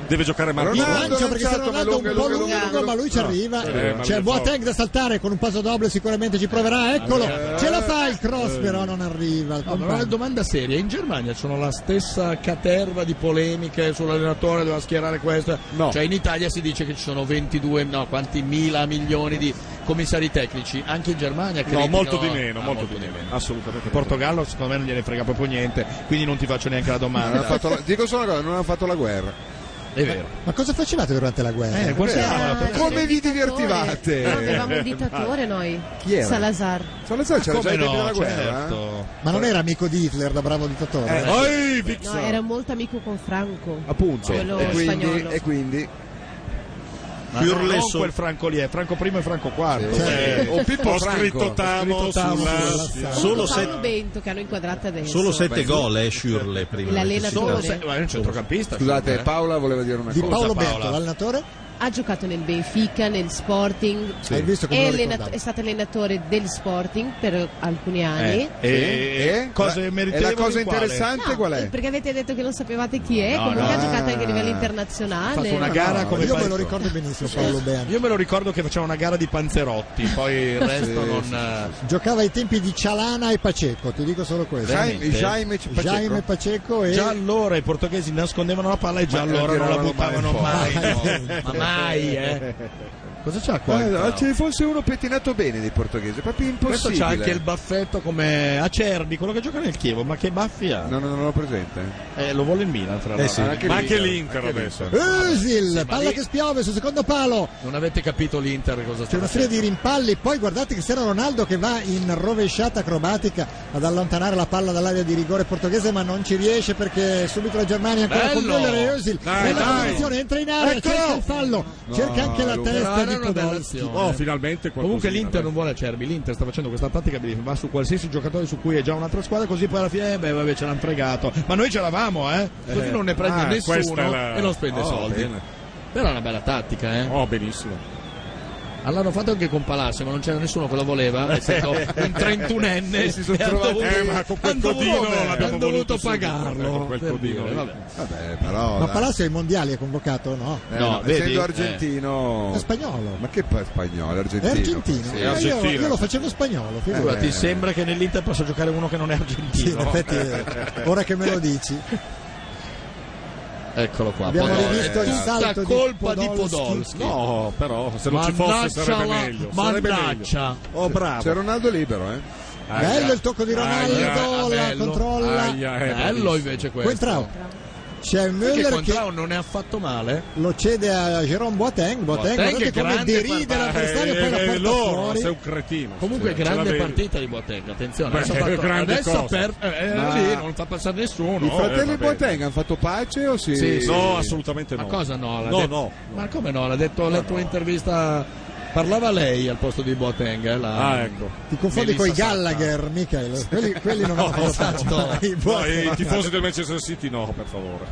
S8: deve giocare Martino.
S2: Lancio perché se Ronaldo è un po' lungo, ma lui ci arriva. C'è Boateng da saltare con un passo doble, sicuramente ci proverà. Eccolo, ce la fa il cross, però non arriva.
S3: No, però è una domanda seria. In Germania sono la stessa caterva di polemiche sull'allenatore, doveva schierare questo.
S11: No.
S3: Cioè in Italia si dice che ci sono 22, no, quanti mila milioni di commissari tecnici. Anche in Germania
S8: No,
S3: criticano-
S8: molto di meno,
S3: Ah,
S8: molto di meno. Assolutamente.
S3: In Portogallo secondo me non gliene frega proprio niente, quindi non ti faccio neanche la domanda.
S4: Non ha fatto la- dico solo una cosa, non hanno fatto la guerra.
S3: È vero.
S2: Ma cosa facevate durante la guerra?
S4: Eh, guardavamo,
S2: Eh,
S4: come vi divertivate?
S9: No, avevamo un dittatore noi.
S4: Chi era?
S9: Salazar.
S4: Salazar c'era già
S2: come
S4: ai tempi
S2: no,
S4: della guerra.
S3: eh?
S2: certo. Ma non era amico di Hitler da bravo dittatore?
S4: Eh, oi,
S9: No, era molto amico con Franco.
S4: Appunto.
S9: Quello
S4: E quindi,
S9: spagnolo.
S4: e quindi
S3: Ma Ah, non quel Franco lì, è Franco primo e Franco quarto.
S4: Sì. Eh, o Pippo
S8: Oh, Ho scritto
S4: Franco.
S8: Tamo
S4: Ho scritto Tamo
S8: sulla-
S4: sulla
S8: sì.
S4: stampa.
S6: Solo
S9: Paolo
S6: sette-
S9: Bento che hanno inquadrato adesso.
S6: Solo sette gol, eh, Schürrle prima.
S9: L'allenatore.
S6: Solo se-
S3: ma è un centrocampista.
S4: Scusate,
S6: Schürrle, eh.
S4: Paola voleva dire una
S2: Di
S4: cosa.
S2: Paolo Bento, l'allenatore?
S9: Ha giocato nel Benfica, nel Sporting.
S4: Sì. Hai visto come
S9: è,
S4: lo
S9: allenato-
S4: ricordavo?
S9: è stato allenatore del Sporting per alcuni anni.
S4: Eh, e-
S3: e- cose
S4: e
S3: meritevoli
S4: la cosa
S3: quale?
S4: interessante
S9: No,
S4: qual è? Ah.
S9: Perché avete detto che non sapevate chi è,
S3: No,
S9: comunque
S3: no.
S9: ha giocato anche a livello
S3: Ha
S9: internazionale.
S3: fatto una gara come
S2: Io me
S3: Paolo-
S2: lo ricordo benissimo, Paolo Bento.
S3: Io me lo ricordo che faceva una gara di panzerotti, poi il resto
S2: Sì,
S3: non.
S2: sì, Giocava ai tempi di Cialana e Paceco, ti dico solo questo.
S3: Veramente? Jaime Pacheco.
S2: Jaime Pacheco e
S3: Già allora i portoghesi nascondevano la palla e già
S2: Ma
S3: allora
S2: non
S3: non la
S2: tiravano
S3: buttavano
S2: mai
S3: mai.
S2: fuori.
S3: no. Ma mai, eh. Cosa c'ha qua?
S4: Eh, no, ce ne fosse uno pettinato bene dei portoghesi, proprio
S3: Questo
S4: impossibile.
S3: c'ha anche il baffetto come Acerbi, quello che gioca nel Chievo, ma che baffi ha?
S4: No, no, non lo presente.
S3: Eh, lo vuole il Milan, fra
S4: Eh
S3: l'altro.
S4: sì. Ma anche
S8: l'Inter adesso.
S2: Özil,
S3: Sì, ma
S2: palla
S3: lì-
S2: che spiove sul secondo palo.
S3: Non avete capito l'Inter cosa sta
S2: C'è una serie di rimpalli, poi guardate che c'era Ronaldo che va in rovesciata acrobatica ad allontanare la palla dall'area di rigore portoghese, ma non ci riesce perché subito la Germania ancora con
S3: Bello!
S2: Müller e Özil.
S8: Dai,
S2: Bella
S8: dai!
S2: posizione, entra in area,
S3: Ecco!
S2: cerca il fallo,
S3: No,
S2: cerca anche la
S3: Luca.
S2: testa
S3: No,
S2: di
S3: era una bella
S2: Podolski.
S3: azione.
S8: Oh, finalmente qualcosa.
S3: Comunque l'Inter non vuole Acerbi, l'Inter sta facendo questa tattica che va su qualsiasi giocatore su cui è già un'altra squadra, così poi alla fine eh, beh, vabbè, ce l'hanno fregato. Ma noi ce l'avamo, eh? Così
S8: Eh.
S3: non ne prende
S8: Ah, questa è
S3: nessuno
S8: la-
S3: e non spende
S8: Oh,
S3: soldi.
S8: bene.
S3: Però è una bella tattica, eh?
S8: Oh, benissimo.
S3: All'hanno fatto anche con Palacio, ma non c'era nessuno che lo voleva, nel senso un 31enne
S4: Si sono
S3: e hanno
S4: trovati-
S3: dovuto-
S4: Eh, ma con quel
S3: hanno dovuto-
S4: codino l'abbiamo
S3: hanno dovuto
S4: voluto subito,
S3: pagarlo.
S4: eh, con quel
S3: per
S4: codino
S3: dire,
S4: lì.
S3: vabbè.
S4: Vabbè, però.
S2: Ma
S4: dai.
S2: Palacio ai mondiali è convocato? No.
S4: Eh,
S3: No, vedi?
S4: essendo argentino.
S2: È spagnolo.
S4: Ma che pa- spagnolo? Argentino.
S2: È argentino.
S4: Sì,
S2: Eh, io- Io, lo facevo spagnolo. fidati.
S3: Scusa, ti sembra che nell'Inter possa giocare uno che non è argentino?
S2: Sì, in effetti, eh, ora che me lo dici.
S3: Eccolo qua.
S2: Abbiamo
S3: Podolski.
S2: rivisto il
S3: Tutta
S2: salto di
S3: colpa di
S2: Podolski.
S3: Podolski.
S8: No, però se non ci fosse
S3: Mannaggia
S8: sarebbe
S3: la-
S8: meglio. Sarebbe
S3: mannaggia.
S8: meglio. Oh, bravo.
S4: C'è Ronaldo libero, eh?
S8: Ah,
S2: bello
S8: già.
S2: il tocco di
S8: Ah,
S2: Ronaldo,
S8: già.
S2: la
S3: bello.
S2: controlla.
S8: Ah, già, eh,
S3: Bello invece questo.
S2: Contrao. C'è
S3: Perché
S2: Müller che
S3: Contrao non ne ha fatto male.
S2: lo cede a Jerome Boateng. Boateng,
S3: Boateng
S2: guardate
S3: è
S2: come
S3: grande,
S2: deride
S3: guarda,
S2: l'avversario e
S8: Eh,
S2: poi la
S8: eh,
S2: porta
S8: loro,
S2: fuori.
S8: sei un cretino.
S3: Comunque,
S8: Sì, ce la
S3: grande
S8: vedi.
S3: partita di Boateng. Attenzione,
S8: Beh,
S3: adesso, ha fatto-
S8: grande
S3: adesso
S8: cosa.
S3: ha per- eh,
S4: Ma-
S3: lì non fa passare nessuno.
S4: I fratelli
S8: eh, vabbè.
S4: Boateng hanno fatto pace o si...
S3: Sì, sì.
S8: No, assolutamente no.
S3: Ma cosa no? L'ha
S8: No,
S3: detto-
S8: no.
S3: Ma come no? L'ha detto, ho letto un'intervista. Parlava lei al posto di Boateng. eh, la-
S8: Ah, ecco.
S2: Ti confondi con i
S3: Melissa Satta.
S2: Gallagher, Michael. Quelli, quelli non hanno fatto
S3: esatto.
S2: mai.
S8: No, i tifosi del Manchester City no, per favore.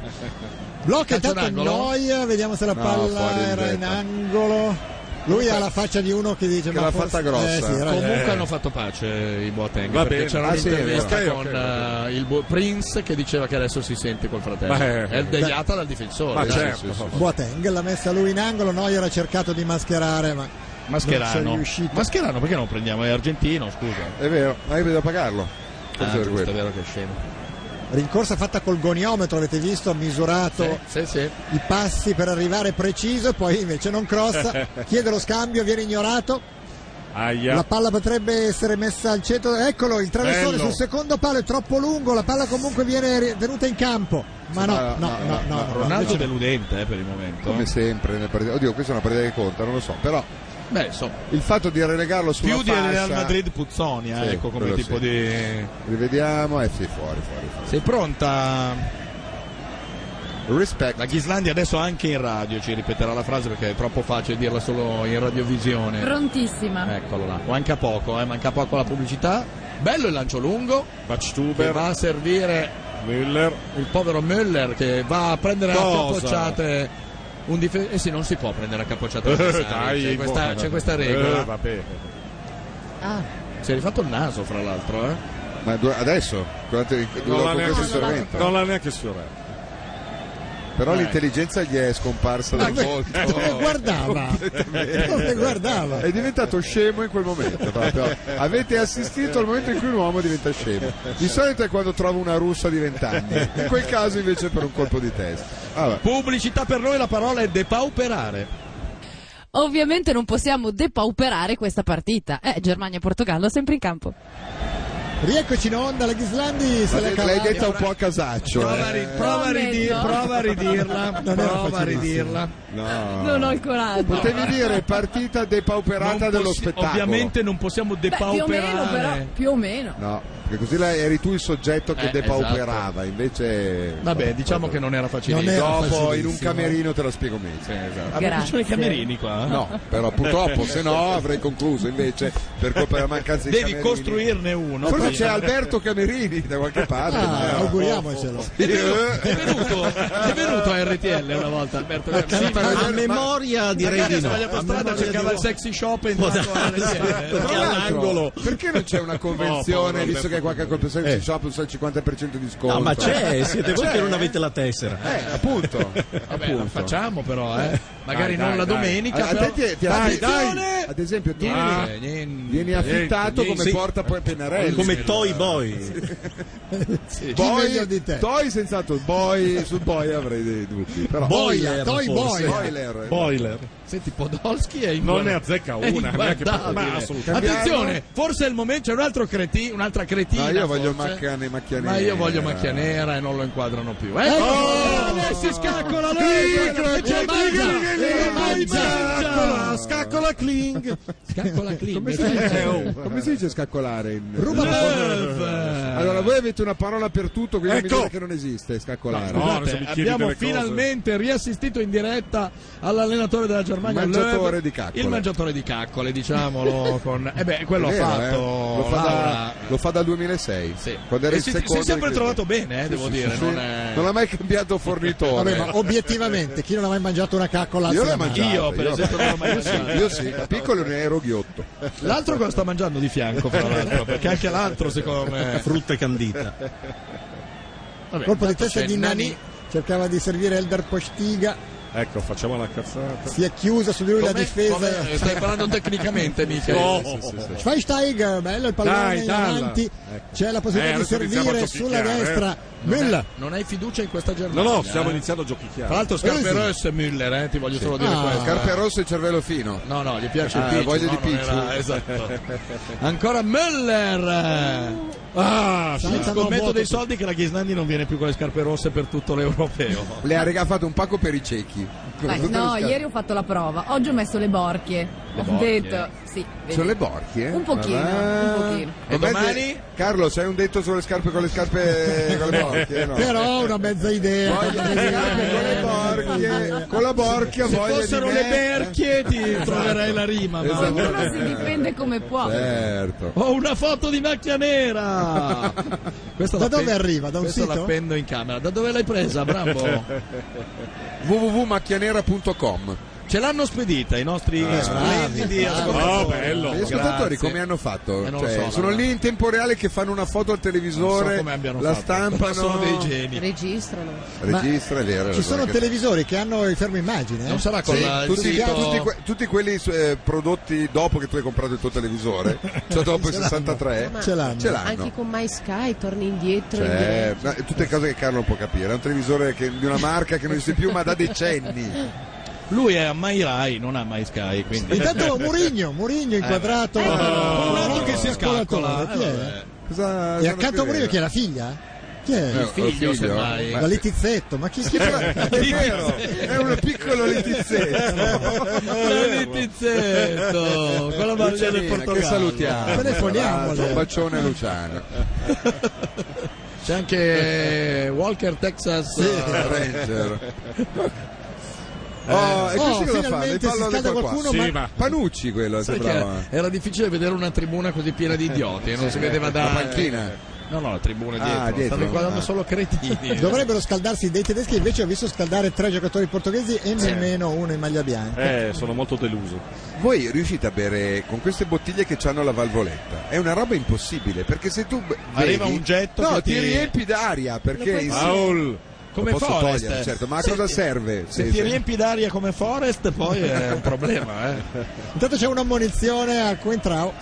S2: Blocca
S3: Calcio
S2: intanto
S3: d'angolo?
S2: Noia, vediamo se la
S4: No, fuori
S2: palla
S4: di
S2: era in
S4: rete.
S2: angolo. Lui ha la faccia di uno che dice:
S4: Che
S2: Ma
S4: l'ha
S2: forse-
S4: fatta grossa.
S2: Eh, sì, era-
S3: Comunque
S8: Eh.
S3: hanno fatto pace i Boateng
S8: Va
S3: perché
S8: bene.
S3: c'era
S4: Ah, sì,
S3: un'intervista
S8: è vero.
S3: con
S8: Ok, ok, va
S3: eh, il Bo- Prince che diceva che adesso si sente col fratello.
S8: eh, Beh.
S3: È deviata dal difensore.
S8: Ma
S4: Eh,
S3: dai.
S8: certo.
S2: Boateng l'ha messa lui in angolo. Noia era cercato di mascherare, ma non ci è
S3: Mascherano.
S2: riuscito.
S3: Mascherano perché non prendiamo? È argentino, scusa.
S4: È vero, ma io devo pagarlo.
S3: Ah,
S4: Forse per
S3: giusto, è
S4: quello.
S3: vero che è scemo.
S2: Rincorsa fatta col goniometro, avete visto? Ha misurato
S3: Sì, sì, sì.
S2: i passi per arrivare preciso, poi invece non crossa, chiede lo scambio, viene ignorato.
S8: Aia.
S2: La palla potrebbe essere messa al centro. Eccolo il traversone
S8: Bello.
S2: sul secondo palo, è troppo lungo. La palla comunque viene ri- tenuta in campo. Ma no, no, no, no. no, no,
S3: Ronaldo
S2: invece-
S3: deludente eh, per il momento.
S4: Come sempre nelle partite. Oddio, questa è una partita che conta, non lo so. Però
S3: Beh, insomma,
S4: il fatto di relegarlo sulla
S3: più di
S4: fascia...
S3: Real Madrid Puzzonia,
S4: Sì,
S3: ecco come
S4: quello
S3: tipo
S4: sì.
S3: di.
S4: Rivediamo, eh sì, fuori, fuori. fuori.
S3: Sei pronta?
S4: Respect.
S3: La Ghislandi adesso anche in radio ci ripeterà la frase perché è troppo facile dirla solo in radiovisione.
S5: Prontissima.
S3: Eccolo là, manca poco, eh, manca poco la pubblicità. Bello il lancio lungo che
S8: Batstuber,
S3: va a servire
S8: Müller.
S3: il povero Müller che va a prendere
S8: Cosa?
S3: a capocciate un difensore. Eh sì, non si può prendere a capocciate
S8: Eh,
S3: l'avversario,
S8: dai,
S3: c'è, questa,
S8: buona.
S3: c'è questa
S8: Eh,
S3: regola.
S8: vabbè.
S9: Ah,
S3: si è rifatto il naso, fra l'altro. Eh.
S4: Ma du- adesso? Durante, durante
S8: Non l'ha
S4: questo
S8: neanche
S9: no,
S8: sfiorato.
S4: intervento?
S8: Non l'ha neanche sfiorato.
S4: Però l'intelligenza gli è scomparsa dal
S2: Dove-
S4: volto.
S2: dove
S3: oh.
S2: guardava?
S4: Completamente.
S2: Dove guardava?
S4: È diventato scemo in quel momento. proprio. Avete assistito al momento in cui un uomo diventa scemo. Di solito è quando trova una russa di vent'anni. In quel caso invece per un colpo di testa. Vabbè.
S3: Pubblicità per noi, la parola è depauperare.
S5: Ovviamente non possiamo depauperare questa partita. Eh, Germania e Portogallo sempre in campo.
S2: Rieccoci in onda, la Ghislandi se
S4: L'ha
S2: l'è
S4: detto-
S2: cavata.
S4: L'hai detta un po' a casaccio. eh.
S3: Prova, a ri- prova a ridi- prova a ridirla.
S4: Non era
S3: prova a
S4: facilissimo.
S3: ridirla.
S4: No.
S5: Non ho il coraggio.
S4: Potevi dire partita depauperata
S3: Non
S4: dello
S3: possi-
S4: spettacolo.
S3: Ovviamente non possiamo
S5: Beh, più o meno, però.
S3: depauperare.
S5: Più o meno.
S4: No, perché così la- eri tu il soggetto che
S3: Eh,
S4: depauperava, invece...
S3: Vabbè, diciamo che non era facilissimo. eh. esatto.
S4: Dopo in un camerino te la spiego meglio.
S3: Abbiamo ci sono i camerini qua. eh?
S4: No, però purtroppo, se no avrei concluso invece per colpa della mancanza di
S3: Devi
S4: camerini.
S3: costruirne uno.
S4: Forse
S3: prima.
S4: c'è Alberto Camerini da qualche parte.
S2: Ah,
S4: ma-
S2: auguriamocelo.
S4: Sì, eh.
S3: È venuto a RTL una volta Alberto
S6: Ma-
S3: Camerini.
S6: ma- a memoria direi
S3: magari
S6: di no.
S3: ha sbagliato
S6: A
S3: strada,
S6: memoria
S3: cercava
S6: di
S3: il
S6: no.
S3: sexy shop e intanto
S4: Esatto,
S6: Può
S3: era
S6: darsi,
S3: lì,
S6: eh.
S3: perché
S4: Tra
S3: all'angolo.
S4: l'angolo. Perché non c'è una convenzione,
S6: povero
S4: visto che
S6: Alberto
S4: qua che col Pesaro
S6: Eh.
S4: si shop usa il 50% di sconto?
S6: No, ma
S3: Cioè,
S6: c'è, siete voi
S4: C'è,
S6: che non
S4: eh?
S6: avete la tessera.
S4: Eh, appunto.
S3: Vabbè, la facciamo però, eh. Magari non la domenica.
S4: A- a
S3: però-
S4: te ti- ti-
S3: Dai,
S4: ti-
S3: dai!
S4: Ad esempio, tu
S3: Ah,
S4: vieni,
S3: niente,
S4: vieni affittato
S3: niente,
S4: come
S3: sì.
S4: porta poi Pennarelli.
S6: Come Toy Boy.
S2: meglio
S4: Boy,
S2: di te?
S4: Toy senz'altro, boy, sul boy avrei dei dubbi. Però
S6: Boiler,
S2: Toy
S6: eh, forse.
S2: Boy.
S4: Boiler.
S6: Boiler.
S3: Senti, Podolski è in
S8: Non ne azzecca una, neanche per- ma assolutamente.
S3: Attenzione, forse è il momento, c'è un altro creti, un'altra cretina.
S4: No, io voglio
S3: forse.
S4: Macchiane, Macchianera.
S3: Ma io voglio macchia nera e non lo inquadrano più.
S2: Ecco!
S3: Ecco! Adesso scaccola
S2: Cling,
S3: lui!
S2: cling, cling,
S3: Eh,
S2: cling, cling, cling,
S6: Scaccola, scaccola Kling.
S3: Scaccola eh,
S4: Come
S3: Kling.
S4: si dice,
S8: Eh, oh.
S4: Eh, come si dice scaccolare? In...
S2: Ruba la palla.
S3: Eh.
S4: Allora, voi avete una parola per tutto, quindi non mi
S8: Ecco.
S4: dite che non esiste scaccolare.
S8: No, no,
S3: Scusate,
S8: adesso mi chiedi
S3: abbiamo
S8: delle cose.
S3: finalmente riassistito in diretta all'allenatore della Germania,
S4: Il mangiatore
S3: Löw,
S4: di caccole.
S3: Il mangiatore di caccole, diciamolo. Con... Eh beh, quello
S4: È vero,
S3: ha fatto.
S4: eh. Lo, fa
S3: Laura.
S4: da, lo fa dal 2006.
S3: Sì.
S4: Quando era
S3: E
S4: il
S3: si, si
S4: secondo
S3: è sempre
S4: di-
S3: trovato bene, eh,
S4: Sì,
S3: devo
S4: sì,
S3: dire.
S4: sì,
S3: non
S4: sì.
S3: è-
S4: Non ha mai cambiato fornitore.
S2: Vabbè, ma obiettivamente, chi non ha mai mangiato una caccola?
S4: oh, io
S2: alza
S4: l'ho
S2: la mano.
S4: mangiato.
S3: Io, per esempio, non l'ho mai
S4: io sì,
S3: mangiato.
S4: io sì, da piccolo ne ero ghiotto. Cioè,
S3: L'altro cosa sta mangiando di fianco, fra l'altro? Perché anche l'altro, secondo me.
S6: Frutta candita.
S3: Vabbè,
S2: Colpo di
S3: intanto
S2: testa
S3: c'è
S2: di Nani. Cercava di servire Elder Postiga,
S8: Ecco, facciamo la cazzata.
S2: si è chiusa su di lui la
S3: Come-
S2: difesa.
S3: come- stai parlando tecnicamente, mica.
S8: No.
S2: Schweinsteiger, bello il pallone
S8: Dai,
S2: in
S8: dalla.
S2: avanti, c'è la possibilità
S8: Eh,
S2: di
S8: adesso iniziamo
S2: servire
S8: a
S2: sulla
S8: giochicchiare,
S2: destra.
S3: Non,
S2: Müller,
S3: hai- non hai fiducia in questa
S8: No,
S3: Germania.
S8: no, stiamo
S3: eh.
S8: iniziando a
S3: Tra
S8: giochicchiare.
S3: l'altro, Scarperos e Müller, eh, ti voglio solo dire
S2: Ah.
S3: questo.
S4: Scarpe rosse e cervello fino.
S3: No, no, gli piace
S4: Ah,
S3: il piccio.
S4: voglia
S3: no,
S4: di
S3: non
S4: piccio.
S3: era- esatto. Ancora Müller. Ah,
S2: Sì, stanno
S3: scommetto
S2: vuoto
S3: dei
S2: tutti.
S3: soldi che la Ghisnandi non viene più con le scarpe rosse per tutto l'europeo.
S4: Le ha regalato un pacco per i ciechi.
S5: Beh,
S4: Tutte le
S5: no,
S4: scarpe.
S5: ieri ho fatto la prova. Oggi ho messo le borchie. ho
S3: borchie?
S5: detto, sì, vedi.
S4: Sono le eh? borchie?
S5: Un pochino,
S4: Ah.
S5: un pochino.
S3: E
S4: Vabbè,
S3: domani?
S4: se- Carlo, c'hai un detto sulle scarpe con le scarpe con le borchie? No.
S2: però una mezza
S3: Eh,
S2: idea.
S4: Voglio le scarpe con le borchie, con la borchia
S3: Se
S4: voglio
S3: fossero
S4: di
S3: le
S4: me.
S3: berchie ti troverai la rima. ma-
S4: Esatto.
S5: Ognuno si difende come può.
S4: Certo.
S3: Ho una foto di macchia nera. Questa
S2: Da
S3: la
S2: dove
S3: pen-
S2: arriva? Da un
S3: questa
S2: sito?
S3: la appendo in camera. Da dove l'hai presa, Brambo?
S4: www.macchianera.com
S3: Ce l'hanno spedita i nostri
S2: Ah,
S3: splendidi ascoltatori.
S8: Oh, bello.
S4: gli ascoltatori
S3: Grazie.
S4: come hanno fatto?
S3: Eh, non lo
S4: Cioè,
S3: so,
S4: sono
S3: guarda.
S4: lì in tempo reale che fanno una foto al
S3: Non so
S4: televisore,
S3: come abbiano
S4: la Eh?
S3: fatto.
S4: stampano,
S3: sono dei geni.
S9: Registrano.
S4: registra, è vero.
S2: Ci sono
S4: televisori
S2: televisori che hanno il fermo immagine.
S3: Non
S2: eh?
S3: sarà con la, il
S4: tutti,
S3: sito-
S4: tutti que- tutti quelli eh, prodotti dopo che tu hai comprato il tuo televisore, cioè dopo il 63,
S9: Ma
S2: Ce l'hanno.
S4: ce
S9: Anche
S4: l'hanno.
S9: con My Sky torni indietro.
S4: Cioè,
S9: indietro.
S4: ma- tutte cose che Carlo non può capire. È un televisore che- di una marca che non esiste più, ma da decenni.
S3: Lui è a Mai Rai, non ha Mai Sky, quindi...
S2: Intanto Murigno, Murigno inquadrato.
S3: Oh,
S2: con
S3: un altro
S2: un
S3: che si scaccola.
S2: Chi
S3: eh,
S2: è?
S3: vabbè.
S4: Cosa-
S2: E
S4: cosa
S2: accanto a
S4: non
S2: Murigno
S4: si
S2: chi è
S4: vede?
S2: la figlia? Chi è?
S4: Eh, oh,
S3: figlio, semmai.
S4: ma-
S2: La Litizzetto, ma chi si
S4: È vero, è un piccolo Eh, litizzetto.
S3: Bravo Tizzetto, con la maglia del
S4: Lucianina,
S3: Portogallo.
S4: che salutiamo.
S3: Eh,
S2: Telefoniamole.
S4: Un bacione a Luciano.
S3: C'è anche eh, Walker Texas. eh,
S4: Ranger. Oh, e
S2: Oh,
S4: così cosa fa?
S2: finalmente
S4: Ne
S2: si
S4: parlo da
S2: scalda
S4: qua.
S2: qualcuno,
S8: Sì,
S2: ma
S8: ma
S4: Panucci quello,
S3: sai che
S4: sembrava.
S3: era, era difficile vedere una tribuna così piena di idioti, non si vedeva da
S4: La panchina.
S3: No, no, la tribuna
S4: Ah,
S3: dietro.
S4: dietro.
S3: Stanno guardando
S4: Ah.
S3: solo cretini.
S2: Dovrebbero scaldarsi dei tedeschi, invece ho visto scaldare tre giocatori portoghesi e nemmeno uno in maglia bianca.
S8: Eh, sono molto deluso.
S4: Voi riuscite a bere con queste bottiglie che hanno la valvoletta? È una roba impossibile perché se tu be-
S3: Arriva
S4: bevi-
S3: un getto
S4: no,
S3: che
S4: ti...
S3: ti-
S4: riempi d'aria perché in-
S8: Paul,
S4: Come
S3: Come
S4: posso
S3: Forest.
S4: togliere, certo, ma a
S3: Se
S4: cosa
S3: ti-
S4: serve?
S3: Se
S4: Sì,
S3: ti
S4: sì.
S3: riempi d'aria come Forest, poi è un problema, eh.
S2: Intanto c'è un'ammonizione a Coentrao.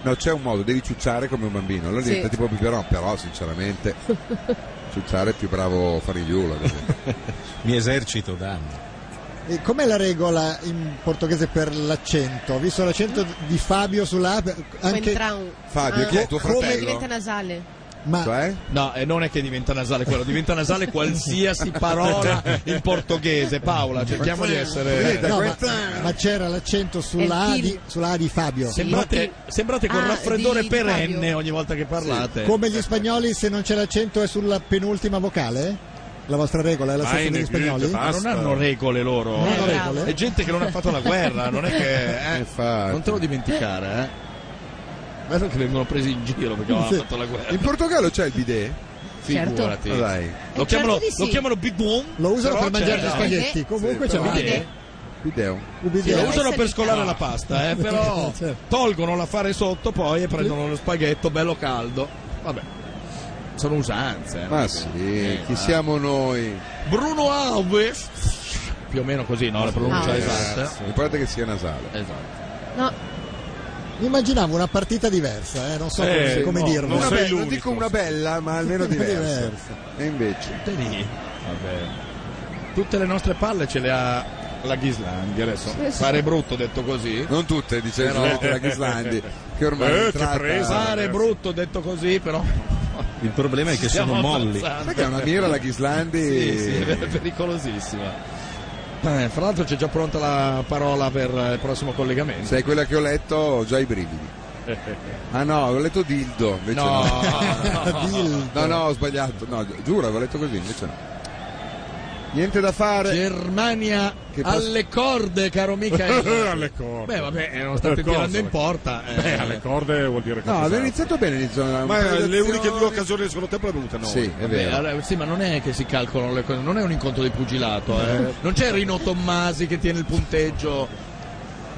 S4: No, c'è un modo, devi ciucciare come un bambino. Allora
S2: Sì.
S4: diventa tipo biberon, però sinceramente ciucciare è più bravo farigliulo.
S16: Mi esercito da anni.
S2: E com'è la regola in portoghese per l'accento? Ho visto l'accento di Fabio sulla A, anche
S9: Coentrão.
S4: Fabio,
S9: Ah,
S4: chi è tuo
S9: come-
S4: fratello?
S9: Diventa nasale.
S2: Ma...
S4: Cioè,
S3: No, e non è che diventa nasale quello, diventa nasale qualsiasi parola in portoghese. Paola, cerchiamo di essere.
S2: No, ma, ma c'era l'accento sulla A, di, sulla A di Fabio.
S3: Sembrate, sembrate con raffreddore perenne ogni volta che parlate.
S2: Come gli spagnoli, se non c'è l'accento è sulla penultima vocale? La vostra regola è l'accento degli spagnoli?
S3: Ma non hanno regole loro.
S2: Non hanno
S3: Eh,
S2: regole?
S3: È gente che non ha fatto la guerra, non è che. eh, non te lo dimenticare, eh. Bello che vengono presi in giro perché avevano
S4: Sì.
S3: fatto la guerra.
S4: In Portogallo c'è il bidet?
S3: Certo. Figurati.
S4: Ma dai.
S3: Lo Eh, chiamano- certo di sì. lo chiamano Big Boom.
S2: Lo usano
S3: Però
S2: per mangiare
S3: c'è-
S2: gli spaghetti.
S3: Sì,
S2: Comunque c'è
S3: però-
S2: un bidet.
S4: Bideo.
S2: Ubideo.
S3: Sì, lo usano per scolare la pasta, eh, però tolgono l'affare sotto poi e prendono lo spaghetto bello caldo. Vabbè, sono usanze. eh, non
S4: Ma
S3: è che-
S4: sì,
S3: eh,
S4: chi
S3: ma-
S4: siamo noi?
S3: Bruno Alves, più o meno così, no? La pronuncia
S4: Eh,
S3: esatta.
S4: sì. L'importante è che sia nasale.
S3: Esatto.
S2: Immaginavo una partita diversa, eh, non so come, come dirlo.
S4: Non, non dico una bella, ma almeno diversa.
S2: Diversa.
S4: E invece?
S3: Tutte le nostre palle ce le ha la Ghislandi adesso.
S4: Sì, sì.
S3: Pare brutto detto così.
S4: Non tutte, dice
S3: Però-
S4: il la Ghislandi, che ormai
S3: Eh,
S4: è
S3: che
S4: entrata-
S3: presa, Pare brutto detto così, però.
S16: Il problema è che
S3: Stiamo
S16: sono molli.
S3: avanzando.
S4: Sai che è una mira la Ghislandi?
S3: Sì, sì, è pericolosissima. Eh, fra l'altro c'è già pronta la parola per eh, il prossimo collegamento.
S4: Sei quella che ho letto, ho già i brividi. Ah no, ho letto dildo, invece
S3: No.
S4: no. No, no, ho sbagliato. No, gi- giuro, avevo letto così, invece no. Niente da fare.
S3: Germania
S4: Che pas-
S3: alle corde, caro Michael.
S8: Alle corde.
S3: Beh, vabbè, erano stati
S8: Cosa?
S3: tirando in porta. eh.
S8: Beh, alle corde vuol dire
S4: No,
S8: qualcosa.
S4: avevo iniziato bene l'inizio. una
S8: Ma eh, le
S4: presentazione-
S8: uniche due occasioni del secondo tempo le abbiamo avute noi.
S3: Vabbè, allora, sì, ma non è che si calcolano le cose, non è un incontro di pugilato. eh. Non c'è Rino Tommasi che tiene il punteggio.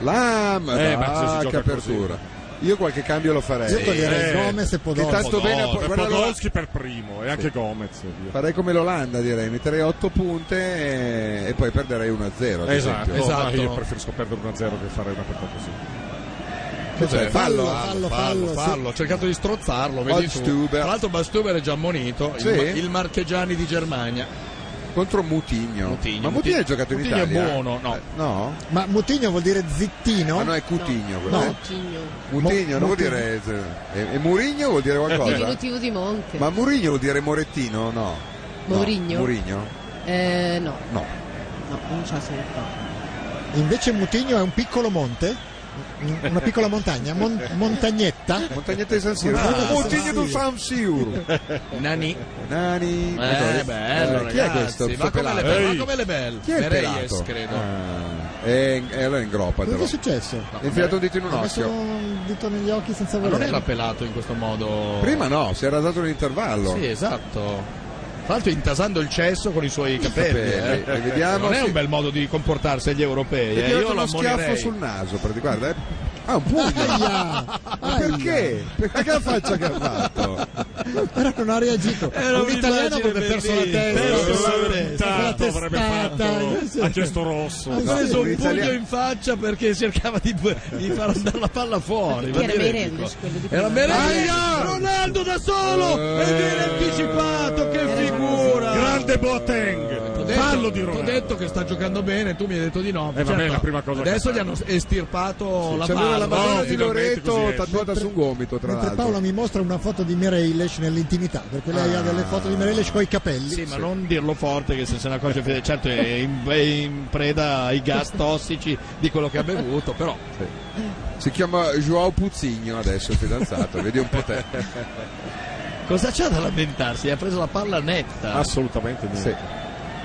S4: La
S3: Eh, ma se si
S4: che
S3: gioca
S4: apertura. Io qualche cambio lo farei.
S2: Io toglierei Gomez e Podolski.
S4: Che tanto bene,
S8: Podol-
S4: guarda,
S8: Podolski per primo e anche
S4: Sì.
S8: Gomez. e via.
S4: Farei come l'Olanda, direi, metterei 8 punte e, e poi perderei 1-0. ad
S8: Esatto,
S4: esempio.
S8: ma io preferisco perdere 1-0 che fare una partita così.
S2: Cioè,
S4: Cos'è?
S3: Fallo,
S4: Cioè, Fallo,
S3: fallo, fallo,
S4: fallo,
S3: fallo,
S4: sì.
S3: Ho cercato di strozzarlo. Vedi tu.
S4: Badstuber.
S3: Tra l'altro, Bastuber è già ammonito. il
S4: Sì?
S3: ma- Il, Marchegiani di Germania.
S4: Contro Mutigno. Ma Mutigno ha giocato in
S3: Mutigno
S4: Italia? Eh,
S3: è buono, no.
S4: No?
S2: Ma Mutigno vuol dire zittino?
S4: Ma no, è Cutigno quello.
S2: No.
S4: eh? Mutigno non vuol dire... E, e Murigno vuol dire qualcosa?
S9: Diminutivo di Monte.
S4: Ma Murigno vuol dire Morettino? No. No.
S9: Mourinho?
S4: Murigno?
S9: Eh, no,
S4: No.
S9: no, non c'ha senso.
S2: Invece Mutigno è un piccolo monte, un- una piccola montagna, mon- montagnetta.
S4: Montagnetta di San Siro.
S2: Ah,
S4: Mutigno
S2: San
S4: di
S2: Siro.
S4: San Siro.
S3: Nani.
S4: Nani.
S3: Eh,
S4: Madonna.
S3: bello,
S4: Eh, Chi è
S3: ragazzi,
S4: questo?
S3: va
S4: Sto
S3: come le
S4: pelato.
S3: belle,
S4: Ehi.
S3: va come le belle.
S4: Chi è il
S3: Mereyes,
S4: pelato?
S3: credo.
S4: Ah, e, e allora ingroppatelo.
S2: Cosa è successo?
S4: È infilato un dito in un
S2: Ha messo
S4: occhio.
S2: un dito negli occhi senza
S3: Ma non
S2: volerlo.
S3: era pelato in questo modo.
S4: eh. Prima no, si era dato un intervallo.
S3: Sì, esatto. Tra l'altro intasando il cesso con i suoi capelli.
S4: capelli,
S3: eh.
S4: e vediamo
S3: non è
S4: se-
S3: un bel modo di comportarsi agli europei.
S4: Gli
S3: eh.
S4: ha
S3: Io
S4: dato uno
S3: lo
S4: schiaffo
S3: ammonirei.
S4: sul naso, per- guarda. eh. Ah, un pugno.
S2: Aia,
S4: Ma perché? Perché la faccia che ha fatto?
S2: però non ha reagito. un italiano avrebbe perso la testa.
S8: Tanto avrebbe fatto ha chiesto rosso.
S3: Ha preso un pugno
S8: italiano-
S3: in faccia perché cercava di, di far andare la palla fuori.
S9: Chi
S3: va
S9: era
S3: bene,
S9: Meirelles,
S3: dico.
S9: quello di prima?
S3: Era Meirelles.
S9: Aia!
S3: Ronaldo da solo! E viene anticipato! Che figura!
S8: Grande Boateng. Fallo di
S3: Ti ho
S8: Ronaldo.
S3: detto che sta giocando bene, tu mi hai detto di no. Certo.
S8: vabbè, è la prima cosa che
S3: adesso
S8: fa.
S3: gli hanno estirpato la
S4: C'è
S3: palla.
S4: la
S3: No,
S4: bandiera di
S3: finalmente così
S4: Loreto
S3: esce.
S4: tatuata su un gomito, tra
S2: Mentre
S4: l'altro.
S2: Paola mi mostra una foto di Mirelesh nell'intimità, perché lei ha delle foto di Mirelesh con i capelli.
S3: Sì, ma non dirlo forte che se se ne accorge Fede- certo è in, è in preda ai gas tossici di quello che ha bevuto, però
S4: Si chiama Joao Puzzigno adesso, il fidanzato, vedi un po' te.
S3: cosa c'ha da lamentarsi? Ha preso la palla netta.
S8: Assolutamente no.
S4: Sì.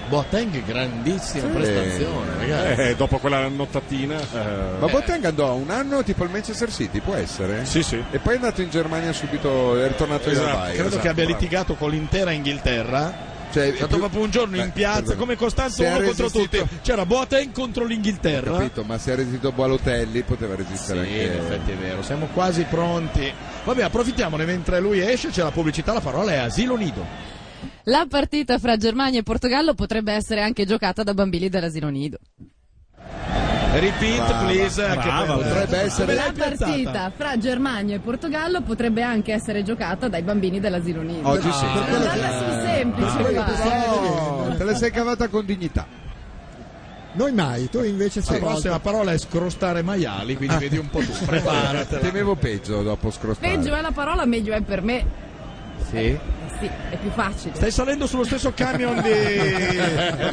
S3: Boateng grandissima
S4: Sì.
S3: prestazione, ragazzi.
S8: Eh, dopo quella nottatina. eh,
S4: Ma Boateng andò un anno tipo al Manchester City, può essere?
S8: Sì, sì.
S4: E poi è andato in Germania subito, è ritornato
S8: Esatto,
S4: in Dubai.
S3: Credo
S4: Esatto,
S3: che abbia
S4: bravo.
S3: litigato con l'intera Inghilterra.
S4: Cioè,
S3: È stato
S4: più-
S3: proprio un giorno in
S4: Beh,
S3: piazza
S4: perdona.
S3: come Costanzo
S4: Se ha
S3: uno contro
S4: esatto. resistito-
S3: tutti. C'era Boateng contro
S4: Ho
S3: l'Inghilterra.
S4: capito, ma se ha resistito Balotelli poteva resistere
S3: Sì,
S4: anche
S3: in effetti è vero, siamo quasi pronti. Vabbè, approfittiamone mentre lui esce, c'è la pubblicità, la parola è Asilo Nido.
S5: la partita fra Germania e Portogallo potrebbe essere anche giocata da bambini dell'asilo nido.
S3: Repeat, please. anche per- potrebbe essere
S5: La partita fra Germania e Portogallo potrebbe anche essere giocata dai bambini dell'asilo nido.
S3: Ah.
S4: Oggi sì.
S5: Per quello che- sul semplice,
S4: Per quello
S5: guarda.
S4: che sei- Te la sei cavata con dignità.
S2: Noi mai, tu invece
S3: La prossima parola Ah, è scrostare maiali, quindi
S4: Ah.
S3: vedi un po' tu. Preparatela.
S4: Temevo peggio dopo
S5: Peggio
S4: scrostare.
S5: è la parola, meglio è per me. Eh
S4: Sì.
S5: Sì, è più facile.
S3: Stai Eh, salendo sullo stesso camion di.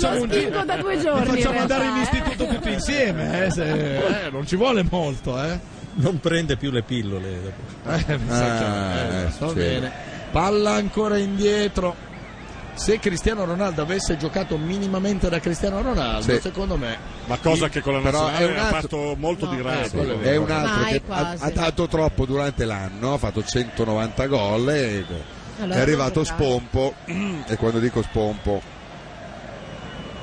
S5: Lo spingo da due giorni,
S3: Ti
S5: in
S3: facciamo
S5: realtà,
S3: andare in
S5: eh.
S3: istituto tutti insieme. eh, se- eh, non ci vuole molto, eh.
S6: Non prende più le pillole dopo.
S3: Eh, mi sa che- eh, va
S6: sì.
S3: bene. Palla ancora indietro. Se Cristiano Ronaldo avesse giocato minimamente da Cristiano Ronaldo,
S8: Sì.
S3: secondo me.
S8: Ma cosa che con la
S4: Però
S8: nazionale
S4: è un
S8: ha
S4: altro-
S8: fatto molto di
S4: Eh,
S8: rado.
S4: quello è un altro
S17: Mai
S4: che ha,
S17: quasi.
S4: ha dato troppo durante l'anno, ha fatto 190 gol e
S17: Allora
S4: è arrivato
S17: non giocava.
S4: Spompo e quando dico Spompo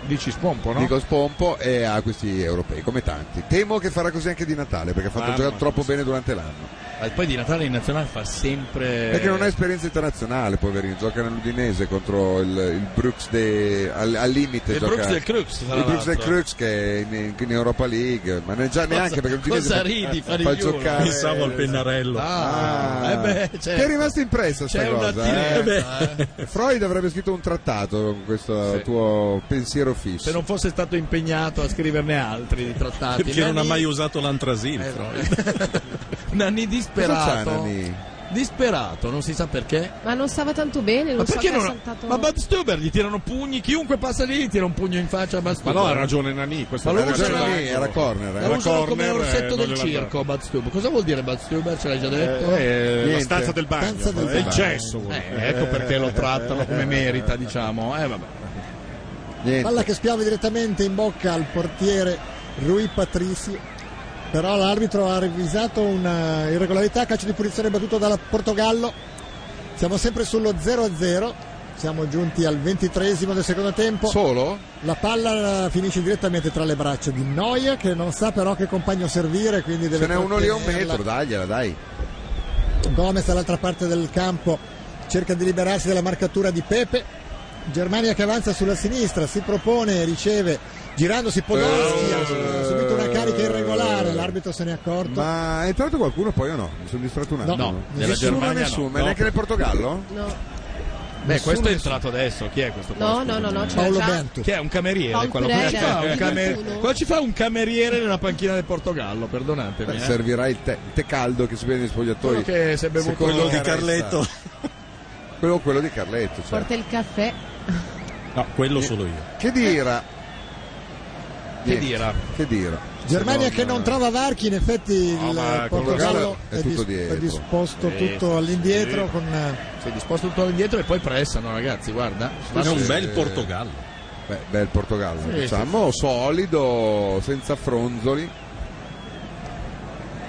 S3: dici Spompo, no?
S4: Dico Spompo e ha questi europei come tanti. Temo che farà così anche di Natale perché ha fatto
S3: Mamma
S4: giocare
S3: mia.
S4: troppo bene durante
S3: Ma
S4: l'anno.
S3: Ah, poi di Natale in nazionale fa sempre.
S4: Perché non ha esperienza internazionale, poverino, gioca nell'Udinese contro il, il Brooks de- al, al limite.
S3: Il
S4: gioca-
S3: Brooks del Crux, tra
S4: Il Brooks del
S3: l'altro.
S4: Crux che è in, in Europa League, ma ne- già
S3: Cosa-
S4: neanche perché l'Udinese
S3: cosa
S4: fa-
S3: ridi,
S4: fa,
S3: Farigliolo?
S4: giocare.
S3: Pensavo al
S6: pennarello.
S4: Ah,
S3: Ah, eh beh, certo.
S4: Ti è rimasto impresso sta
S3: C'è una
S4: cosa.
S3: tiretta,
S4: eh? Freud avrebbe scritto un trattato con questo tuo pensiero fisso.
S3: Se non fosse stato impegnato a scriverne altri di trattati.
S6: Perché non ha
S3: Nani- Eh,
S6: mai usato l'antrasil.
S3: Nani disperato.
S6: Cosa c'ha, Nani?
S3: Disperato, non si sa perché.
S17: Ma non stava tanto bene, non
S3: Ma
S17: so
S3: perché
S17: che ha
S3: non?
S17: saltato...
S3: Ma Bud Stuber gli tirano pugni, chiunque passa lì gli tira un pugno in faccia a Bud
S8: Ma
S3: Stuber.
S8: no, ha ragione Nani. Questa
S3: Ma lo
S8: era
S3: usano-
S8: ragione
S3: eh, era
S4: corner,
S3: La usano come
S8: corner,
S3: orsetto
S8: eh, non
S3: del
S8: gliela dà.
S3: circo Bud Stuber. Cosa vuol dire Bud Stuber? Ce l'hai già detto?
S8: Eh, la
S3: Niente.
S8: stanza del bagno,
S3: Stanza del
S8: eh, il
S3: bagno.
S8: gesso. vuol
S3: Eh,
S8: dire.
S3: ecco perché lo trattano come merita, diciamo. Eh, vabbè.
S2: Palla che spiava direttamente in bocca al portiere Rui Patricio. Però l'arbitro ha revisato una irregolarità, calcio di punizione battuto dal Portogallo. Siamo sempre sullo 0-0. Siamo giunti al ventitresimo del secondo tempo.
S4: Solo?
S2: La palla eh, finisce direttamente tra le braccia di Noia che non sa però che compagno servire, quindi deve
S4: Ce n'è uno lì a un
S2: trattenerla.
S4: metro, dagliela, dai.
S2: Gomez dall'altra parte del campo cerca di liberarsi dalla marcatura di Pepe. Germania che avanza sulla sinistra, si propone, riceve, girandosi Podolski, ha subito una carica irregolare, l'arbitro se n'è accorto.
S4: Ma è entrato qualcuno poi o no? Mi sono distratto un attimo.
S2: No, No,
S3: della
S4: nessuno,
S3: Germania no.
S4: nessuno, ma
S3: No.
S4: neanche nel Portogallo?
S17: No.
S3: Beh, questo è entrato adesso. Chi è questo?
S17: No, no, no, no, c'è
S3: Paolo
S17: già-
S3: Bento. Chi è un cameriere?
S17: Paolo
S3: quello qua?
S17: Pereira.
S3: Ci fa un camer-
S17: Nessuno.
S3: Qua ci fa un cameriere nella panchina del Portogallo, perdonatemi.
S4: Eh,
S3: eh.
S4: Servirà il tè, il tè caldo che si vede negli
S3: Quello
S4: spogliatoi.
S3: che si è bevuto
S4: Secondo
S3: quello di
S4: Caressa.
S3: Carletto.
S4: quello, quello di Carletto. cioè.
S17: Porta il caffè.
S6: No, quello solo io.
S4: Che dira?
S3: Che dira?
S4: Che dira?
S2: Germania
S4: Se
S2: che non trova varchi, in effetti il
S4: No, ma con
S2: Portogallo
S4: Portogallo è
S2: è,
S4: tutto
S2: dis-
S4: dietro.
S2: è disposto
S3: Sì,
S2: tutto all'indietro
S3: sì.
S2: con eh,
S3: Si è disposto tutto indietro e poi pressano, ragazzi, guarda.
S4: È un bel
S6: Portogallo.
S4: Beh, bel Portogallo,
S3: Sì,
S4: diciamo, solido, senza fronzoli.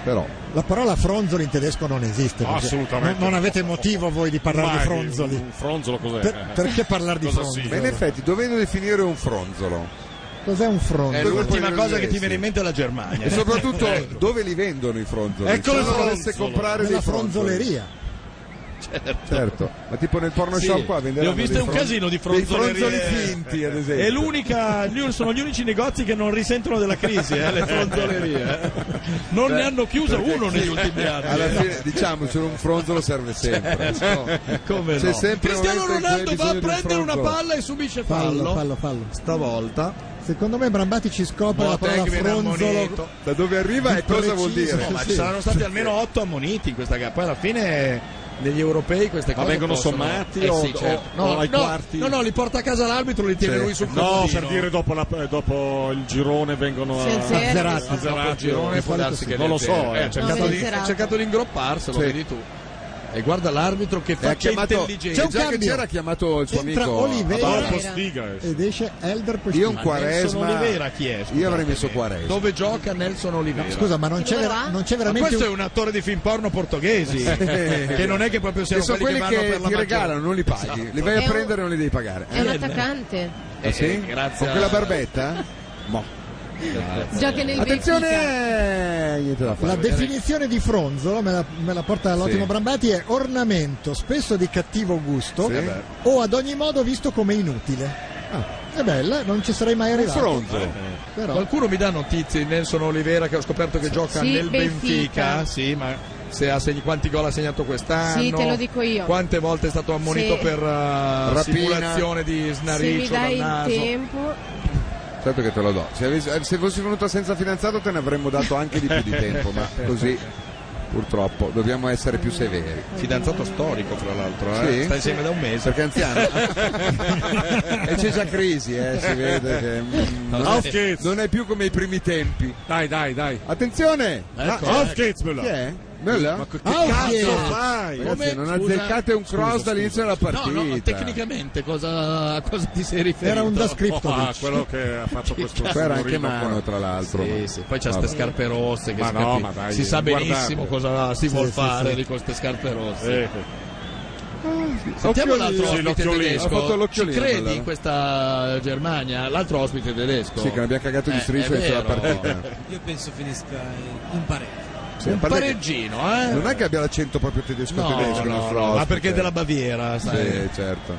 S4: Però
S2: la parola fronzoli in tedesco non esiste. perché
S8: Assolutamente.
S2: Non, non avete motivo voi di parlare
S8: Mai,
S2: di fronzoli.
S8: Un fronzolo cos'è?
S2: Per- perché parlare di
S8: Cosa
S2: fronzoli?
S4: Ma in effetti, dovendo definire un fronzolo?
S2: Cos'è un fronzolo?
S4: Eh,
S3: È
S4: Dove
S3: l'ultima
S4: poi
S3: cosa che ti
S4: resti?
S3: viene in mente è la Germania. eh.
S4: E soprattutto, dove li vendono i fronzoli?
S3: Eccolo certo. Ecco il
S4: Se uno
S3: fronzolo.
S4: volesse comprare
S2: Nella
S4: dei fronzoli.
S2: fronzoleria.
S4: Certo, ma tipo nel porno
S3: Sì,
S4: shop qua
S3: ne
S4: venderanno
S3: ho visto
S4: dei
S3: un
S4: fron-
S3: casino di
S4: dei
S3: fronzolerie.
S4: fronzoli finti, ad esempio.
S3: È l'unica, gli- sono gli unici negozi che non risentono della crisi, eh, le fronzolerie. eh. Non ne hanno chiuso
S4: Perché
S3: uno
S4: chi-
S3: negli ultimi anni. eh.
S4: Alla fine, diciamocelo, un fronzolo serve sempre.
S3: Come
S4: C'è
S3: no?
S4: sempre un
S3: Cristiano
S4: momento in cui
S3: Ronaldo
S4: hai
S3: va a
S4: bisogno di un
S3: prendere una
S4: fronzolo.
S3: palla e subisce
S2: Fallo,
S3: fallo.
S2: fallo, fallo.
S3: Stavolta.
S2: Secondo me Brambati ci scopre la parola
S3: Boateng viene
S2: fronzolo.
S3: ammonito.
S4: Da dove arriva e cosa vuol
S2: preciso,
S4: dire?
S3: No, ma
S2: Sì.
S3: ci saranno stati almeno otto ammoniti in questa gara. Poi alla fine degli europei queste
S8: Ma
S3: cose
S8: vengono
S3: possono-
S8: sommati
S3: Eh
S8: o-
S3: sì, certo.
S8: o-
S3: no,
S8: o ai
S3: no,
S8: quarti?
S3: No, no, li porta a casa l'arbitro, li tiene
S8: Sì.
S3: lui sul
S8: No,
S3: comodino.
S8: per dire dopo, la- eh, dopo il girone vengono a-
S3: Oh,
S17: Sì, sì, era-
S8: azzerati.
S17: Dopo il
S3: Dopo il
S8: Azzerati.
S3: girone può darsi che
S8: Non lo so,
S3: eh,
S8: eh,
S3: ha
S8: cercato
S3: cercato,
S17: No,
S3: di,
S17: senz'altro.
S3: ha cercato di ingropparselo,
S4: Sì.
S3: vedi tu. E guarda l'arbitro che
S4: E ha
S3: faccia
S4: chiamato,
S3: intelligente.
S4: già che c'era ha chiamato il suo
S2: Entra
S4: amico
S2: Oliveira.
S4: Adolfo.
S8: Postiga, eh.
S2: Ed esce Elder
S4: Io un
S2: Postiga.
S4: quaresma.
S3: Nelson Oliveira chi è? Scusate.
S4: Io avrei messo quaresma.
S3: Dove gioca Nelson Oliveira?
S2: Scusa, ma non c'è,
S17: Dove va?
S2: non c'è
S3: Ma
S2: veramente
S3: questo è
S2: un...
S3: un attore di film porno portoghesi, che non è che proprio
S4: Che
S3: siano
S4: sono
S3: quelli
S4: quelli
S3: che
S4: che,
S3: vanno per la
S4: ti
S3: maggior-
S4: regalano, non li paghi. Li vai
S17: È
S4: a
S17: un-
S4: prendere e non li devi pagare.
S17: È un attaccante.
S4: Ah, sì?
S3: grazie
S4: Con
S3: a-
S4: quella barbetta? Mo.
S3: Eh.
S9: Gioca nel
S2: Attenzione!
S4: Niente da fare.
S2: La definizione di fronzolo, me la, me la porta l'ottimo
S4: Sì.
S2: Brambati, è ornamento spesso di cattivo gusto
S3: Eh
S4: Sì. Vabbè.
S2: o ad ogni modo visto come inutile.
S3: Ah.
S2: È bella, non ci sarei mai arrivato. Però-
S3: Qualcuno mi dà notizie di Nelson Olivera che ho scoperto che gioca
S2: Sì,
S3: nel Benfica.
S2: Benfica.
S3: Sì, ma se ha seg- quanti gol ha segnato quest'anno?
S9: Sì, te lo dico io.
S3: Quante volte è stato ammonito
S9: Sì.
S3: per eh,
S4: Rapina.
S3: simulazione di
S9: Se mi dai
S3: snariccio dal
S9: il
S3: naso?
S9: tempo,
S4: Certo che te lo do. Se, avessi- eh, se fossi venuto senza fidanzato te ne avremmo dato anche di più di tempo, ma così purtroppo dobbiamo essere più severi.
S3: Fidanzato storico, fra l'altro, eh? Sta insieme da un mese.
S4: Perché è anziano. e c'è già crisi, eh, si vede che mm,
S3: No,
S4: non,
S3: sì.
S4: è, non è più come i primi tempi.
S8: Dai, dai, dai.
S4: Attenzione!
S8: Ecco,
S4: Ah,
S8: Auf geht's, Müller.
S4: Chi è? Ah, Oh, Müller?
S8: Ma che cazzo fai?
S4: Ragazzi,
S8: Come?
S4: non
S8: Scusa,
S4: azzeccate un cross
S8: scusa,
S4: dall'inizio
S8: scusa.
S4: della partita.
S8: No, no,
S3: Tecnicamente cosa, a cosa ti sei riferito?
S4: Era un da scripto,
S3: Ah,
S4: dici.
S3: quello che ha fatto questo
S4: Qua era anche
S3: signorino
S4: mano,
S3: qua.
S4: tra l'altro.
S3: Sì,
S4: ma-
S3: sì, Poi c'ha
S4: vabbè.
S3: queste scarpe rosse che
S4: Ma
S3: si,
S4: no,
S3: capi-
S4: ma dai,
S3: si sa
S4: guardate.
S3: benissimo cosa si
S4: Sì,
S3: vuol
S4: sì,
S3: fare
S4: sì.
S3: di queste scarpe rosse.
S4: Eh,
S3: Sentiamo
S4: Occhio
S3: l'altro
S4: lì.
S3: ospite
S4: Sì, l'occhio lì.
S3: tedesco.
S4: Ha fatto l'occhio
S3: Ci
S4: lì,
S3: credi
S4: allora.
S3: in questa Germania? L'altro ospite tedesco.
S4: Sì, che l'abbiamo cagato di
S3: Eh,
S4: striscio
S3: è
S4: inizio della
S3: vero.
S4: partita.
S10: Io penso finisca in pareggio.
S4: Sì,
S3: un
S4: a parte che-
S3: pareggino, eh?
S4: Non è che abbia l'accento proprio tedesco
S3: No,
S4: tedesco.
S3: no,
S4: nostro
S3: no, ma
S4: ospite.
S3: perché è della Baviera, sai.
S4: Sì, certo.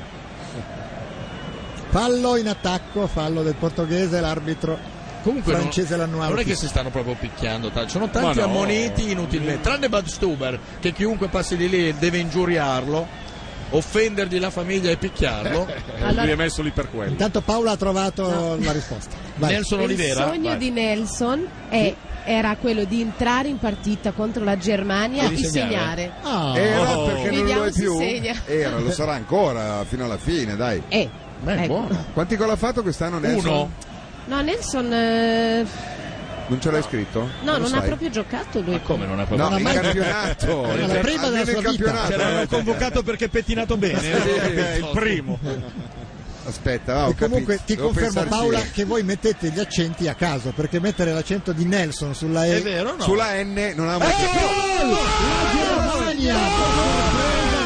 S2: Fallo in attacco, fallo del portoghese, l'arbitro
S3: Comunque non-
S2: francese l'annuale.
S3: Non è che si stanno proprio picchiando, tanto. sono tanti
S2: Ma no.
S3: ammoniti inutilmente, tranne Bad Stuber, che chiunque passi di lì deve ingiuriarlo, offendergli la famiglia e picchiarlo.
S8: Allora- Lui è messo lì per quello.
S2: Intanto Paola ha trovato la risposta.
S3: Nelson
S9: il
S3: Olivera.
S9: sogno
S3: vai.
S9: di Nelson è- era quello di entrare in partita contro la Germania
S4: E
S9: e,
S4: di segnare.
S9: segnare.
S3: Ah,
S2: Eh,
S4: Era Eh, perché non
S9: Vediamo
S4: lo è
S9: se
S4: più.
S9: segna.
S4: Era, lo sarà ancora fino alla fine, dai.
S9: Eh, ecco.
S4: Quanti gol ha fatto quest'anno Nelson?
S9: Uno. No, Nelson eh,
S4: Non ce l'hai scritto?
S9: no,
S4: lo
S9: non ha
S4: sai.
S9: proprio giocato lui.
S3: Come non ha
S4: No, in campionato.
S3: Era la
S4: Cioè,
S3: prima
S4: almeno
S3: della
S4: in
S3: sua vita.
S4: campionato.
S3: Ce l'avevano
S4: convocato
S3: perché pettinato eh?
S4: bene,
S8: Eh,
S3: il primo.
S4: Aspetta, ho
S2: e comunque
S4: capito.
S2: ti
S4: Devo
S2: confermo
S4: pensarci.
S2: Paola che voi mettete gli accenti a caso perché mettere l'accento di Nelson sulla E Ah,
S4: Sulla N non
S3: Eh!
S4: ha mai
S2: Germania
S3: eh,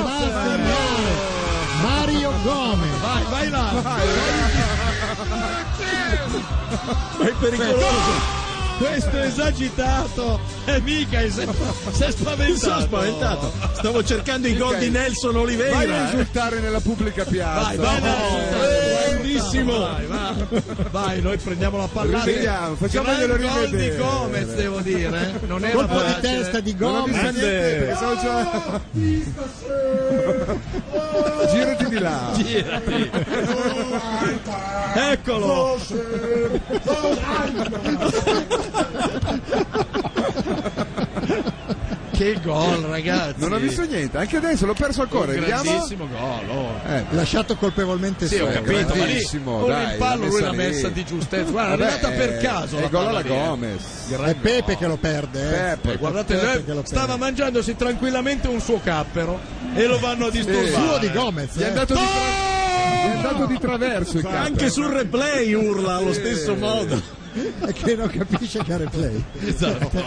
S2: sorpresa dal finale. Mario Gomez
S3: vai vai là
S10: È pericoloso.
S3: Questo è esagitato. E mica si è spaventato.
S6: Mi sono spaventato. Stavo cercando i gol
S4: Ok.
S6: di Nelson Oliveira.
S4: Vai a
S6: eh.
S4: insultare nella pubblica piazza. Eh,
S6: Vai, vai, vai, vai,
S3: Bravissimo. Eh, Vai, va. vai, noi prendiamo la palla.
S4: Rivediamo, facciamoglielo
S3: Gran gol di
S4: rivedere.
S3: Gomez, devo dire. eh. Non era
S2: colpo di
S3: facile.
S2: testa di
S3: Non ho
S2: Gomez
S3: visto niente, perché sono
S4: già- Girati di là.
S3: Girati. Eccolo. Che gol, ragazzi.
S4: Non ho visto niente, anche adesso l'ho perso ancora.
S3: Un
S4: Vediamo.
S3: grandissimo gol. oh.
S4: Eh,
S2: lasciato colpevolmente
S3: Sì, ho
S2: solo.
S3: capito, ma lì
S4: grandissimo,
S3: un
S4: dai,
S3: rimpallo,
S4: l'ha
S3: lui
S4: messa
S3: l'ha
S4: lì.
S3: messa di giustezza. Guarda,
S4: Vabbè, eh,
S3: è arrivata per caso.
S4: è
S3: la
S4: gol
S3: palla
S4: alla
S3: lì, eh.
S4: Gomez.
S2: è Pepe che lo perde eh.
S4: Pepe,
S3: Guardate,
S2: Pepe
S3: eh,
S2: che lo
S3: stava
S2: perde.
S3: mangiandosi tranquillamente un suo cappero e lo vanno a disturbare.
S2: Il suo di Gomez
S4: Gli è
S2: eh.
S4: andato di, tra- gli è andato di traverso il campo.
S6: Anche sul replay urla allo
S4: Sì.
S6: stesso modo.
S2: che non capisce che replay
S3: Esatto.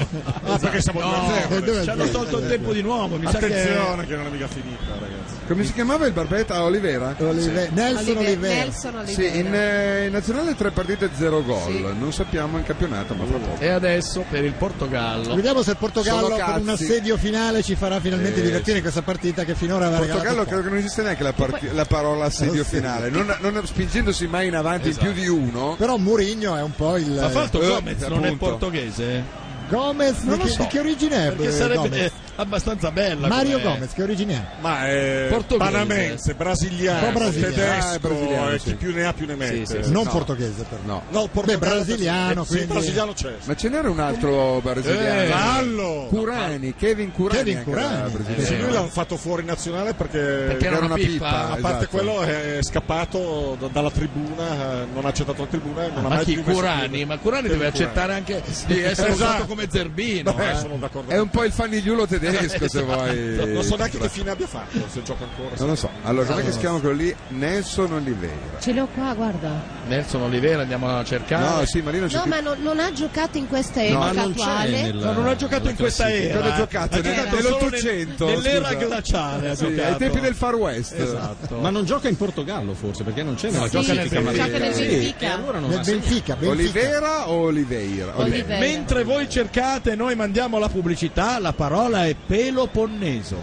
S8: Ah, perché siamo
S3: No,
S8: 2-0. adesso.
S3: ci hanno tolto il tempo di nuovo. Mi sa
S8: Attenzione
S3: che...
S8: che non è mica finita, ragazzi.
S4: Come si chiamava il barbetta? Ah, Olivera?
S2: Olive- Nelson
S9: Olive-
S2: Oliveira
S9: Nelson Oliveira.
S4: Sì, in, eh, in nazionale tre partite zero gol. Non sappiamo in campionato, ma fa poco.
S3: E adesso per il Portogallo.
S2: Vediamo se il Portogallo
S4: Sono
S2: con un
S4: cazzi.
S2: assedio finale ci farà finalmente
S4: Eh,
S2: divertire in questa partita che finora aveva
S4: Portogallo
S2: regalato
S4: credo che non esiste neanche la, parti- la parola assedio finale, non, non spingendosi mai in avanti in più di uno.
S2: Però Mourinho è un po' il.
S3: Ha fatto
S4: Eh,
S3: Gomez, non è
S4: appunto.
S3: portoghese?
S2: Gomez di,
S3: Non lo
S2: che,
S3: so.
S2: di che origine è?
S3: Perché
S2: eh,
S3: sarebbe
S2: Gomez?
S3: eh, abbastanza bella.
S2: Mario
S3: come-
S2: Gomez, che origine è?
S8: Ma è
S3: Portoghese.
S8: panamense,
S2: Un
S8: brasiliano,
S2: po' brasiliano.
S4: Ah, è
S8: tedesco,
S4: brasiliano,
S8: eh,
S4: sì.
S8: chi più ne ha più ne mette.
S4: Sì, sì, sì.
S2: Non
S4: no.
S2: portoghese, però.
S4: No.
S8: No,
S2: Beh,
S8: portoghese
S2: brasiliano,
S8: eh, sì,
S2: quindi-
S8: brasiliano c'è.
S4: Ma ce n'era un altro brasiliano?
S8: Eh, Vallo!
S4: Curani, Kevin Curani.
S2: Kevin
S4: anche eh,
S2: Curani.
S4: era brasiliano.
S8: Sì, lui l'hanno fatto fuori nazionale perché,
S3: Perché era una pippa.
S8: A parte
S4: esatto.
S8: quello è scappato da- dalla tribuna, eh, non ha accettato la tribuna e non ha
S3: Ma
S8: mai
S3: chi?
S8: più messo
S3: Curani?
S8: piede.
S3: Ma Curani
S8: Kevin
S3: deve accettare anche di essere
S8: Esatto.
S3: usato come Zerbino.
S8: Beh,
S3: eh.
S8: sono d'accordo.
S4: È un po' il fanigliulo tedesco se vuoi.
S8: Non so neanche che fine abbia fatto, se gioca ancora.
S4: Non lo so. Allora, com'è che si chiama quello lì? Nelson Oliveira.
S9: Ce l'ho qua, guarda.
S3: Nelson Oliveira andiamo a cercare.
S4: No, sì, ma lì non c'è
S9: No,
S4: più.
S9: ma no- non ha giocato in questa
S4: No,
S9: epoca
S4: ma non c'è
S9: attuale.
S4: nella-
S3: No, non ha giocato in questa
S4: classifica.
S2: Eh.
S3: era.
S4: Cosa ha giocato?
S3: Ha
S4: Nel-
S3: giocato
S4: nell'Ottocento,
S3: solo nel- Nell'era
S4: scusa.
S3: glaciale ha
S4: Sì,
S3: giocato.
S4: ai tempi del Far West.
S3: Esatto.
S16: Ma non gioca in Portogallo forse perché non c'è nella
S3: No, gioca nel
S16: classifica
S3: Benfica.
S16: madrilenga.
S3: Gioca nel
S16: Sì,
S3: Benfica.
S16: e allora non
S3: Nel
S16: ha senso.
S3: Benfica, Benfica.
S4: Oliveira o Oliveira?
S3: Oliveira. Mentre voi cercate, noi mandiamo la pubblicità, la parola è Peloponneso.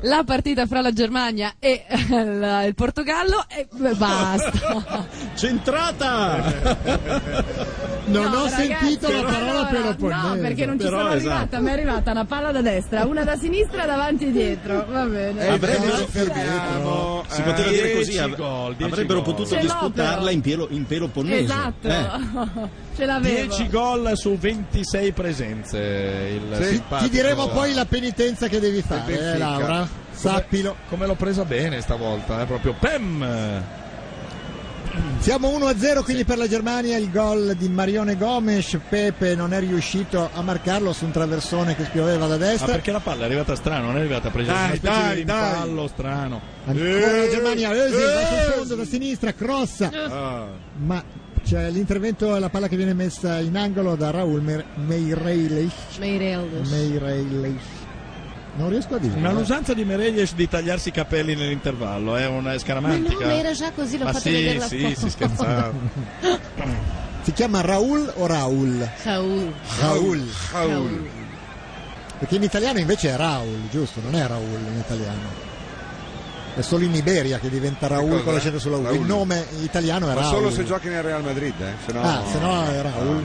S5: La partita fra la Germania e eh, la- il Portogallo e beh, basta.
S6: Centrata!
S2: Non
S5: No,
S2: ho
S5: ragazzi,
S2: sentito la
S5: però-
S2: parola per
S5: No, perché non ci
S6: Però,
S5: sono
S6: esatto.
S5: arrivata, mi è arrivata una palla da destra, una da sinistra, davanti e dietro. Va bene.
S9: Eh,
S16: Avrebbero, si
S6: eh,
S16: poteva dire
S6: 10
S16: così, av-
S6: gol, 10
S16: avrebbero
S6: gol.
S16: potuto
S5: Ce l'ho,
S16: disputarla
S5: però.
S16: in, pielo, in Peloponneso.
S5: Esatto,
S16: Eh.
S5: ce l'avevo.
S3: 10 gol su 26 presenze. Il
S2: Ti-
S3: simpatico-
S2: Ti diremo poi la penitenza che devi fare, eh, Laura.
S3: Sappilo. Come l'ho presa bene stavolta, eh, proprio PEM!
S2: Siamo 1-0 quindi per la Germania, il gol di Marione Gomes, Pepe non è riuscito a marcarlo su un traversone che spioveva da
S3: Ah,
S2: destra.
S3: perché la palla è arrivata strano, non è arrivata presa
S2: Dai,
S3: una specie
S2: dai,
S3: di
S2: dai.
S3: impallo strano.
S2: Ancora la
S3: Eh,
S2: Germania, Özil va sul
S3: eh,
S2: fondo da sinistra, crossa.
S3: Ah.
S2: Ma c'è l'intervento e la palla che viene messa in angolo da Raul Mer- Meireles.
S9: Meireles.
S2: Meireles. Non riesco a dirlo.
S3: Una
S2: eh.
S3: usanza di Mereglies di tagliarsi i capelli nell'intervallo, è una
S9: Ma no,
S3: scaramantica.
S9: ma era già così, l'ho
S3: Ma
S9: fatto
S3: sì,
S9: vedere la
S3: sì,
S9: foto.
S3: si scherzava.
S2: Si chiama Raul o Raul?
S9: Raul.
S2: Raul. Perché in italiano invece è Raul, giusto? Non è Raul in italiano. È solo in Iberia che diventa Raul
S4: cosa? eh?
S2: con l'accento sulla U. Il
S4: Raul.
S2: nome italiano è
S4: Ma
S2: Raul.
S4: solo se giochi nel Real Madrid, eh? Se no...
S2: Ah, se no è Raul.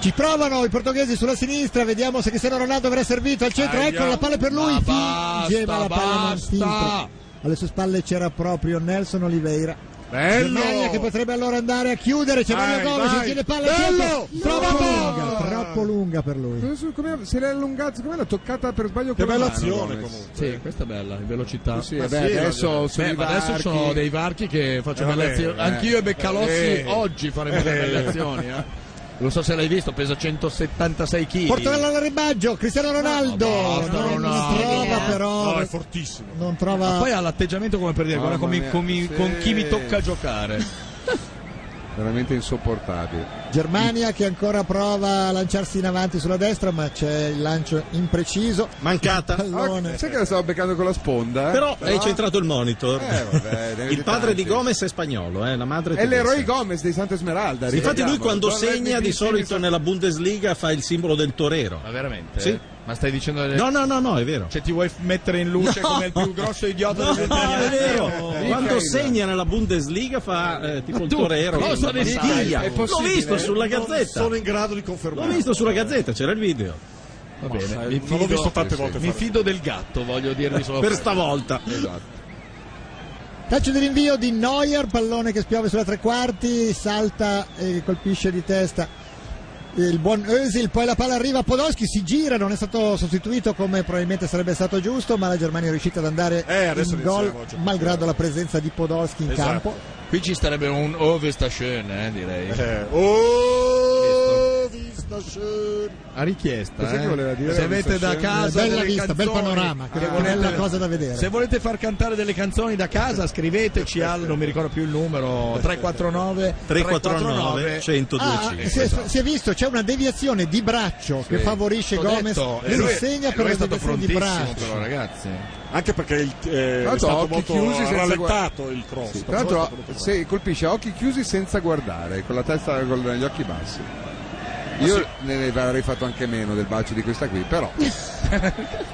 S2: Ci provano i portoghesi sulla sinistra, vediamo se Cristiano Ronaldo avrà servito al centro. Ecco la palla per lui.
S3: basta,
S2: Finge, ma la palla non
S3: basta.
S2: filtra. Alle sue spalle c'era proprio Nelson Oliveira.
S3: Bello!
S2: Germania che potrebbe allora andare a chiudere. C'è Mario
S4: Vai,
S2: Gomez
S4: vai.
S2: che tiene palla al
S4: Bello!
S2: centro. Troppo
S4: Bravo!
S2: lunga, troppo lunga per lui.
S4: Come su- come- se l'è allungato, come l'ha toccata per sbaglio con la mano, Gomez?
S3: Sì, questa è bella, in velocità.
S4: Sì, vabbè, adesso sono i
S3: Beh, ma adesso
S4: varchi.
S3: ci sono dei varchi che faccio
S4: Eh, vabbè,
S3: belle azioni.
S4: eh.
S3: Anch'io e Beccalozzi
S4: Eh.
S3: oggi faremo delle
S4: Eh.
S3: belle azioni. eh. Non so se l'hai visto, pesa 176 kg.
S2: Portogallo al ribaggio, Cristiano Ronaldo non trova però,
S3: fortissimo.
S2: non trova
S3: Ma poi ha l'atteggiamento come per dire, guarda
S4: Mamma
S3: con, mi-
S4: mia,
S3: con mi-
S4: sì.
S3: con chi mi tocca giocare.
S4: Veramente insopportabile.
S2: Germania che ancora prova a lanciarsi in avanti sulla destra ma c'è il lancio impreciso.
S6: Mancata.
S2: Pallone.
S4: Ah, sai che la stavo beccando con la sponda?
S16: Però hai centrato il monitor.
S4: Eh, vabbè, ne
S16: il
S4: vedi
S16: padre
S4: tanti.
S16: di Gomez è spagnolo, eh, la madre
S4: È
S16: tedesca.
S4: l'eroe Gomez dei Santa Esmeralda.
S16: Sì, Infatti lui
S4: ricordiamo.
S16: quando
S4: Gomez
S16: segna
S4: di-
S16: di solito nella Bundesliga fa il simbolo del torero.
S3: Ma veramente?
S16: Sì.
S3: Ma stai dicendo
S6: Eh.
S3: delle...
S16: No, no, no, no, è vero.
S3: Cioè ti vuoi f- mettere in luce
S16: No.
S3: come il più grosso idiota
S16: No,
S3: del
S16: è vero. Quando
S3: Michael.
S16: segna nella Bundesliga fa eh, tipo il
S3: tu
S16: torero.
S3: cosa
S16: Una
S3: ne sai?
S16: battaglia.
S3: È
S16: L'ho
S3: possibile?
S16: visto sulla
S3: Non
S16: gazzetta.
S3: sono
S8: in grado di confermare.
S16: L'ho visto sulla gazzetta, c'era il video.
S3: Va bene,
S8: Ma,
S3: mi
S8: non l'ho
S3: fido-
S8: visto tante
S3: sì,
S8: volte
S3: Mi
S8: fare.
S3: fido del gatto, voglio dirvi solo
S16: Per
S3: questo.
S16: stavolta.
S2: Calcio di rinvio di Neuer, pallone che spiove sulla tre quarti, salta e colpisce di testa il buon Özil, poi la palla arriva a Podolski, si gira, non è stato sostituito come probabilmente sarebbe stato giusto, ma la Germania è riuscita ad andare
S8: Eh, adesso
S2: in
S8: iniziamo
S2: gol
S8: a giocare.
S2: malgrado la presenza di Podolski in
S3: Esatto.
S2: campo.
S3: Qui ci starebbe un Ovestashen, eh, direi.
S8: Oh, vista schön.
S3: A richiesta,
S4: Cos'è
S3: eh.
S4: che voleva dire?
S3: se avete da casa
S2: bella
S3: delle
S2: vista, bel
S3: canzoni
S2: panorama, che
S3: che
S2: bella
S3: volete-
S2: cosa da vedere.
S3: Se volete far cantare delle canzoni da casa, scriveteci al non mi ricordo più il numero 349
S16: 349
S2: Ah,
S3: cioè,
S16: 102
S2: si, è, si è visto, c'è una deviazione di braccio che
S3: Esatto. Sì.
S2: favorisce
S3: T'ho
S2: Gomez,
S3: detto, e
S2: lui
S3: lui-
S2: segna
S3: e
S2: per
S3: lui
S2: la
S3: Eh, è stato
S2: deviazione di
S3: prontissimo,
S2: braccio.
S3: però, ragazzi.
S8: Anche perché il, eh,
S4: Tra
S8: è stato
S4: l'altro, occhi
S8: molto
S4: chiusi senza
S8: rallentato il cross.
S4: Sì, tra
S8: Perciò
S4: l'altro
S8: è stato molto
S4: se colpisce a occhi chiusi senza guardare, con la testa con gli occhi bassi. Io ne avrei fatto anche meno del bacio di questa qui, però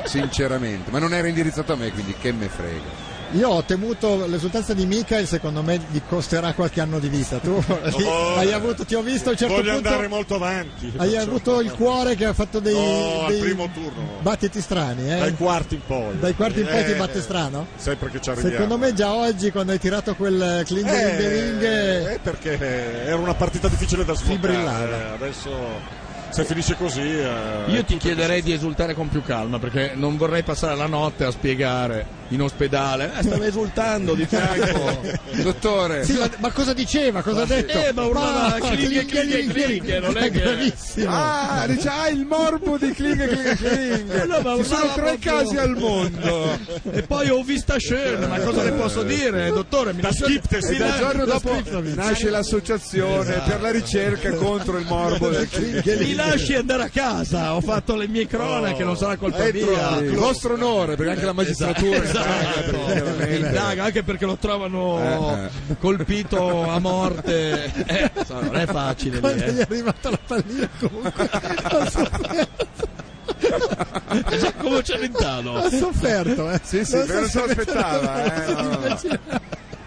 S4: sinceramente, ma non era indirizzato a me, quindi che me frega.
S2: Io ho temuto l'esultanza di Michael, secondo me gli costerà qualche anno di vita. Tu ti-
S8: Oh.
S2: hai avuto, ti ho visto a un certo
S8: Voglio
S2: punto.
S8: andare molto avanti.
S2: Hai avuto il cuore che ha fatto dei,
S8: No, al
S2: dei
S8: primo turno.
S2: battiti strani, eh?
S8: Dai quarti in poi.
S2: Dai quarti in poi ti
S8: Eh,
S2: batte strano?
S8: Sai perché ci arriviamo.
S2: Secondo me già oggi quando hai tirato quel Klinger
S3: Eh,
S2: in the ring
S8: Eh, eh, perché era una partita difficile da sfruttare.
S2: brillava.
S8: Adesso se finisce così eh,
S3: Io ti chiederei di esultare con più calma perché non vorrei passare la notte a spiegare in ospedale. Eh, stava esultando di fianco. Dottore.
S2: Sì, ma, ma cosa diceva? Cosa ha detto?
S3: Eh, ma urlava cling, cling, cling, non è che-
S2: bravissimo.
S4: Ah, dice, ah, il morbo di Kling Kling Kling.
S3: No, ma
S4: Ci sono
S3: urlava
S4: tre
S3: proprio.
S4: casi al mondo.
S3: E poi ho vista scena, ma cosa le posso dire, eh, dottore? Mi
S4: Da
S3: lascia-
S4: Skipte, sì,
S3: E dal
S4: da-
S3: giorno
S4: da
S3: dopo
S4: Skipte. Nasce l'associazione
S3: Esatto.
S4: per la ricerca contro il morbo del Kling Kling.
S3: Mi lasci andare a casa, ho fatto le mie cronache, non sarà colpa mia.
S4: Il vostro onore, perché anche la magistratura è
S3: Esatto. Indaga, anche perché lo trovano
S4: Eh.
S3: colpito a morte. Eh, so, non è facile.
S2: Quando
S3: lì,
S2: gli
S3: eh.
S2: è arrivata la pallina comunque ha sofferto.
S3: Giacomo Celentano.
S2: Ha sofferto, eh.
S4: Sì, sì,
S3: Esatto.
S2: Non
S4: me lo
S2: so
S4: so
S2: se-
S4: aspettava. eh, no, no, no.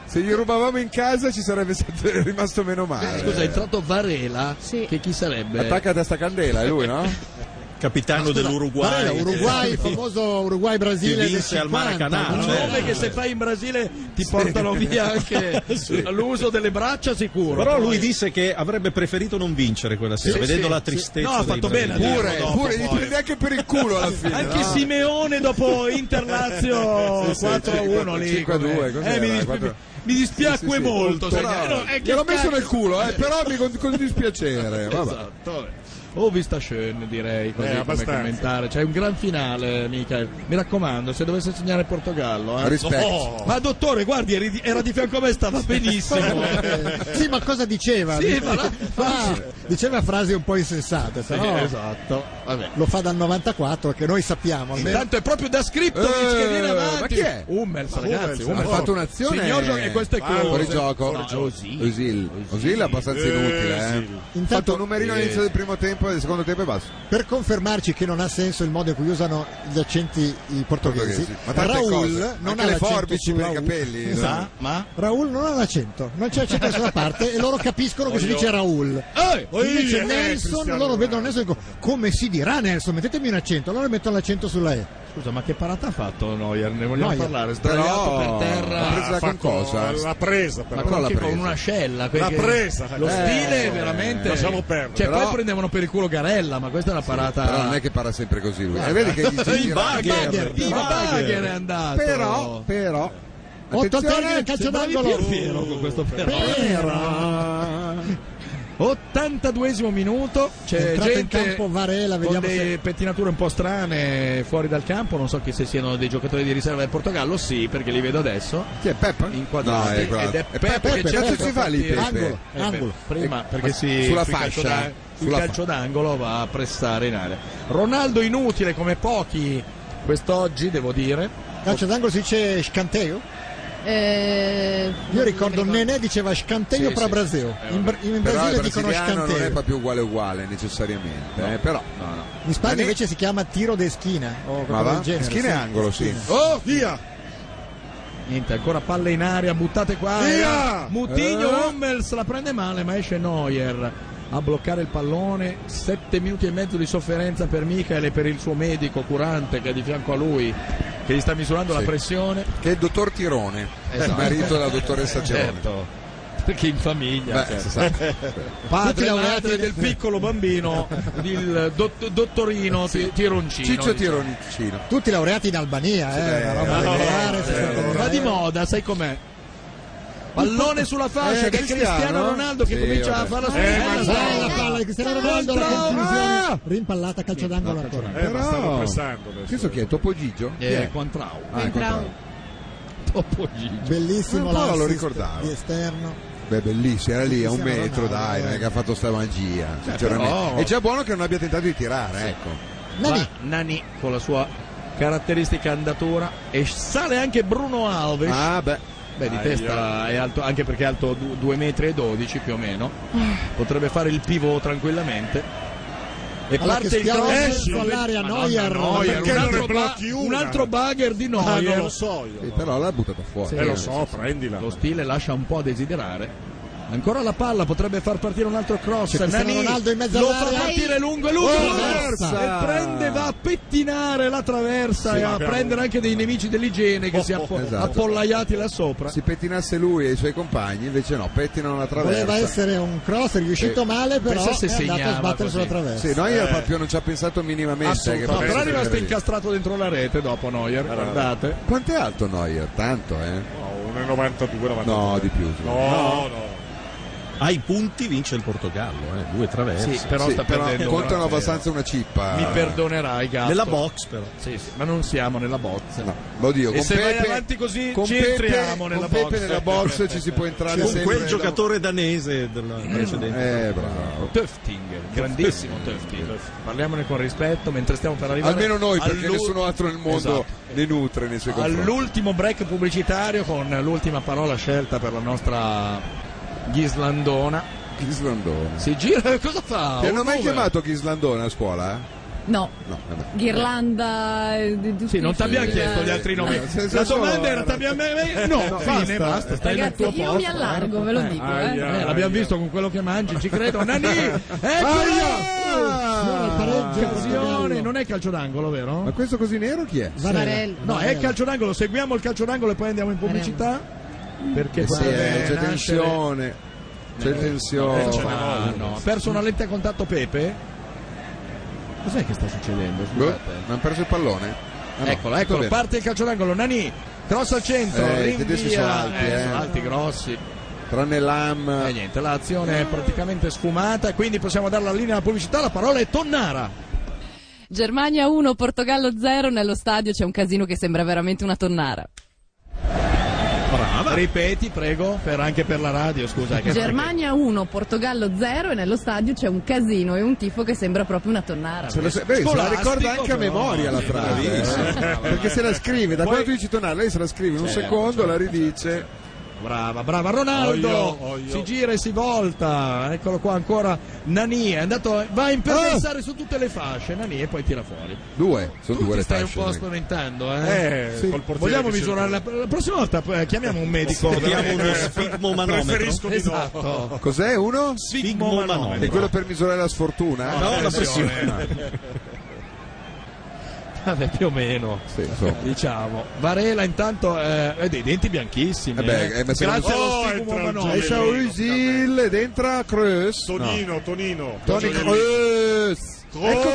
S4: Se gli rubavamo in casa ci sarebbe stato rimasto meno male.
S3: Scusa, è entrato Varela, che chi sarebbe?
S4: Attaccati a sta candela, è lui, no?
S6: Capitano
S3: Ah. Scusa,
S6: dell'Uruguay.
S2: Guarda, Uruguay, famoso Uruguay-Brasile
S6: Che
S2: del
S6: vinse al
S2: 50,
S6: Maracanã,
S4: Ah,
S2: no?
S3: Un nome che se fai in Brasile ti portano via anche
S6: Sì.
S3: l'uso delle braccia sicuro.
S6: Però lui disse che avrebbe preferito non vincere quella sera,
S3: Sì,
S6: vedendo
S3: sì,
S6: la
S3: sì.
S6: tristezza.
S3: No, ha
S6: dei
S3: fatto bene a
S6: brasiliani.
S3: dirlo dopo,
S4: Pure gli
S3: poi.
S4: prende anche per il culo alla fine.
S3: Anche
S4: no?
S3: Simeone dopo Interlazio
S4: Sì, sì,
S3: 4-1 lì.
S4: 5-2,
S3: come-
S4: cos'era?
S3: Eh, mi, dispi-
S4: Quattro-
S3: mi dispiacque
S4: Sì, sì,
S3: molto.
S4: molto,
S3: sai
S4: no.
S3: che- no, è che Esatto.
S4: Gliel'ho messo
S3: cacchio-
S4: nel culo, eh, però mi con, con dispiacere. Vabbè.
S3: Esatto. Oh, vista schön direi così
S4: Eh,
S3: come
S4: abbastanza.
S3: commentare. C'è un gran finale, Michael. Mi raccomando, se dovesse segnare il Portogallo. eh.
S4: Rispetto.
S3: Oh. Ma dottore, guardi, eri di- era di fianco a me, stava
S4: Eh,
S3: benissimo. Eh,
S2: Sì, ma cosa diceva?
S3: Sì, ma la-
S2: Ah, diceva frasi un po' insensate, però
S3: esatto. Vabbè.
S2: lo fa dal 94 che noi sappiamo almeno.
S3: Intanto è proprio da scritto
S2: Eh,
S3: che viene
S2: ma
S3: avanti.
S2: chi è?
S3: Hummels,
S2: Ma
S3: ragazzi.
S2: Hummels,
S3: Hummels.
S4: ha fatto un'azione
S3: Signor gioca- e queste cose.
S4: fuori gioco
S3: No, Osil.
S4: Osil Osil è abbastanza
S3: Eh,
S4: inutile eh.
S3: Osil. eh.
S4: ha fatto un numerino all'inizio del primo tempo e del secondo tempo e basta
S2: Per confermarci che non ha senso il modo in cui usano gli accenti i portoghesi,
S4: Portoghesi. Ma tante
S2: Raul
S4: cose.
S2: non
S4: Anche
S2: ha
S4: le
S2: l'accento
S4: forbici
S2: sulla
S4: per i
S2: U.
S4: capelli,
S2: Esatto.
S4: no?
S3: Ma?
S2: Raul non ha l'accento, non c'è accento da nessuna parte e loro capiscono che si
S3: Voglio-
S2: dice Raul.
S3: Eh, oh,
S2: Invece
S3: eh,
S2: Nelson,
S3: Cristiano
S2: loro vedono Nelson e dicono come si dirà Nelson, mettetemi un accento, allora mettono l'accento sulla E.
S3: Scusa, ma che parata ha fatto Neuer? Ne vogliamo
S2: Neuer.
S3: parlare? Sdraiato
S4: Però-
S3: per terra.
S4: Ha presa
S3: Ha
S4: con
S3: fatto-
S4: cosa?
S3: la-
S4: L'ha presa, però.
S3: Ma
S4: Con
S3: con,
S4: la
S3: che- con
S4: presa.
S3: un'ascella. quel
S4: L'ha
S3: che-
S4: presa,
S3: Lo
S4: eh,
S3: stile è
S4: eh,
S3: veramente.
S4: lasciamo perdere.
S3: Cioè,
S4: Però-
S3: poi prendevano per il culo Garella, ma questa è una parata.
S4: però non è che parla sempre così lui e vedi che gli
S3: Guarda. il
S4: gira-
S3: bagger, il bagger è andato.
S4: però però
S2: Otto a terra,
S4: attenzione,
S2: calcio
S4: sembravi
S2: d'angolo.
S3: Piero con questo però.
S2: Era.
S3: 82esimo minuto,
S2: È
S3: c'è
S2: entrato in
S3: gente
S2: campo Varela,
S3: con
S2: vediamo
S3: delle
S2: se-
S3: pettinature un po' strane fuori dal campo, non so che se siano dei giocatori di riserva del Portogallo, sì, perché li vedo adesso.
S4: Chi è Peppa?
S3: Inquadrati.
S4: No, è qua.
S3: ed è
S4: È
S3: Peppe,
S4: Peppe,
S3: che
S4: Peppe,
S3: cerca
S4: cazzo si fa lì,
S3: di partire.
S4: Peppe?
S3: Eh,
S4: Angolo,
S3: beh, Prima,
S4: angolo.
S3: perché
S4: Ma
S3: si
S4: sulla
S3: sul calcio
S4: fascia,
S3: d'ang-
S4: eh?
S3: sul
S4: Sulla
S3: calcio d'angolo va a pressare in area. Ronaldo inutile come pochi quest'oggi, devo dire.
S2: Calcio d'angolo si dice scanteo?
S5: Eh,
S2: Io ricordo Nenè diceva scanteo
S4: Sì,
S2: per
S4: sì.
S2: Brasile.
S4: Eh,
S2: In, Bra- in
S4: però il
S2: Brasile dicono
S4: brasiliano non è
S2: scanteo.
S4: proprio uguale uguale necessariamente eh, però no no
S2: In Spagna invece si chiama tiro de schina. O
S4: ma
S2: qualcosa del
S4: va?
S2: genere,
S4: Schina e
S2: sì.
S4: angolo sì
S3: Oh, via! Niente, ancora palle in aria, buttate qua.
S4: Via!
S3: eh. Mutigno
S4: Eh.
S3: Hummels la prende male, ma esce Neuer a bloccare il pallone. Sette minuti e mezzo di sofferenza per Michael e per il suo medico curante che è di fianco a lui, che gli sta misurando la
S4: Sì.
S3: pressione.
S4: che è il dottor Tirone
S3: Esatto.
S4: il marito della dottoressa Cerone
S3: Certo, perché in famiglia.
S4: Beh,
S3: certo.
S4: si sa.
S2: Tutti
S3: Padre e
S2: laureati
S3: madre
S2: di-
S3: del piccolo bambino, il dott- dottorino Ti- Tironcino.
S4: Ciccio
S3: diciamo.
S4: Tironicino
S2: Tutti laureati in Albania, eh, una roba
S3: No,
S2: regolare,
S3: eh,
S2: si sa dove
S3: va
S2: vai.
S3: di moda, sai com'è? Pallone sulla fascia
S4: Eh,
S3: che è Cristiano,
S4: Cristiano
S3: Ronaldo che
S4: Sì,
S3: comincia a
S4: vabbè.
S3: fare la
S2: Eh, ma
S3: sua
S2: sai, la palla di Cristiano Ronaldo, la
S3: Contro-
S2: conclusione rimpallata calcio d'angolo ancora.
S8: Eh,
S4: però
S18: stavo pensando adesso.
S4: questo chi è? Topo Gigio? Chi
S3: Eh,
S4: è?
S3: Quantrao.
S4: Ah, è Quantrao.
S3: Troppo Gigio.
S2: Bellissimo
S4: Ma un po'
S2: l'assist
S4: lo ricordavo.
S2: di esterno.
S4: Beh, bellissimo, era lì a un
S2: Cristiano
S4: metro,
S2: Ronaldo,
S4: dai, non è
S2: eh.
S4: che ha fatto sta magia,
S3: Certo,
S4: sinceramente.
S3: però-
S4: È già buono che non abbia tentato di tirare, ecco.
S3: Va Nani con la sua caratteristica andatura e sale anche Bruno Alves.
S4: Ah, beh.
S3: Beh, di
S4: Aia.
S3: testa è alto, anche perché è alto 2,12 metri e 12 più o meno. Potrebbe fare il pivot tranquillamente. E
S2: Allora che
S3: parte il
S2: spiava
S3: cross.
S2: Nelson all'area,
S3: Madonna,
S2: Neuer.
S3: Neuer,
S2: Perché
S3: un,
S2: non
S3: altro
S2: ne
S3: ba-
S2: blocchi
S3: un
S2: una?
S3: altro bugger di Neuer.
S8: non lo so io.
S4: Sì, però l'ha buttata fuori.
S3: Eh, Sì,
S4: Eh,
S3: sì, sì. Lo stile lascia un po' a desiderare. Ancora la palla, potrebbe far partire un altro cross.
S2: C'è Cristiano
S3: Nani
S2: Ronaldo in mezzo
S3: lo
S2: all'area.
S3: fa partire lungo e lungo.
S2: Oh,
S3: traversa.
S2: traversa.
S3: e prende, va a pettinare la traversa
S4: Sì,
S3: e a
S4: ma abbiamo-
S3: prendere anche dei nemici dell'igiene che si appo-
S4: Esatto.
S3: appollaiati là sopra.
S4: Si pettinasse lui e i suoi compagni, invece no, pettinano la traversa.
S2: Voleva essere un cross, è riuscito
S4: Sì.
S2: male, però
S4: Pensa
S2: è
S4: se
S2: andato a
S4: segnava
S2: sbattere
S4: così.
S2: sulla traversa.
S4: Sì, Neuer
S2: Eh.
S4: proprio non ci ha pensato minimamente.
S3: Assolutamente.
S4: Che
S3: No, però
S4: potesse
S3: è rimasto
S4: essere lì.
S3: incastrato dentro la rete dopo Neuer, guardate.
S4: Quanto è alto Neuer? Tanto, eh?
S8: No, 1,92.
S4: No, di più. sì.
S8: No, no.
S6: Ai punti vince il Portogallo, eh, due traverse.
S3: esatto.
S4: Sì, però sta perdendo una zero. una cippa.
S3: Mi perdonerai, Gatto.
S6: Nella box, però.
S3: Sì, sì, ma non siamo nella box.
S4: Oddio,
S3: e
S4: con
S3: se vai
S4: Pepe-
S3: avanti così
S4: con
S3: ci
S4: Pepe-
S3: entriamo nella
S4: con Pepe
S3: box.
S4: nella box ci si può entrare
S6: con
S4: sempre
S6: quel giocatore danese della precedente.
S4: Eh, bravo.
S3: Tufting, grandissimo Tufting. Parliamone con rispetto mentre stiamo per arrivare.
S4: Almeno noi, perché
S3: all'ul-
S4: nessuno altro nel mondo
S3: Esatto.
S4: ne nutre nei suoi confronti.
S3: All'ultimo break pubblicitario con l'ultima parola scelta per la nostra Ghislandona.
S4: Ghislandona.
S3: Si gira, cosa fa?
S4: Ti hanno
S3: Un
S4: mai
S3: nome?
S4: chiamato Ghislandone a scuola? eh?
S5: No,
S4: No, vabbè.
S5: Ghirlanda. eh, di- di-
S3: Sì, non ti abbiamo chiesto gli altri nomi.
S4: Eh, No, se- se
S3: la
S4: solo-
S3: domanda era: ti abbiamo mai- eh, No,
S4: No,
S3: fine,
S4: basta.
S3: basta. Stai nel
S5: Ragazzi,
S3: tuo
S5: io
S3: posto.
S5: mi allargo, ve lo dico. eh.
S3: Eh, l'abbiamo visto con quello che mangi, ci credo. Nani,
S4: Aia!
S3: eccola!
S4: Pareggio,
S3: Occasione, non è calcio d'angolo, vero?
S4: Ma questo così nero chi è?
S3: Varela. No, è calcio d'angolo. Seguiamo il calcio d'angolo e poi andiamo in pubblicità. Perché
S4: Eh
S3: qua
S4: sì, eh, c'è
S3: nascere- Eh,
S4: tensione. C'è tensione.
S3: No, ah, no. Ha perso una lente a contatto Pepe? Cos'è che sta succedendo?
S4: Boh,
S3: Scusate.
S4: hanno perso il pallone. Ah, no,
S3: Eccolo,
S4: tutto
S3: eccolo,
S4: bene.
S3: parte il calcio d'angolo. Nani, cross al centro,
S4: Eh, i
S3: rinvia.
S4: tedeschi sono alti, eh. Ah.
S3: sono alti, grossi.
S4: Tranne l'AM.
S3: E Eh, niente, l'azione è praticamente sfumata, quindi possiamo dare la linea alla pubblicità. La parola è Tonnara.
S5: Germania 1, Portogallo 0. Nello stadio c'è un casino che sembra veramente una tonnara.
S3: Brava. Ripeti, prego, per- anche per la radio, scusa. Che
S5: Germania 1, Portogallo 0 e nello stadio c'è un casino e un tifo che sembra proprio una tonnara.
S4: Se lo sa- beh, se la
S3: Scolastico,
S4: ricorda anche
S3: però.
S4: a memoria la
S3: Sì,
S4: frase.
S3: bravissimo.
S4: eh. Perché se la scrive, da quando tu dici tornare, lei se la scrive in un
S3: Certo,
S4: secondo,
S3: certo,
S4: la ridice.
S3: Brava, brava Ronaldo
S4: Oio, oio.
S3: si gira e si volta. Eccolo qua ancora Nani è andato va a imperversare su tutte le fasce, Nani e poi tira fuori.
S4: Due, sono
S3: Tu
S4: due
S3: ti
S4: le
S3: stai un
S4: fasce.
S3: po'
S4: quindi.
S3: spaventando, eh?
S4: Eh, sì. col portiere
S3: Vogliamo
S4: che
S3: misurare la, la prossima volta eh, chiamiamo un medico,
S6: Diamo uno sfigmomanometro.
S3: Preferisco di no.
S6: Esatto.
S4: Cos'è uno?
S6: Sfigmomanometro.
S4: E quello per misurare la sfortuna?
S3: No, la
S4: pressione.
S3: Vabbè, più o meno.
S4: insomma.
S3: Diciamo. Varela intanto eh, ha dei denti bianchissimi.
S4: Eh beh, eh, ma se-
S3: Grazie
S4: Oh,
S3: allo
S4: entra il
S3: sfigmomanometro.
S4: Esce Usil ed entra Creus.
S8: Tonino, Tonino.
S4: Toni
S3: Ecco
S4: Kroos. Ecco,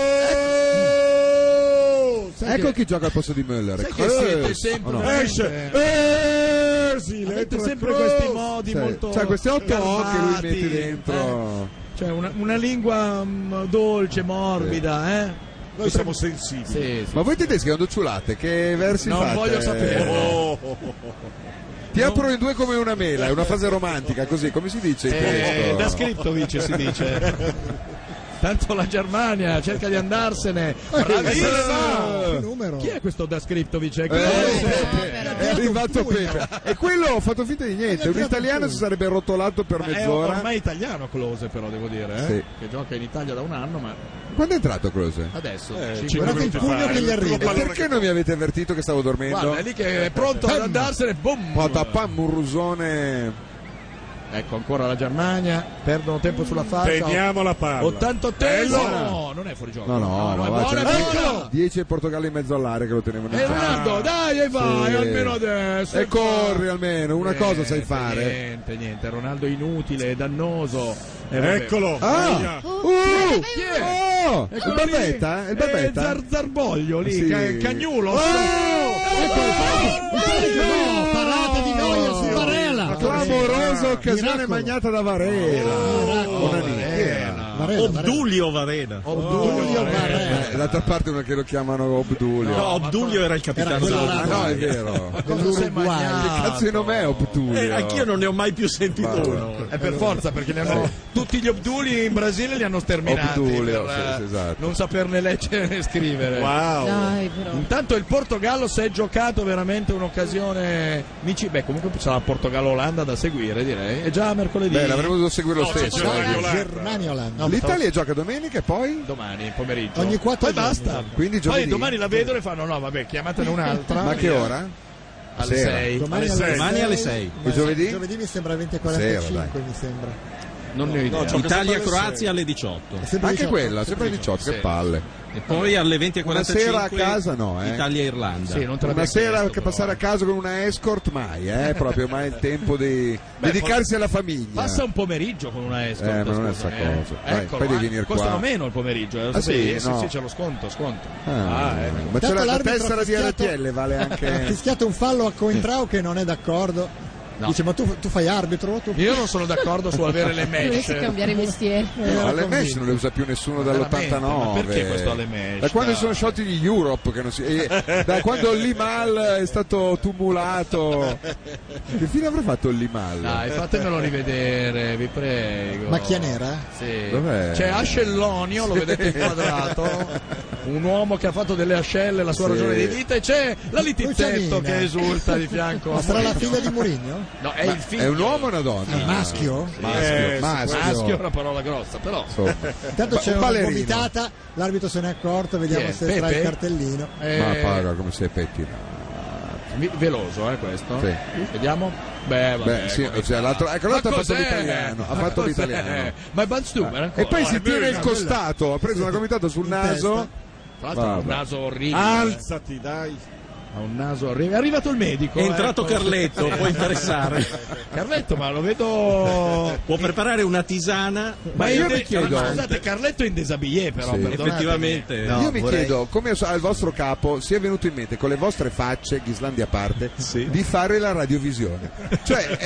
S4: ecco chi gioca al posto di Müller.
S3: Sai che siete
S4: Kroos.
S3: sempre-
S4: Oh, no.
S3: Esce.
S4: Eh, sì,
S3: Avete
S4: entra
S3: sempre
S4: Kroos.
S3: questi modi
S4: Sì,
S3: molto
S4: Cioè, questi otto O che lui
S3: calmati,
S4: mette dentro.
S3: Cioè, una, una lingua mm, dolce, morbida, eh?
S8: Noi siamo sensibili.
S3: Sì, sì.
S4: Ma voi tedeschi quando ciulate che versi
S3: Non
S4: fate?
S3: voglio sapere.
S8: Oh, oh,
S4: Ti apro in due come una mela, è una frase romantica, così come si dice in
S3: Eh,
S4: tedesco?
S3: da scritto dice, si dice. Tanto la Germania cerca di andarsene.
S4: Eh,
S3: Bravissimo!
S2: Che numero?
S3: Chi è questo da Skriptovic? Eh,
S4: È arrivato Pepe. E quello ho fatto finta di niente, un italiano si sarebbe rotolato per
S3: Ma è
S4: mezz'ora.
S3: ormai italiano Close però devo dire, eh?
S4: Sì.
S3: che gioca in Italia da un anno, ma
S4: Quando è entrato Close?
S3: adesso
S4: Eh,
S8: cinque
S3: cinque
S2: Guardate il
S3: minuti
S2: pugno
S3: fa.
S2: che gli
S4: E
S2: arriva.
S4: perché non mi avete avvertito che stavo dormendo?
S3: Guarda, eh. è lì che
S4: Eh,
S3: è pronto ad andarsene, boom!
S4: Patapam, un rusone.
S3: Ecco ancora la Germania, perdono tempo sulla
S4: Mm.
S3: faccia.
S8: Teniamo la palla.
S3: 88esimo!
S8: Bella.
S3: No, non è fuori gioco.
S4: No, no, no,
S3: è
S4: va,
S3: buona,
S4: c'è-
S3: piccola.
S4: 10 e Portogallo in mezzo all'area che lo tenevano in
S3: E Eh, Ronaldo, dai, e vai,
S4: Sì.
S3: almeno adesso.
S4: E corri almeno, una
S3: Eh,
S4: cosa sai fare.
S3: Niente, niente, Ronaldo inutile, dannoso. Eh, vabbè.
S8: Eccolo.
S4: Ah! Uh!
S3: Chi è?
S4: Oh!
S3: Eccolo
S4: Il
S3: Eh, lì.
S4: barbetta? Il barbetta?
S3: Eh, Zar- Zarboglio lì,
S4: Sì.
S3: ca- cagnulo.
S4: Oh!
S2: No, parata di Neuer su Barella.
S4: Clamorosa occasione
S2: Miracolo.
S4: magnata da Varela.
S6: Obdulio Varena.
S2: Obdulio Barella.
S4: Eh, D'altra parte uno che lo chiamano Obdulio.
S6: No, Obdulio era il
S2: Era
S6: capitano
S2: quello
S6: della
S2: là.
S4: Ah, no, è vero. Che
S2: Dell'Uruguay.
S4: cazzo di nome è Obdulio?
S6: Eh, anch'io non ne ho mai più sentito
S4: Vabbè.
S6: uno.
S3: È per forza perché li hanno- tutti gli obduli in Brasile li hanno sterminati
S4: Obdulio,
S3: per
S4: sì,
S3: eh,
S4: sì, esatto.
S3: non saperne leggere né scrivere.
S8: Wow.
S5: Dai, però.
S3: Intanto il Portogallo si è giocato veramente un'occasione amici, beh comunque sarà Portogallo-Olanda da seguire direi. È Eh già mercoledì.
S4: Beh, l'avremmo dovuto seguire lo stesso. eh.
S2: Germania Olanda.
S4: L'Italia gioca domenica e poi?
S3: domani pomeriggio.
S2: Ogni quattro
S3: Poi
S2: giorni.
S3: basta.
S4: Quindi
S3: Poi
S4: giovedì.
S3: domani la vedono e fanno no, vabbè, chiamatene un'altra.
S4: Ma che ora?
S3: Alle
S4: Sera.
S3: sei.
S2: Domani
S3: Alle
S2: alle
S3: sei.
S2: sei.
S3: Domani alle sei.
S2: Ma
S4: E giovedì?
S2: Giovedì mi sembra 20.45,
S4: Sera, dai.
S2: mi sembra.
S6: Non ne ho idea.
S4: gioca
S6: Italia-Croazia alle 18.
S4: Anche quella, sempre 18, che palle.
S6: E poi alle 20.45
S4: Una sera a casa no, eh.
S6: Italia-Irlanda.
S4: Una sera che passare a casa con una escort mai, eh, proprio mai il tempo di
S3: Beh,
S4: dedicarsi
S3: poi-
S4: alla famiglia.
S3: eh. Passa un pomeriggio con una escort.
S4: Eh, ma non è
S3: scusa,
S4: sta
S3: eh.
S4: cosa. Dai,
S3: Eccolo,
S4: poi devi
S3: eh.
S4: venire qua.
S3: Costano meno il pomeriggio. eh, lo
S4: Ah,
S3: sapete?
S4: sì?
S3: sì,
S4: No.
S3: sì, c'è lo sconto, sconto.
S4: Ah,
S3: Ah, ecco.
S4: Ma c'è
S2: Tanto
S4: la, la
S2: l'arbitro ha
S4: tessera di
S2: fischiato-
S4: RTL vale
S2: Ha
S4: anche
S2: fischiato Eh, un fallo a Coentrao che non è d'accordo.
S4: No.
S2: Dice, ma tu, tu fai arbitro? Tu...
S3: Io non sono d'accordo su avere le mesh.
S19: Dovresti cambiare mestiere.
S4: No, alle mesh non le usa più nessuno dall'89.
S3: ma perché questo alle mesh?
S4: Da quando
S3: Dai.
S4: sono sciolti gli Europe, che non si- eh, da quando l'Imal è stato tumulato. Che fine avrà fatto l'Imal?
S3: Dai, fatemelo rivedere, vi prego.
S4: Macchia nera?
S3: Sì.
S4: Dov'è?
S3: C'è Ascellonio, lo
S4: Sì.
S3: vedete inquadrato. Un uomo che ha fatto delle ascelle la sua
S4: Sì.
S3: ragione di vita e c'è la
S2: Lucianina.
S3: Litizzetto che esulta di fianco.
S2: Ma
S3: a
S2: sarà la
S3: Mourinho.
S2: figlia di Mourinho?
S3: No, è
S4: Ma
S3: il figlio.
S4: è un uomo o una donna?
S2: Ah, maschio?
S4: Maschio,
S3: Eh,
S4: maschio.
S3: maschio è una parola grossa, però.
S2: Intanto
S4: Ma-
S2: c'è
S4: un
S2: una
S4: ballerino.
S2: vomitata, l'arbitro se ne è accorto, vediamo
S3: Chi è?
S2: se tra il
S3: Pepe?
S2: cartellino.
S4: Ma
S3: Eh,
S4: paga come sei pettinato.
S3: vi- veloso, eh, questo.
S4: Sì.
S3: Vediamo. Beh, vabbè,
S4: Beh, sì,
S3: come
S4: cioè,
S3: fa?
S4: l'altro- ecco, l'altro
S3: Ma
S4: ha fatto
S3: cos'è?
S4: l'italiano, ha
S3: Ma
S4: fatto
S3: cos'è?
S4: l'italiano. Ah.
S3: Ma è Banstuber ancora.
S4: E poi
S3: No,
S4: si
S3: è
S4: tira il
S3: Birmingham.
S4: costato, ha preso una gomitata sul naso.
S3: Tra l'altro ha un
S4: Vabbè. Ah.
S3: naso orribile.
S8: Alzati, dai.
S3: Ha un naso orribile. È arrivato il medico. eh.
S8: È entrato
S6: Carletto, può interessare.
S3: Carletto, ma lo vedo.
S6: Può preparare una tisana.
S3: Ma io mi chiedo. eh.
S6: calmante.
S3: Scusate, Carletto è in desabillé, però.
S4: Sì.
S3: perdonatemi.
S6: Effettivamente. No,
S4: Io mi
S6: vorrei-
S4: chiedo come so- al vostro capo sia venuto in mente con le vostre facce, Ghislandi a parte, di fare la radiovisione. Cioè,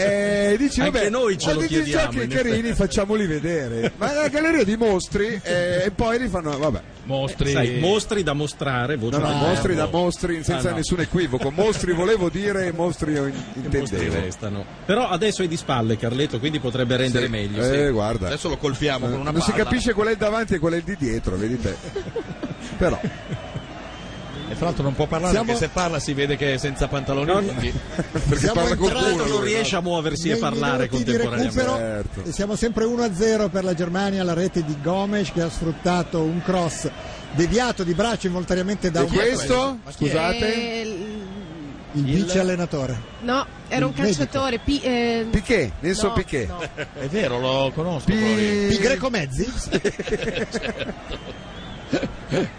S4: eh, dici,
S6: Anche
S4: vabbè,
S6: noi ce
S4: ma
S6: lo
S4: dei
S6: chiediamo,
S4: giochi
S6: in
S4: carini,
S6: effetti.
S4: facciamoli vedere. Ma la galleria di mostri eh, e poi li fanno, vabbè.
S6: Mostri. Sai,
S3: Eh,
S6: mostri da mostrare, voce
S4: No, no,
S6: da
S4: mostri da
S6: dirlo.
S4: mostri senza
S6: Ah, no.
S4: nessun equivoco. Mostri volevo dire, mostri io in-
S6: Mostri
S4: intendevo.
S6: restano. Però adesso è di spalle Carletto, quindi potrebbe rendere
S4: Sì.
S6: meglio.
S4: Eh,
S6: sì.
S4: guarda.
S3: Adesso lo colpiamo con una
S4: non si
S3: palla.
S4: capisce qual è il davanti e qual è il di dietro, vedi te. Però
S3: E fra l'altro non può parlare
S2: Siamo-
S3: perché se parla si vede che è senza pantaloni lunghi.
S4: perché parla con
S6: Tra l'altro
S4: uno,
S6: non riesce a muoversi e
S2: Nei
S6: parlare
S2: minuti di
S6: contemporaneamente.
S2: recupero e siamo sempre 1-0 per la Germania, la rete di Gomes che ha sfruttato un cross deviato di braccio involontariamente da
S4: E
S2: un
S4: questo?
S2: Ma chi è?
S4: Scusate.
S5: Eh, l-
S2: il vice allenatore.
S5: no, era un
S2: Il medico.
S5: calciatore. Pi, eh,
S4: Piquet,
S5: no,
S4: Nelson Piquet.
S5: no.
S3: È vero, lo conosco. quello lì.
S2: Pi Greco Mezzi?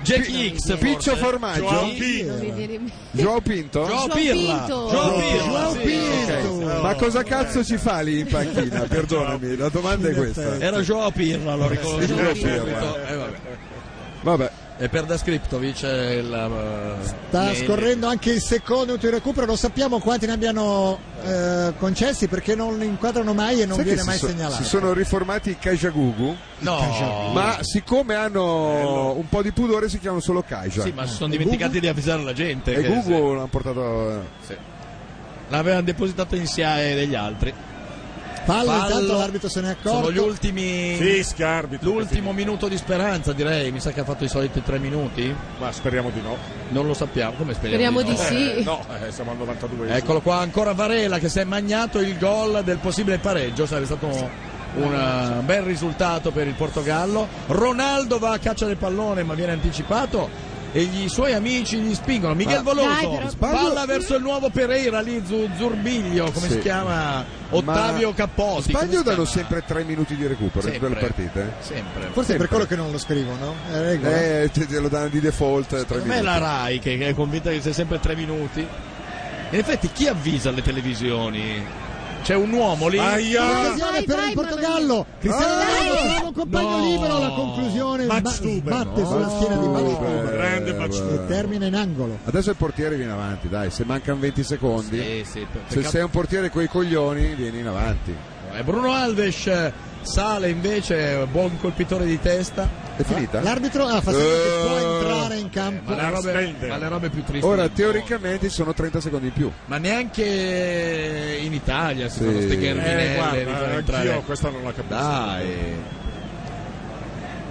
S3: Jackie X. forse.
S4: Piccio Formaggio?
S3: Joao
S5: Non mi
S3: Pirla.
S5: viene in mente.
S4: Joao Pinto?
S3: Joao
S5: Joao
S3: Pirla.
S5: Pinto.
S3: Joao Pirla,
S2: Joao
S3: sì.
S2: Pinto.
S3: Ok.
S4: Ma cosa cazzo ci fa lì in panchina? Perdonami, la domanda è questa.
S3: Era Joao Pirla, lo ricordo.
S4: Sì, Joao Pirla.
S3: subito. Eh, vabbè.
S4: Vabbè,
S3: E per Da Scriptovic è il... eh,
S2: Sta
S3: Neri.
S2: scorrendo anche il secondo minuto di recupero, non sappiamo quanti ne abbiano eh, concessi perché non inquadrano mai e non
S4: sai che
S2: viene
S4: si
S2: mai
S4: so-
S2: segnalato.
S4: Si sono riformati i Kajagugu,
S3: No.
S4: ma siccome hanno un po' di pudore si chiamano solo Kaja.
S3: Sì, ma si sono dimenticati di avvisare la gente.
S4: E
S3: che- Oh,
S4: Gugu l'hanno portato...
S3: Sì. L'avevano depositato in SIAE degli altri.
S2: Fallo,
S3: Fallo.
S2: intanto l'arbitro se ne è accorto.
S3: Sono gli ultimi.
S8: Fischia, arbitro.
S3: L'ultimo minuto di speranza, direi. Mi sa che ha fatto i soliti tre minuti.
S8: Ma speriamo di no.
S3: Non lo sappiamo. Come speriamo?
S19: Speriamo
S3: no?
S19: di sì.
S8: Eh, no, eh, siamo al 92.
S3: Eccolo qua, ancora Varela che si è magnato il gol del possibile pareggio. Sarebbe stato un eh, bel risultato per il Portogallo. Ronaldo va a caccia del pallone, ma viene anticipato. E gli suoi amici gli spingono. Miguel
S4: Ma-
S3: Voloso
S5: Dai, però-
S3: palla verso il nuovo Pereira lì, Zu- Zurbiglio. Come
S4: Sì.
S3: si chiama? Ottavio
S4: Ma-
S3: Capposi. come
S4: Sbaglio
S3: si
S4: danno
S3: chiama?
S4: sempre tre minuti di recupero in quelle
S3: Sempre.
S4: partite.
S3: Sempre.
S2: Forse è
S4: Sempre.
S2: per quello che non lo scrivono. È regola.
S4: Eh, te, te lo danno di default tre
S3: Come
S4: minuti.
S3: la Rai che che è convinta che sia sempre tre minuti? In effetti chi avvisa le televisioni? C'è un uomo lì.
S8: Aia!
S2: Occasione
S5: Vai,
S2: per
S5: vai,
S2: il
S5: ma-
S2: Portogallo. Cristiano
S5: Dai!
S2: Ronaldo trova un compagno
S3: No!
S2: libero alla conclusione.
S8: Max
S2: Ma-
S8: Stuber.
S2: sbatte sulla
S4: Oh,
S2: schiena di Max
S4: Stuber.
S2: Stuber.
S8: Grande Max
S4: Eh,
S2: E termina in angolo.
S4: Adesso il portiere viene avanti, dai, se mancano 20 secondi.
S3: Sì, sì, per-
S4: Se sei un portiere coi coglioni, vieni in avanti.
S3: E Bruno Alves eh, sale invece, buon colpitore di testa.
S4: È finita?
S2: L'arbitro ha fatto che può
S4: Eh,
S2: entrare in campo.
S3: Ma le robe,
S8: spendere.
S3: ma le robe più tristi.
S4: Ora,
S3: del
S4: teoricamente ci sono 30 secondi in più.
S3: mondo. Ma neanche in Italia si fanno
S4: Sì.
S3: ste gherminelle
S8: Eh,
S3: di far
S8: guarda, anch'io
S3: entrare.
S8: questa non la capisco.
S3: Dai.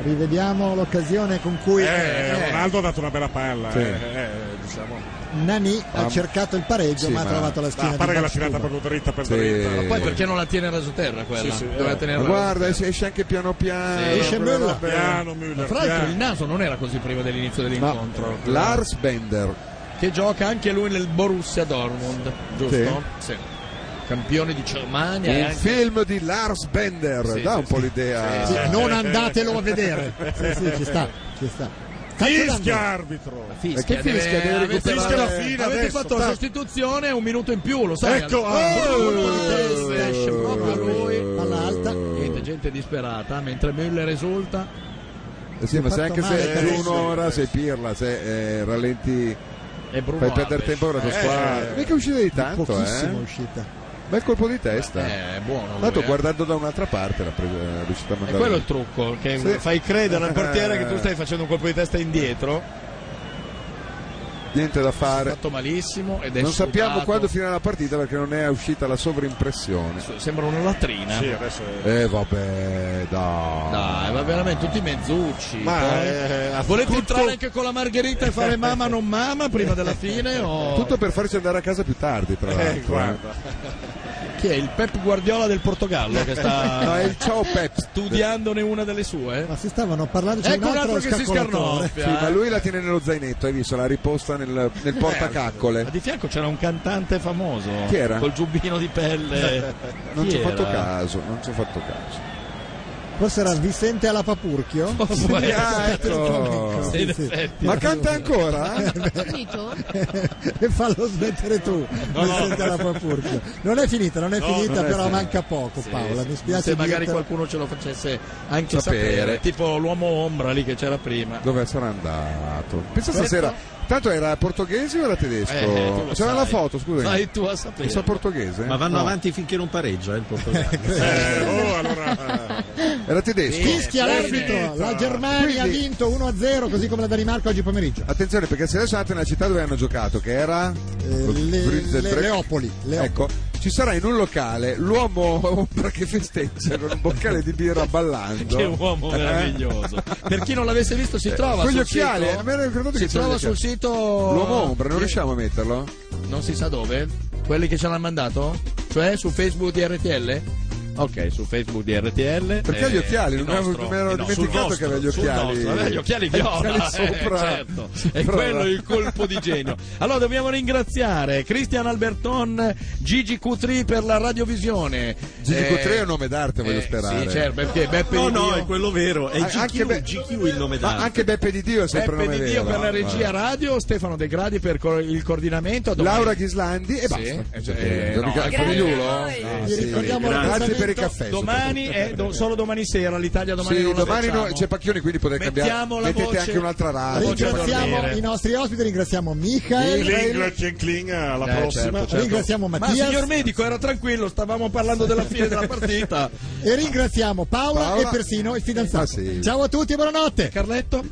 S2: Rivediamo l'occasione con cui
S8: Eh, Ronaldo ha dato una bella palla. eh, eh, diciamo.
S2: Nani ha cercato il pareggio
S4: Ah, Sì,
S2: ma ha
S4: ma-
S2: trovato la schiena
S8: Ah,
S2: di
S8: pare che l'ha
S2: Max
S8: tirata
S2: Stuber.
S8: proprio dritta per
S4: Sì.
S8: dritta.
S3: Poi perché non la tiene rasoterra quella?
S8: Sì, sì,
S3: Doveva
S8: eh.
S4: Ma
S3: tenerla
S4: Eh. guarda, esce esce anche piano piano.
S3: Esce
S4: proprio
S2: Müller.
S4: roba-
S8: Piano Müller.
S3: Fra l'altro il
S8: piano.
S3: naso non era così prima dell'inizio
S4: No,
S3: dell'incontro.
S4: Lars Bender.
S3: che gioca anche lui nel Borussia Dortmund, giusto? Sì. Campione di Germania. e
S4: Il
S3: anche-
S4: film di Lars Bender
S3: Sì,
S4: dà
S3: sì,
S4: un po'
S3: sì.
S4: l'idea. Eh,
S3: Sì, sì.
S2: Non andatelo a vedere. Sì, sì, ci sta, ci sta. Calcio d'angolo.
S8: arbitro.
S2: fischia,
S3: Fischia,
S2: deve-
S3: deve
S2: avete-
S3: recuperare-
S2: fischia la fine
S3: Avete
S2: adesso,
S3: fatto la
S2: tac.
S3: sostituzione un minuto in più, lo sai.
S2: Ecco,
S3: al- al-
S4: ah,
S2: oh!
S3: colpo di testa, esce
S4: oh,
S3: proprio lui. Palla alta. Niente, gente disperata, mentre Müller esulta.
S4: Eh Sì, ma se anche se è
S3: Sì,
S4: giù
S3: sì.
S4: un'ora, sei pirla, se eh, rallenti,
S3: Bruno
S4: fai perdere
S3: Alves.
S4: tempo alla tua
S3: Eh,
S4: squadra.
S3: eh.
S4: Mica è uscita di tanto,
S2: Pochissimo è
S4: eh.
S2: uscita.
S4: Bel colpo di testa.
S3: Eh, buono lui,
S4: Tanto
S3: eh.
S4: guardando da un'altra parte l'ha presa, è riuscito a
S3: E
S4: mandare.
S3: quello è il trucco, che
S4: Sì.
S3: fai credere al portiere
S4: Eh.
S3: che tu stai facendo un colpo di testa indietro.
S4: Niente da fare.
S3: Fatto malissimo ed è
S4: Non sappiamo
S3: sudato.
S4: quando finirà la partita perché non è uscita la sovrimpressione.
S3: Sembra una latrina.
S8: Sì, adesso è-
S4: Eh vabbè, dai.
S3: Dai, ma veramente tutti mezzucci.
S4: Ma,
S3: Poi-
S4: eh, ha
S3: volete
S4: tutto-
S3: entrare anche con la margherita e fare mamma non mamma prima della fine? O...
S4: Tutto per farci andare a casa più tardi, tra l'altro. eh.
S3: Chi è il Pep Guardiola del Portogallo che sta
S4: No, è il ciao Pep.
S3: studiandone una delle sue?
S2: Ma si stavano parlando c'è
S3: Ecco un altro che si
S2: scaccolatore.
S3: scarnoffia.
S4: Sì, ma lui la tiene nello zainetto, hai visto? La riposta nel, nel portacaccole.
S3: Eh, Ma di fianco c'era un cantante famoso.
S4: Chi era?
S3: Col giubbino di pelle.
S4: Non
S3: Chi
S4: ci ho
S3: era?
S4: fatto caso, non ci ho fatto caso.
S2: Forse era Vicente alla Papurchio?
S3: Oh,
S4: essere. Ah, ecco. Sì, in effetti. Ma canta ancora?
S2: e fallo smettere tu,
S4: No, no.
S2: Vicente alla Papurchio. Non è finita, non è
S3: No,
S2: finita,
S3: non è
S2: però
S3: finita.
S2: manca poco Paola, mi spiace
S3: Se magari
S2: dirtelo.
S3: qualcuno ce lo facesse anche
S4: Sapere.
S3: sapere. Tipo l'uomo ombra lì che c'era prima.
S4: Dove sarà andato? Pensa
S3: Questo-
S4: stasera. Tanto era portoghese o era tedesco?
S3: Eh, tu lo
S4: C'era
S3: sai.
S4: la foto, scusa.
S3: Sai tu a sapere.
S4: Sa portoghese?
S16: Ma vanno
S4: No.
S16: avanti finché non pareggia eh, il Portogallo.
S8: Eh, oh,
S4: Era tedesco.
S2: Fischia l'arbitro, la Germania ha
S4: Quindi-
S2: vinto 1-0 così come la Danimarca oggi pomeriggio.
S4: Attenzione perché se adesso andate nella città dove hanno giocato, che era
S2: Eh, le-
S4: Brügge-
S2: le- Leopoli,
S4: Ecco, ci sarà in un locale l'uomo ombra che festeggia con un boccale di birra ballando.
S3: Che uomo
S4: Eh?
S3: meraviglioso. Per chi non l'avesse visto si
S4: Eh,
S3: trova
S4: con gli
S3: sul
S4: occhiali,
S3: sito-
S4: eh, mi ero ricordato
S3: si
S4: che c'era
S3: trova
S4: gli
S3: sul
S4: occhiali.
S3: sito
S4: L'uomo ombra, non riusciamo a metterlo?
S3: non si sa dove, quelli che ce l'hanno mandato? Cioè su Facebook di RTL? Ok, su Facebook di RTL.
S4: Perché ha gli occhiali,
S3: Eh, il
S4: non mi avevo-
S3: nostro-
S4: mi ero
S3: eh no,
S4: dimenticato
S3: sul
S4: che aveva gli
S3: nostro, sul
S4: occhiali.
S3: nostro, aveva eh, gli occhiali viola,
S4: Gli occhiali
S3: eh,
S4: sopra.
S3: certo. È
S4: Sopra.
S3: quello il colpo di genio. Allora dobbiamo ringraziare Cristian Alberton, Gigi Cutri per la radiovisione.
S4: Gigi
S3: Eh,
S4: Cutri è un nome d'arte, voglio
S3: eh,
S4: sperare.
S3: Sì, certo, perché Beppe
S4: No,
S3: Di
S4: no,
S3: Dio-
S4: è quello vero, è Ah, GQ, anche Be- GQ il nome
S3: Ma
S4: d'arte. anche Beppe Di Dio è sempre
S3: Beppe
S4: nome
S3: Di Dio per
S4: vero.
S3: la regia
S4: Vabbè.
S3: radio, Stefano De Gradi per co- il coordinamento. domani-
S4: Laura Ghislandi
S3: Sì,
S4: e basta.
S3: eh,
S4: Cioè,
S3: eh,
S4: Don
S3: no,
S4: Riccardo
S3: grazie
S4: Famigliulo?
S3: a voi.
S4: Ah,
S3: Vi ricordiamo
S4: sì. Grazie per il
S3: l'appuntamento
S4: caffè.
S3: Domani è do- solo domani sera, l'Italia domani
S4: Sì,
S3: non la
S4: domani
S3: facciamo.
S4: no- c'è Pacchioni, quindi potete
S3: Mettiamo
S4: cambiare.
S3: la
S4: Mettete
S3: voce-
S4: anche un'altra radio.
S2: Ringraziamo i nostri ospiti, ringraziamo Michael,
S8: Kling, Kling, Kling, alla
S2: Eh,
S8: prossima.
S2: certo, certo. Ringraziamo Mattias.
S3: Ma signor medico, era tranquillo, stavamo parlando della fine della partita.
S2: e ringraziamo Paola,
S3: Paola.
S2: e persino il fidanzato.
S3: Ah, sì.
S2: Ciao a tutti e buonanotte.
S3: Carletto.